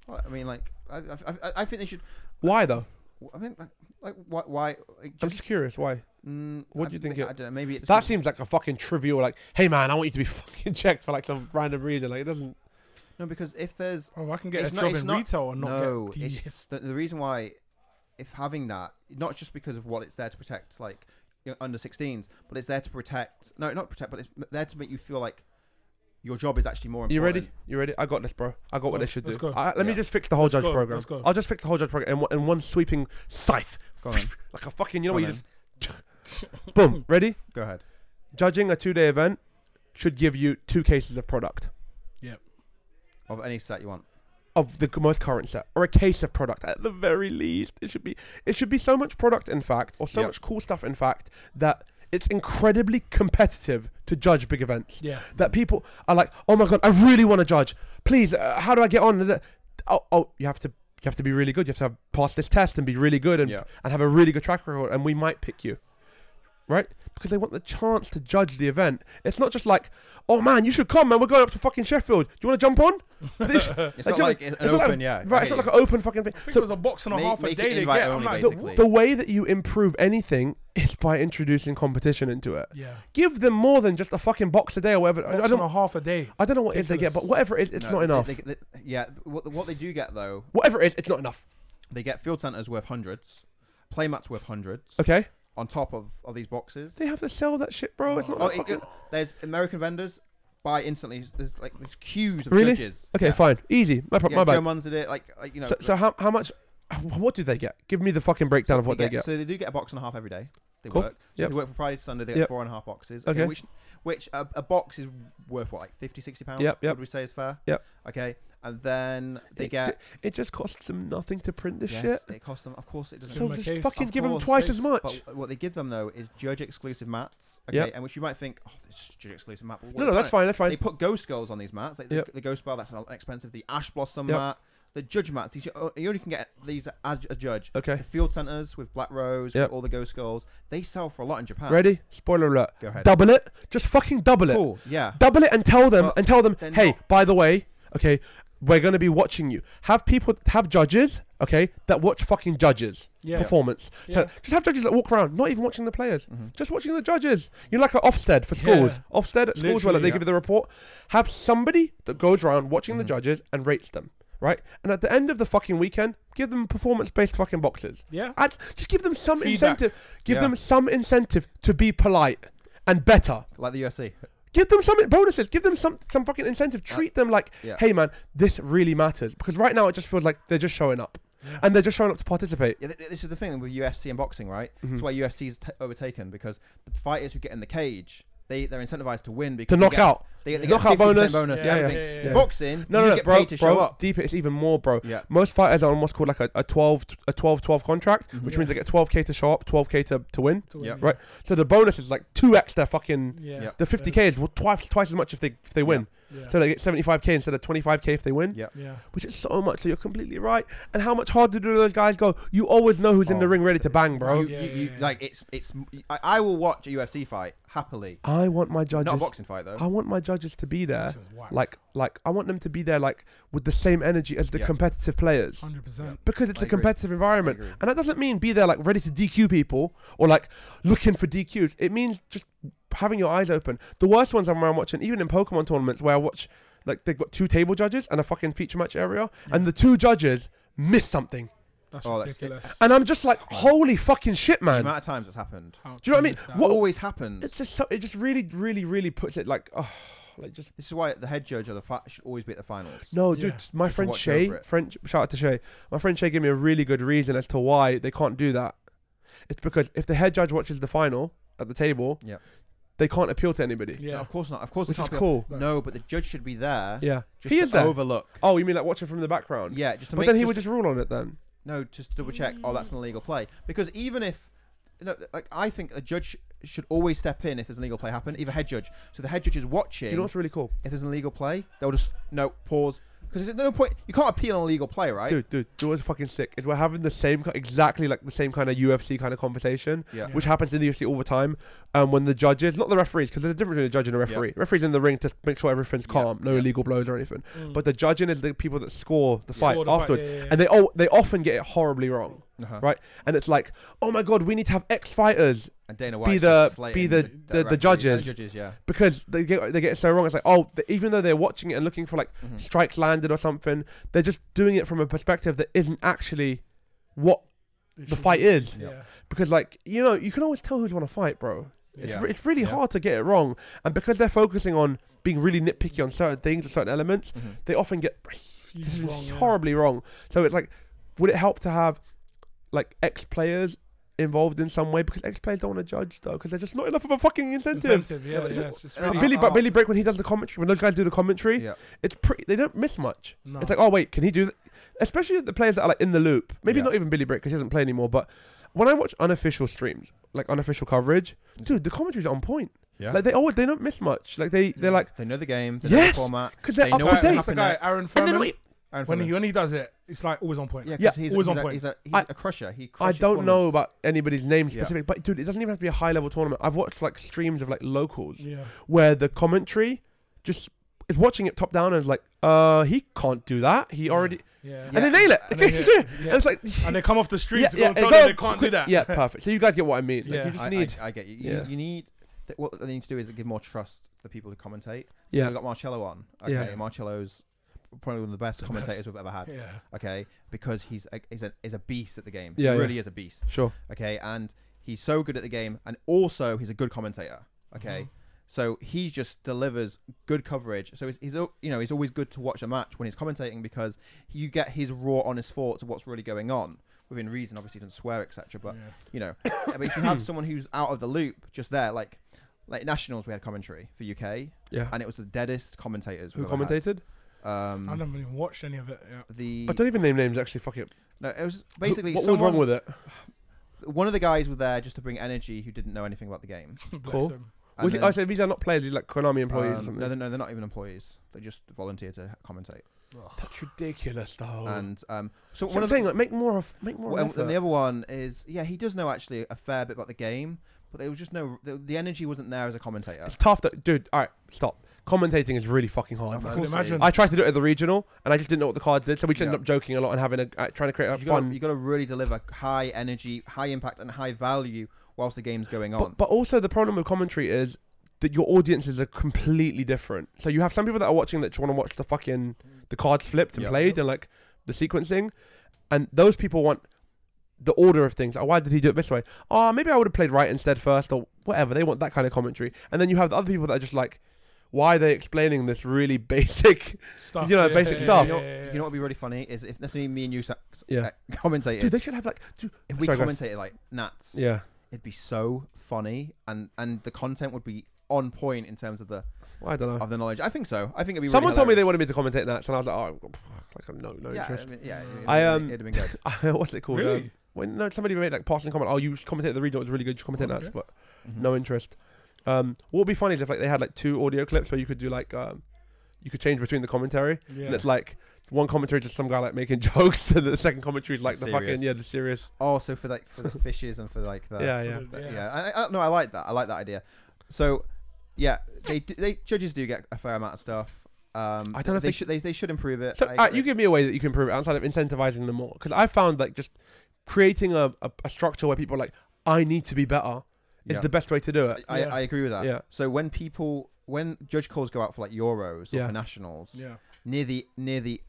Speaker 2: Well, I mean, like, I, I, I- I think they should.
Speaker 1: why though
Speaker 2: I mean, like, like why? Why? Like,
Speaker 1: I'm
Speaker 2: just,
Speaker 1: just curious why
Speaker 2: mm,
Speaker 1: what
Speaker 2: I
Speaker 1: do you think
Speaker 2: may-
Speaker 1: it-
Speaker 2: I don't know. Maybe it's
Speaker 1: that
Speaker 2: just-
Speaker 1: seems like a fucking trivial like hey man I want you to be fucking checked for like some random reason like it doesn't
Speaker 2: no because if there's
Speaker 3: Oh, I can get
Speaker 2: It's
Speaker 3: a
Speaker 2: not-
Speaker 3: job
Speaker 2: it's
Speaker 3: in
Speaker 2: not-
Speaker 3: retail and not
Speaker 2: no,
Speaker 3: get
Speaker 2: it's
Speaker 3: DBS.
Speaker 2: the, the reason why, if having that, not just because of what it's there to protect, like you know, under 16s, but it's there to protect. No, not protect, but it's there to make you feel like your job is actually more important.
Speaker 1: You ready? You ready? I got this, bro. I got what
Speaker 3: Go,
Speaker 1: they should do.
Speaker 3: let's go.
Speaker 1: I, let me
Speaker 2: Yeah.
Speaker 1: just fix the whole
Speaker 3: Let's
Speaker 1: judge
Speaker 3: go,
Speaker 1: program.
Speaker 3: let's go.
Speaker 1: I'll just fix the whole judge program in, one- in one sweeping scythe,
Speaker 2: Go on.
Speaker 1: like a fucking. You know
Speaker 2: Go
Speaker 1: what?
Speaker 2: on
Speaker 1: You just boom. Ready?
Speaker 2: Go ahead.
Speaker 1: Judging a two-day event should give you two cases of product
Speaker 2: Of any set you want.
Speaker 1: of the most current set, or a case of product at the very least. It should be. It should be so much product, in fact, or so
Speaker 2: Yep.
Speaker 1: much cool stuff, in fact, that it's incredibly competitive to judge big events.
Speaker 3: Yeah.
Speaker 1: that people are like, oh my god, I really want to judge. Please, uh, how do I get on? Oh, oh, you have to, you have to be really good. You have to have, pass this test and be really good and
Speaker 2: Yeah.
Speaker 1: and have a really good track record, and we might pick you, right? Because they want the chance to judge the event. It's not just like, oh man, you should come, man. We're going up to fucking Sheffield. Do you want to jump on?
Speaker 2: It's
Speaker 1: Like,
Speaker 2: not
Speaker 1: you know,
Speaker 2: like an
Speaker 1: it's not
Speaker 2: open,
Speaker 1: like-
Speaker 2: yeah.
Speaker 1: right, it's
Speaker 2: I
Speaker 1: not like
Speaker 2: hear
Speaker 1: an open fucking thing.
Speaker 3: I think
Speaker 1: So
Speaker 3: it was a box and a
Speaker 2: Make-
Speaker 3: half a
Speaker 2: make it
Speaker 3: day they
Speaker 2: invite
Speaker 3: get. I'm
Speaker 2: only,
Speaker 3: like,
Speaker 1: the,
Speaker 2: basically.
Speaker 1: the way that you improve anything is by introducing competition into it.
Speaker 3: yeah,
Speaker 1: Give them more than just a fucking box a day or whatever. I-
Speaker 3: box
Speaker 1: I
Speaker 3: and a
Speaker 1: don't.
Speaker 3: half a day.
Speaker 1: I don't know what it is they get, but
Speaker 3: Ridiculous.
Speaker 1: whatever it is,
Speaker 2: you.
Speaker 1: it's
Speaker 2: No,
Speaker 1: not
Speaker 2: they-
Speaker 1: enough.
Speaker 2: they- they- yeah, what, what they do get though,
Speaker 1: whatever it is, it's not enough.
Speaker 2: they get field centers worth hundreds, playmats worth hundreds,
Speaker 1: Okay.
Speaker 2: on top of, of these boxes.
Speaker 1: They have to sell that shit, bro. It's not.
Speaker 2: Oh,
Speaker 1: that
Speaker 2: it,
Speaker 1: fucking-
Speaker 2: it- there's American vendors buy instantly. There's like there's queues of
Speaker 1: Really?
Speaker 2: judges.
Speaker 1: okay,
Speaker 2: yeah.
Speaker 1: fine, easy. My, pro-
Speaker 2: Yeah,
Speaker 1: my
Speaker 2: Joe
Speaker 1: bad.
Speaker 2: Munz did it. Like, like you know,
Speaker 1: so, so how how much? What do they get? Give me the fucking breakdown of what they get.
Speaker 2: So they do get a box and a half every day. They
Speaker 1: Cool.
Speaker 2: work. So
Speaker 1: Yep.
Speaker 2: they work from Friday to Sunday. They get
Speaker 1: Yep.
Speaker 2: four and a half boxes.
Speaker 1: Okay.
Speaker 2: Which, which a, a box is worth what, like 50, 60 pounds?
Speaker 1: Yep, yep.
Speaker 2: Would we say is fair?
Speaker 1: Yep.
Speaker 2: Okay. And then they
Speaker 1: It-
Speaker 2: get.
Speaker 1: It just costs them nothing to print this
Speaker 2: yes,
Speaker 1: shit.
Speaker 2: It costs them. Of course, it doesn't.
Speaker 1: So
Speaker 3: my
Speaker 1: just
Speaker 3: case.
Speaker 1: fucking
Speaker 2: Of
Speaker 1: give them
Speaker 2: course,
Speaker 1: twice as
Speaker 2: space.
Speaker 1: much.
Speaker 2: But what they give them though is judge exclusive mats. Okay.
Speaker 1: Yep.
Speaker 2: And which you might think, oh, this is judge exclusive mat. but what
Speaker 1: no, no,
Speaker 2: they've done
Speaker 1: that's
Speaker 2: it-
Speaker 1: fine. That's
Speaker 2: They
Speaker 1: fine.
Speaker 2: put ghost girls on these mats. Like the,
Speaker 1: Yep.
Speaker 2: the ghost bar, that's not expensive. The ash blossom
Speaker 1: Yep.
Speaker 2: mat, the judge mats. These, oh, you only can get these as a judge.
Speaker 1: Okay.
Speaker 2: The field centers with black rose,
Speaker 1: Yep.
Speaker 2: with all the ghost girls. They sell for a lot in Japan.
Speaker 1: Ready? Spoiler alert.
Speaker 2: Go ahead.
Speaker 1: Double it. Just fucking double it.
Speaker 2: Cool. Yeah.
Speaker 1: Double it and tell them
Speaker 2: But
Speaker 1: and tell them,
Speaker 2: they're
Speaker 1: hey,
Speaker 2: not-
Speaker 1: by the way, okay, we're gonna be watching you. Have people have judges, okay, that watch fucking judges.
Speaker 3: Yeah,
Speaker 1: performance. So
Speaker 3: Yeah. Mm-hmm.
Speaker 1: just have judges that walk around, not even watching the players,
Speaker 2: Mhm.
Speaker 1: just watching the judges. You're like at Ofsted for schools.
Speaker 3: Yeah.
Speaker 1: Ofsted at schools, where like,
Speaker 3: Literally,
Speaker 1: they
Speaker 3: yeah. Mm-hmm.
Speaker 1: give you the report. Have somebody that goes around watching the
Speaker 2: Mhm.
Speaker 1: judges and rates them, right? And at the end of the fucking weekend, give them performance-based fucking boxes.
Speaker 3: yeah.
Speaker 1: And just give them some
Speaker 3: Feedback.
Speaker 1: incentive. Give
Speaker 2: Yeah.
Speaker 1: them some incentive to be polite and better.
Speaker 2: Like the UFC.
Speaker 1: Give them some bonuses. Give them some some fucking incentive. Treat them like,
Speaker 2: Uh, yeah.
Speaker 1: hey man, this really matters. Because right now it just feels like they're just showing up, and they're just showing up to participate.
Speaker 2: Yeah, th- this is the thing with UFC and boxing, right?
Speaker 1: Mm-hmm.
Speaker 2: That's why UFC is t- overtaken because the fighters who get in the cage, they they're incentivized to win because
Speaker 1: To
Speaker 2: they
Speaker 1: knock
Speaker 2: get-
Speaker 1: out.
Speaker 2: They, they
Speaker 1: Knockout
Speaker 2: get 50%
Speaker 1: bonus.
Speaker 2: bonus.
Speaker 1: Yeah,
Speaker 2: everything.
Speaker 3: yeah, yeah, yeah.
Speaker 2: Boxing,
Speaker 1: No,
Speaker 2: you
Speaker 1: no, no,
Speaker 2: get
Speaker 1: bro,
Speaker 2: paid to
Speaker 1: bro,
Speaker 2: show up.
Speaker 1: Deeper, it's even more, bro.
Speaker 2: Yeah.
Speaker 1: Most fighters are on what's called like a, a 12, a 12, 12 contract,
Speaker 2: Mm-hmm.
Speaker 1: which means they get 12k to show up, 12k to, to win.
Speaker 3: To win,
Speaker 2: Yeah.
Speaker 1: Right. So the bonus is like 2x their fucking,
Speaker 3: Yeah.
Speaker 2: Mm-hmm. Yeah.
Speaker 1: the 50k is twice, twice as much if they if they win.
Speaker 3: Yeah.
Speaker 1: So they get 75k instead of 25k if they win,
Speaker 2: Yeah.
Speaker 3: yeah.
Speaker 1: which is so much. So you're completely right. And how much harder do those guys go? You always know who's in
Speaker 2: Oh,
Speaker 1: the ring ready to bang, bro.
Speaker 2: You,
Speaker 3: Yeah,
Speaker 2: you,
Speaker 3: yeah,
Speaker 2: you,
Speaker 3: yeah.
Speaker 2: Like it's it's. I, I will watch a UFC fight happily.
Speaker 1: I Oh, want my
Speaker 2: Not a
Speaker 1: judges.
Speaker 2: boxing fight though.
Speaker 1: I want my judges to be there.
Speaker 3: Boxing's whack.
Speaker 1: Like, like I want them to be there, like with the same energy as the
Speaker 2: Yeah.
Speaker 1: competitive players.
Speaker 3: 100%.
Speaker 1: because it's
Speaker 2: I
Speaker 1: a
Speaker 2: agree.
Speaker 1: competitive environment.
Speaker 2: I agree.
Speaker 1: And that doesn't mean be there like ready to DQ people or like looking for DQs. It means just having your eyes open. The worst ones I'm around watching, even in Pokemon tournaments where I watch like they've got two table judges and a fucking feature match area, and the two judges miss something.
Speaker 3: That's
Speaker 2: Oh, that's-
Speaker 3: ridiculous.
Speaker 1: And I'm just like, holy fucking shit,
Speaker 2: the
Speaker 1: man.
Speaker 2: amount of times it's happened.
Speaker 3: How
Speaker 1: Do you know what I mean?
Speaker 3: genius that
Speaker 1: What-
Speaker 2: What
Speaker 3: is.
Speaker 2: always happens.
Speaker 1: It's just so, it just really, really, really puts it like, oh, like just
Speaker 2: This is why the head judge of the fight should always be at the finals.
Speaker 1: No,
Speaker 3: Yeah.
Speaker 1: dude, my
Speaker 2: Just
Speaker 1: friend
Speaker 2: watch
Speaker 1: Shay,
Speaker 2: over it.
Speaker 1: French shout out to Shay. My friend Shay gave me a really good reason as to why they can't do that. It's because if the head judge watches the final at the table,
Speaker 2: Yep.
Speaker 1: they can't appeal to anybody.
Speaker 2: No,
Speaker 3: Yeah.
Speaker 2: of course not. Of course, it
Speaker 1: Which is
Speaker 2: can't be-
Speaker 1: cool.
Speaker 2: No, but the judge should be there.
Speaker 1: Yeah.
Speaker 2: just
Speaker 1: He
Speaker 2: to
Speaker 1: is there.
Speaker 2: overlook.
Speaker 1: Oh, you mean like watching from the background?
Speaker 2: Yeah, just to
Speaker 1: But
Speaker 2: make.
Speaker 1: then he
Speaker 2: just
Speaker 1: would just rule on it then.
Speaker 2: no, just to double check. Oh, that's an illegal play. Because even if, you know, like I think a judge should always step in if there's an illegal play happen. If a head judge, so the head judge is watching.
Speaker 1: You know what's really cool?
Speaker 2: if there's an illegal play, they'll just no pause because there's no point. You can't appeal an illegal play, right?
Speaker 1: Dude, dude, do what's fucking sick is we're having the same, ki- exactly like the same kind of UFC kind of conversation,
Speaker 2: Yeah.
Speaker 1: which happens in the UFC all the time. Um, when the judges, not the referees, because there's a difference between a judge and a referee. Referees in the ring to make sure everything's
Speaker 2: Yeah,
Speaker 1: calm, no
Speaker 2: yeah.
Speaker 1: illegal blows or anything.
Speaker 3: Mm.
Speaker 1: But the judging is the people that score the fight
Speaker 3: Score the fight,
Speaker 1: afterwards,
Speaker 3: yeah, yeah, yeah.
Speaker 1: and they all they often get it horribly wrong,
Speaker 2: Uh-huh.
Speaker 1: right? And it's like, oh my god, we need to have X fighters
Speaker 2: And Dana White
Speaker 1: Be the- be the- the- the
Speaker 2: judges.
Speaker 1: judges.
Speaker 2: judges, yeah.
Speaker 1: because they get they get it so wrong. It's like, oh, th even though they're watching it and looking for like
Speaker 3: Hmm.
Speaker 2: Mhm.
Speaker 1: strikes landed or something, they're just doing it from a perspective that isn't actually what
Speaker 3: It
Speaker 1: the
Speaker 3: should
Speaker 1: fight
Speaker 3: be-
Speaker 1: is.
Speaker 3: Yeah.
Speaker 1: because like you know you can always tell who's want to fight, bro. It's,
Speaker 2: Yeah.
Speaker 1: re- it's really
Speaker 2: Yeah.
Speaker 1: hard to get it wrong, and because they're focusing on being really nitpicky on certain things or certain elements,
Speaker 2: Mhm.
Speaker 1: they often get
Speaker 3: Huge
Speaker 1: this is
Speaker 3: wrong, yeah.
Speaker 1: horribly wrong. So it's like, would it help to have like ex players involved in some way? Because ex players don't want to judge though, because they're just not enough of a fucking incentive.
Speaker 3: Incentive, yeah,
Speaker 1: but
Speaker 3: yeah.
Speaker 1: it's-
Speaker 3: It's just
Speaker 2: uh,
Speaker 1: But
Speaker 3: really
Speaker 1: Billy,
Speaker 2: Uh,
Speaker 1: but Billy Break when he does the commentary, when those guys do the commentary,
Speaker 2: Yeah.
Speaker 1: it's pretty. They don't miss much.
Speaker 3: No.
Speaker 1: It's like, oh wait, can he do that? Especially the players that are like in the loop. Maybe
Speaker 2: Yeah.
Speaker 1: not even Billy Brick because he doesn't play anymore. But when I watch unofficial streams, like unofficial coverage,
Speaker 2: Mm.
Speaker 1: dude, the commentaries are on point.
Speaker 2: Yeah.
Speaker 1: Like they always they don't miss much. Like they they're
Speaker 3: Yeah.
Speaker 1: like
Speaker 2: they know the game. They
Speaker 1: Yes!
Speaker 2: know the format.
Speaker 1: because they're
Speaker 2: They
Speaker 1: up
Speaker 2: know
Speaker 1: to
Speaker 2: what
Speaker 3: Guy-
Speaker 1: date.
Speaker 3: that's the guy, Aaron
Speaker 1: And then
Speaker 3: Furman.
Speaker 1: we-
Speaker 2: Aaron
Speaker 3: When
Speaker 2: Furman.
Speaker 3: he, when he does it, it's like always on point.
Speaker 2: yeah, 'cause
Speaker 1: Yeah.
Speaker 2: he's,
Speaker 3: Always on
Speaker 2: he's a,
Speaker 3: point.
Speaker 2: he's a, he's
Speaker 1: I-
Speaker 2: a crusher. He
Speaker 1: I
Speaker 2: crushes
Speaker 1: don't know
Speaker 2: opponents.
Speaker 1: about anybody's name
Speaker 2: Yeah.
Speaker 1: specific, but dude, it doesn't even have to be a high level tournament. I've watched like streams of like locals
Speaker 3: Yeah.
Speaker 1: where the commentary just is watching it top down and is like, uh, he can't do that. He already
Speaker 3: Yeah.
Speaker 1: and
Speaker 2: Yeah.
Speaker 1: they nail it.
Speaker 3: And they hit-
Speaker 1: Yeah.
Speaker 3: yeah.
Speaker 1: And it's like
Speaker 3: And they come off the street
Speaker 1: Yeah,
Speaker 3: to go
Speaker 1: yeah,
Speaker 3: and tell
Speaker 1: go
Speaker 3: them they
Speaker 1: and
Speaker 3: can't do
Speaker 1: quick-
Speaker 3: that.
Speaker 1: Yeah, perfect. So you guys get what I mean. Like,
Speaker 3: Yeah.
Speaker 1: you just
Speaker 2: I, I-
Speaker 1: need.
Speaker 2: I, get you. You,
Speaker 1: Yeah.
Speaker 2: you need. th- What they need to do is give more trust to the people who commentate. So
Speaker 1: Yeah.
Speaker 2: we got Marcello on. Okay,
Speaker 1: Yeah.
Speaker 2: Marcello's probably one of the best
Speaker 3: The
Speaker 2: commentators
Speaker 3: best.
Speaker 2: we've ever had.
Speaker 3: Yeah.
Speaker 2: Okay, because he's a, he's a, he's a beast at the game.
Speaker 1: Yeah,
Speaker 2: he
Speaker 1: yeah.
Speaker 2: really is a beast.
Speaker 1: Sure.
Speaker 2: okay and he's so good at the game and also he's a good commentator okay so he just delivers good coverage so he's, he's al- you know he's always good to watch a match when he's commentating because you get his raw honest thoughts of what's really going on within reason obviously he doesn't swear etc but
Speaker 3: Yeah.
Speaker 2: you know but if you have someone who's out of the loop just there like like nationals we had commentary for uk
Speaker 1: Yeah.
Speaker 2: and it was the deadest commentators
Speaker 1: Who
Speaker 2: we've ever had.
Speaker 1: commentated?
Speaker 3: I
Speaker 2: um
Speaker 3: never even watched any of it. Yeah.
Speaker 2: the
Speaker 1: I don't even name names. Actually, fuck it.
Speaker 2: no it was basically
Speaker 1: Who- what was
Speaker 2: someone-
Speaker 1: wrong with it?
Speaker 2: one of the guys were there just to bring energy who didn't know anything about the game
Speaker 3: Bless
Speaker 1: Cool.
Speaker 3: him.
Speaker 2: And
Speaker 1: Was it-
Speaker 2: then-
Speaker 1: I said these are not players. These are like Konami employees. or
Speaker 2: Um,
Speaker 1: something.
Speaker 2: no, they're, no, they're not even employees. They just volunteer to commentate.
Speaker 1: That's ridiculous, though.
Speaker 2: And um, so,
Speaker 1: Oh. so
Speaker 2: one
Speaker 1: I'm
Speaker 2: of
Speaker 1: saying,
Speaker 2: the,
Speaker 1: like, make more of make more.
Speaker 2: well,
Speaker 1: of
Speaker 2: and
Speaker 1: an
Speaker 2: the
Speaker 1: effort.
Speaker 2: other one is yeah, he does know actually a fair bit about the game, but there was just no the, the energy wasn't there as a commentator.
Speaker 1: It's tough, though, dude. All right, stop. Commentating is really fucking hard,
Speaker 2: Of
Speaker 1: man.
Speaker 2: course it is.
Speaker 3: Imagine-
Speaker 1: I tried to do it at the regional, and I just didn't know what the cards did, so we just
Speaker 2: Yeah.
Speaker 1: ended up joking a lot and having a uh, trying to create a
Speaker 2: you
Speaker 1: fun.
Speaker 2: got you got to really deliver high energy, high impact, and high value whilst the game's going on.
Speaker 1: But, but also the problem with commentary is that your audiences are completely different. So you have some people that are watching that just want to watch the fucking the cards flipped and
Speaker 2: Yep.
Speaker 1: played and like the sequencing, and those people want the order of things. Oh, why did he do it this way? Oh, maybe I would have played right instead first or whatever. They want that kind of commentary, and then you have the other people that are just like, why are they explaining this really basic?
Speaker 3: Stuff.
Speaker 1: You know, basic stuff.
Speaker 2: you know, you know what would be really funny is if that's me, me and you sa-
Speaker 1: Yeah.
Speaker 2: uh, commentated.
Speaker 1: Dude, they should have like, dude,
Speaker 2: if we
Speaker 1: Sorry, go.
Speaker 2: commentated like Nats,
Speaker 1: yeah.
Speaker 2: it'd be so funny, and and the content would be on point in terms of the
Speaker 1: Well, I don't know.
Speaker 2: of the knowledge. I think so. I think it'd be.
Speaker 1: Someone
Speaker 2: really
Speaker 1: told me they
Speaker 2: hilarious.
Speaker 1: wanted me to commentate that, and I was like, oh, like no, no
Speaker 2: yeah,
Speaker 1: interest.
Speaker 2: I mean, yeah, it'd
Speaker 1: I,
Speaker 2: have
Speaker 1: um,
Speaker 2: been- it'd have been good.
Speaker 1: what's it called? Um,
Speaker 3: Really?
Speaker 1: when no, somebody made like passing comment, oh, you commentated the regional, it was really good. You commentated
Speaker 3: Oh, Okay.
Speaker 1: that, but
Speaker 2: Mhm.
Speaker 1: no interest. Um, what would be funny is if like they had like two audio clips where you could do like um, you could change between the commentary.
Speaker 3: Yeah.
Speaker 1: And it's like one commentary just some guy like making jokes, and the second commentary is like the
Speaker 2: Serious.
Speaker 1: fucking yeah, the serious.
Speaker 2: Oh, so for like for the fishes and for like the
Speaker 1: yeah, yeah.
Speaker 3: For the-
Speaker 2: But yeah, I, I, no, I like that. I like that idea. So, yeah, they do, they judges do get a fair amount of stuff. Um,
Speaker 1: I don't know if
Speaker 2: they
Speaker 1: they-
Speaker 2: should they, they should improve it.
Speaker 1: So
Speaker 2: I
Speaker 1: uh,
Speaker 2: agree.
Speaker 1: you give me a way that you can improve it outside of incentivizing them more, because I found like just creating a, a, a structure where people are like, I need to be better, is
Speaker 2: Yeah.
Speaker 1: the best way to do
Speaker 2: I,
Speaker 1: it.
Speaker 2: I,
Speaker 3: Yeah.
Speaker 2: I agree with that.
Speaker 1: Yeah.
Speaker 2: So when people when judge calls go out for like Euros or
Speaker 1: Yeah.
Speaker 2: for nationals
Speaker 3: Yeah.
Speaker 2: near the near the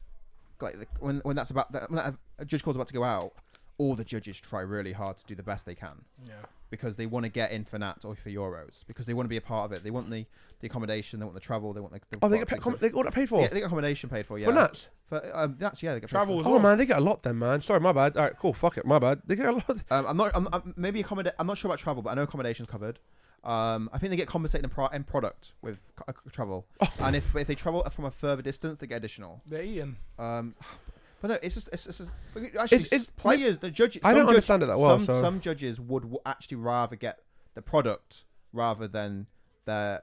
Speaker 2: like the, when when that's about that, when that, a judge call's about to go out, all the judges try really hard to do the best they can.
Speaker 3: Yeah.
Speaker 2: because they want to get in for Nats or for Euros because they want to be a part of it. They want the, the accommodation, they want the travel, they want the. the
Speaker 1: Oh, they get
Speaker 2: boxing
Speaker 1: paid,
Speaker 2: stuff.
Speaker 1: com- they all get paid for
Speaker 2: Yeah, they get accommodation paid for. Yeah,
Speaker 1: for nuts.
Speaker 2: For, um, Nats, yeah, they get paid
Speaker 3: Travel
Speaker 2: for.
Speaker 3: as
Speaker 1: Oh
Speaker 3: well.
Speaker 1: man, they get a lot then, man. Sorry, my bad. All right, cool. Fuck it, my bad. They get a lot.
Speaker 2: Um, I'm not. I'm, I'm maybe accommoda- I'm not sure about travel, but I know accommodation's covered. Um, I think they get compensated in, pro- in product with co- uh, travel,
Speaker 1: Oh.
Speaker 2: and if if they travel from a further distance, they get additional.
Speaker 3: They're eating.
Speaker 2: Um, but no, it's just it's, it's just but actually
Speaker 1: It's- it's-
Speaker 2: players. The judges.
Speaker 1: I
Speaker 2: some
Speaker 1: don't
Speaker 2: judge-
Speaker 1: understand it that well,
Speaker 2: Some,
Speaker 1: so-
Speaker 2: some judges would w- actually rather get the product rather than their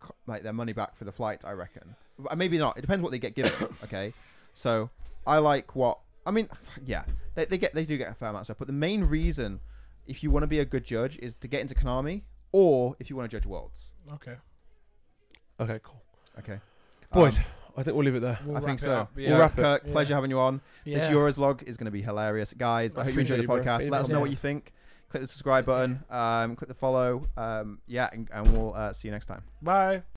Speaker 2: co- like their money back for the flight. I reckon. Uh, Maybe not. It depends what they get given. okay, so I like what I mean. Yeah, they, they get they do get a fair amount of stuff, but the main reason, if you want to be a good judge, is to get into Konami or if you want to judge worlds.
Speaker 3: Okay.
Speaker 1: Okay, cool.
Speaker 2: Okay,
Speaker 1: Boys,
Speaker 2: Um,
Speaker 1: I think we'll leave it there.
Speaker 3: We'll
Speaker 2: I think
Speaker 3: wrap it
Speaker 2: so.
Speaker 3: up,
Speaker 1: We'll
Speaker 3: Yeah.
Speaker 1: wrap it.
Speaker 2: Kirk,
Speaker 3: Yeah.
Speaker 2: pleasure having you on.
Speaker 3: Yeah.
Speaker 2: This Euros log is going to be hilarious, guys. I hope you enjoyed the
Speaker 1: Appreciate you, bro.
Speaker 2: podcast. Let us know
Speaker 3: Yeah.
Speaker 2: what you think. Click the subscribe button. Um, click the follow. Um, yeah, and, and we'll uh, see you next time.
Speaker 3: Bye.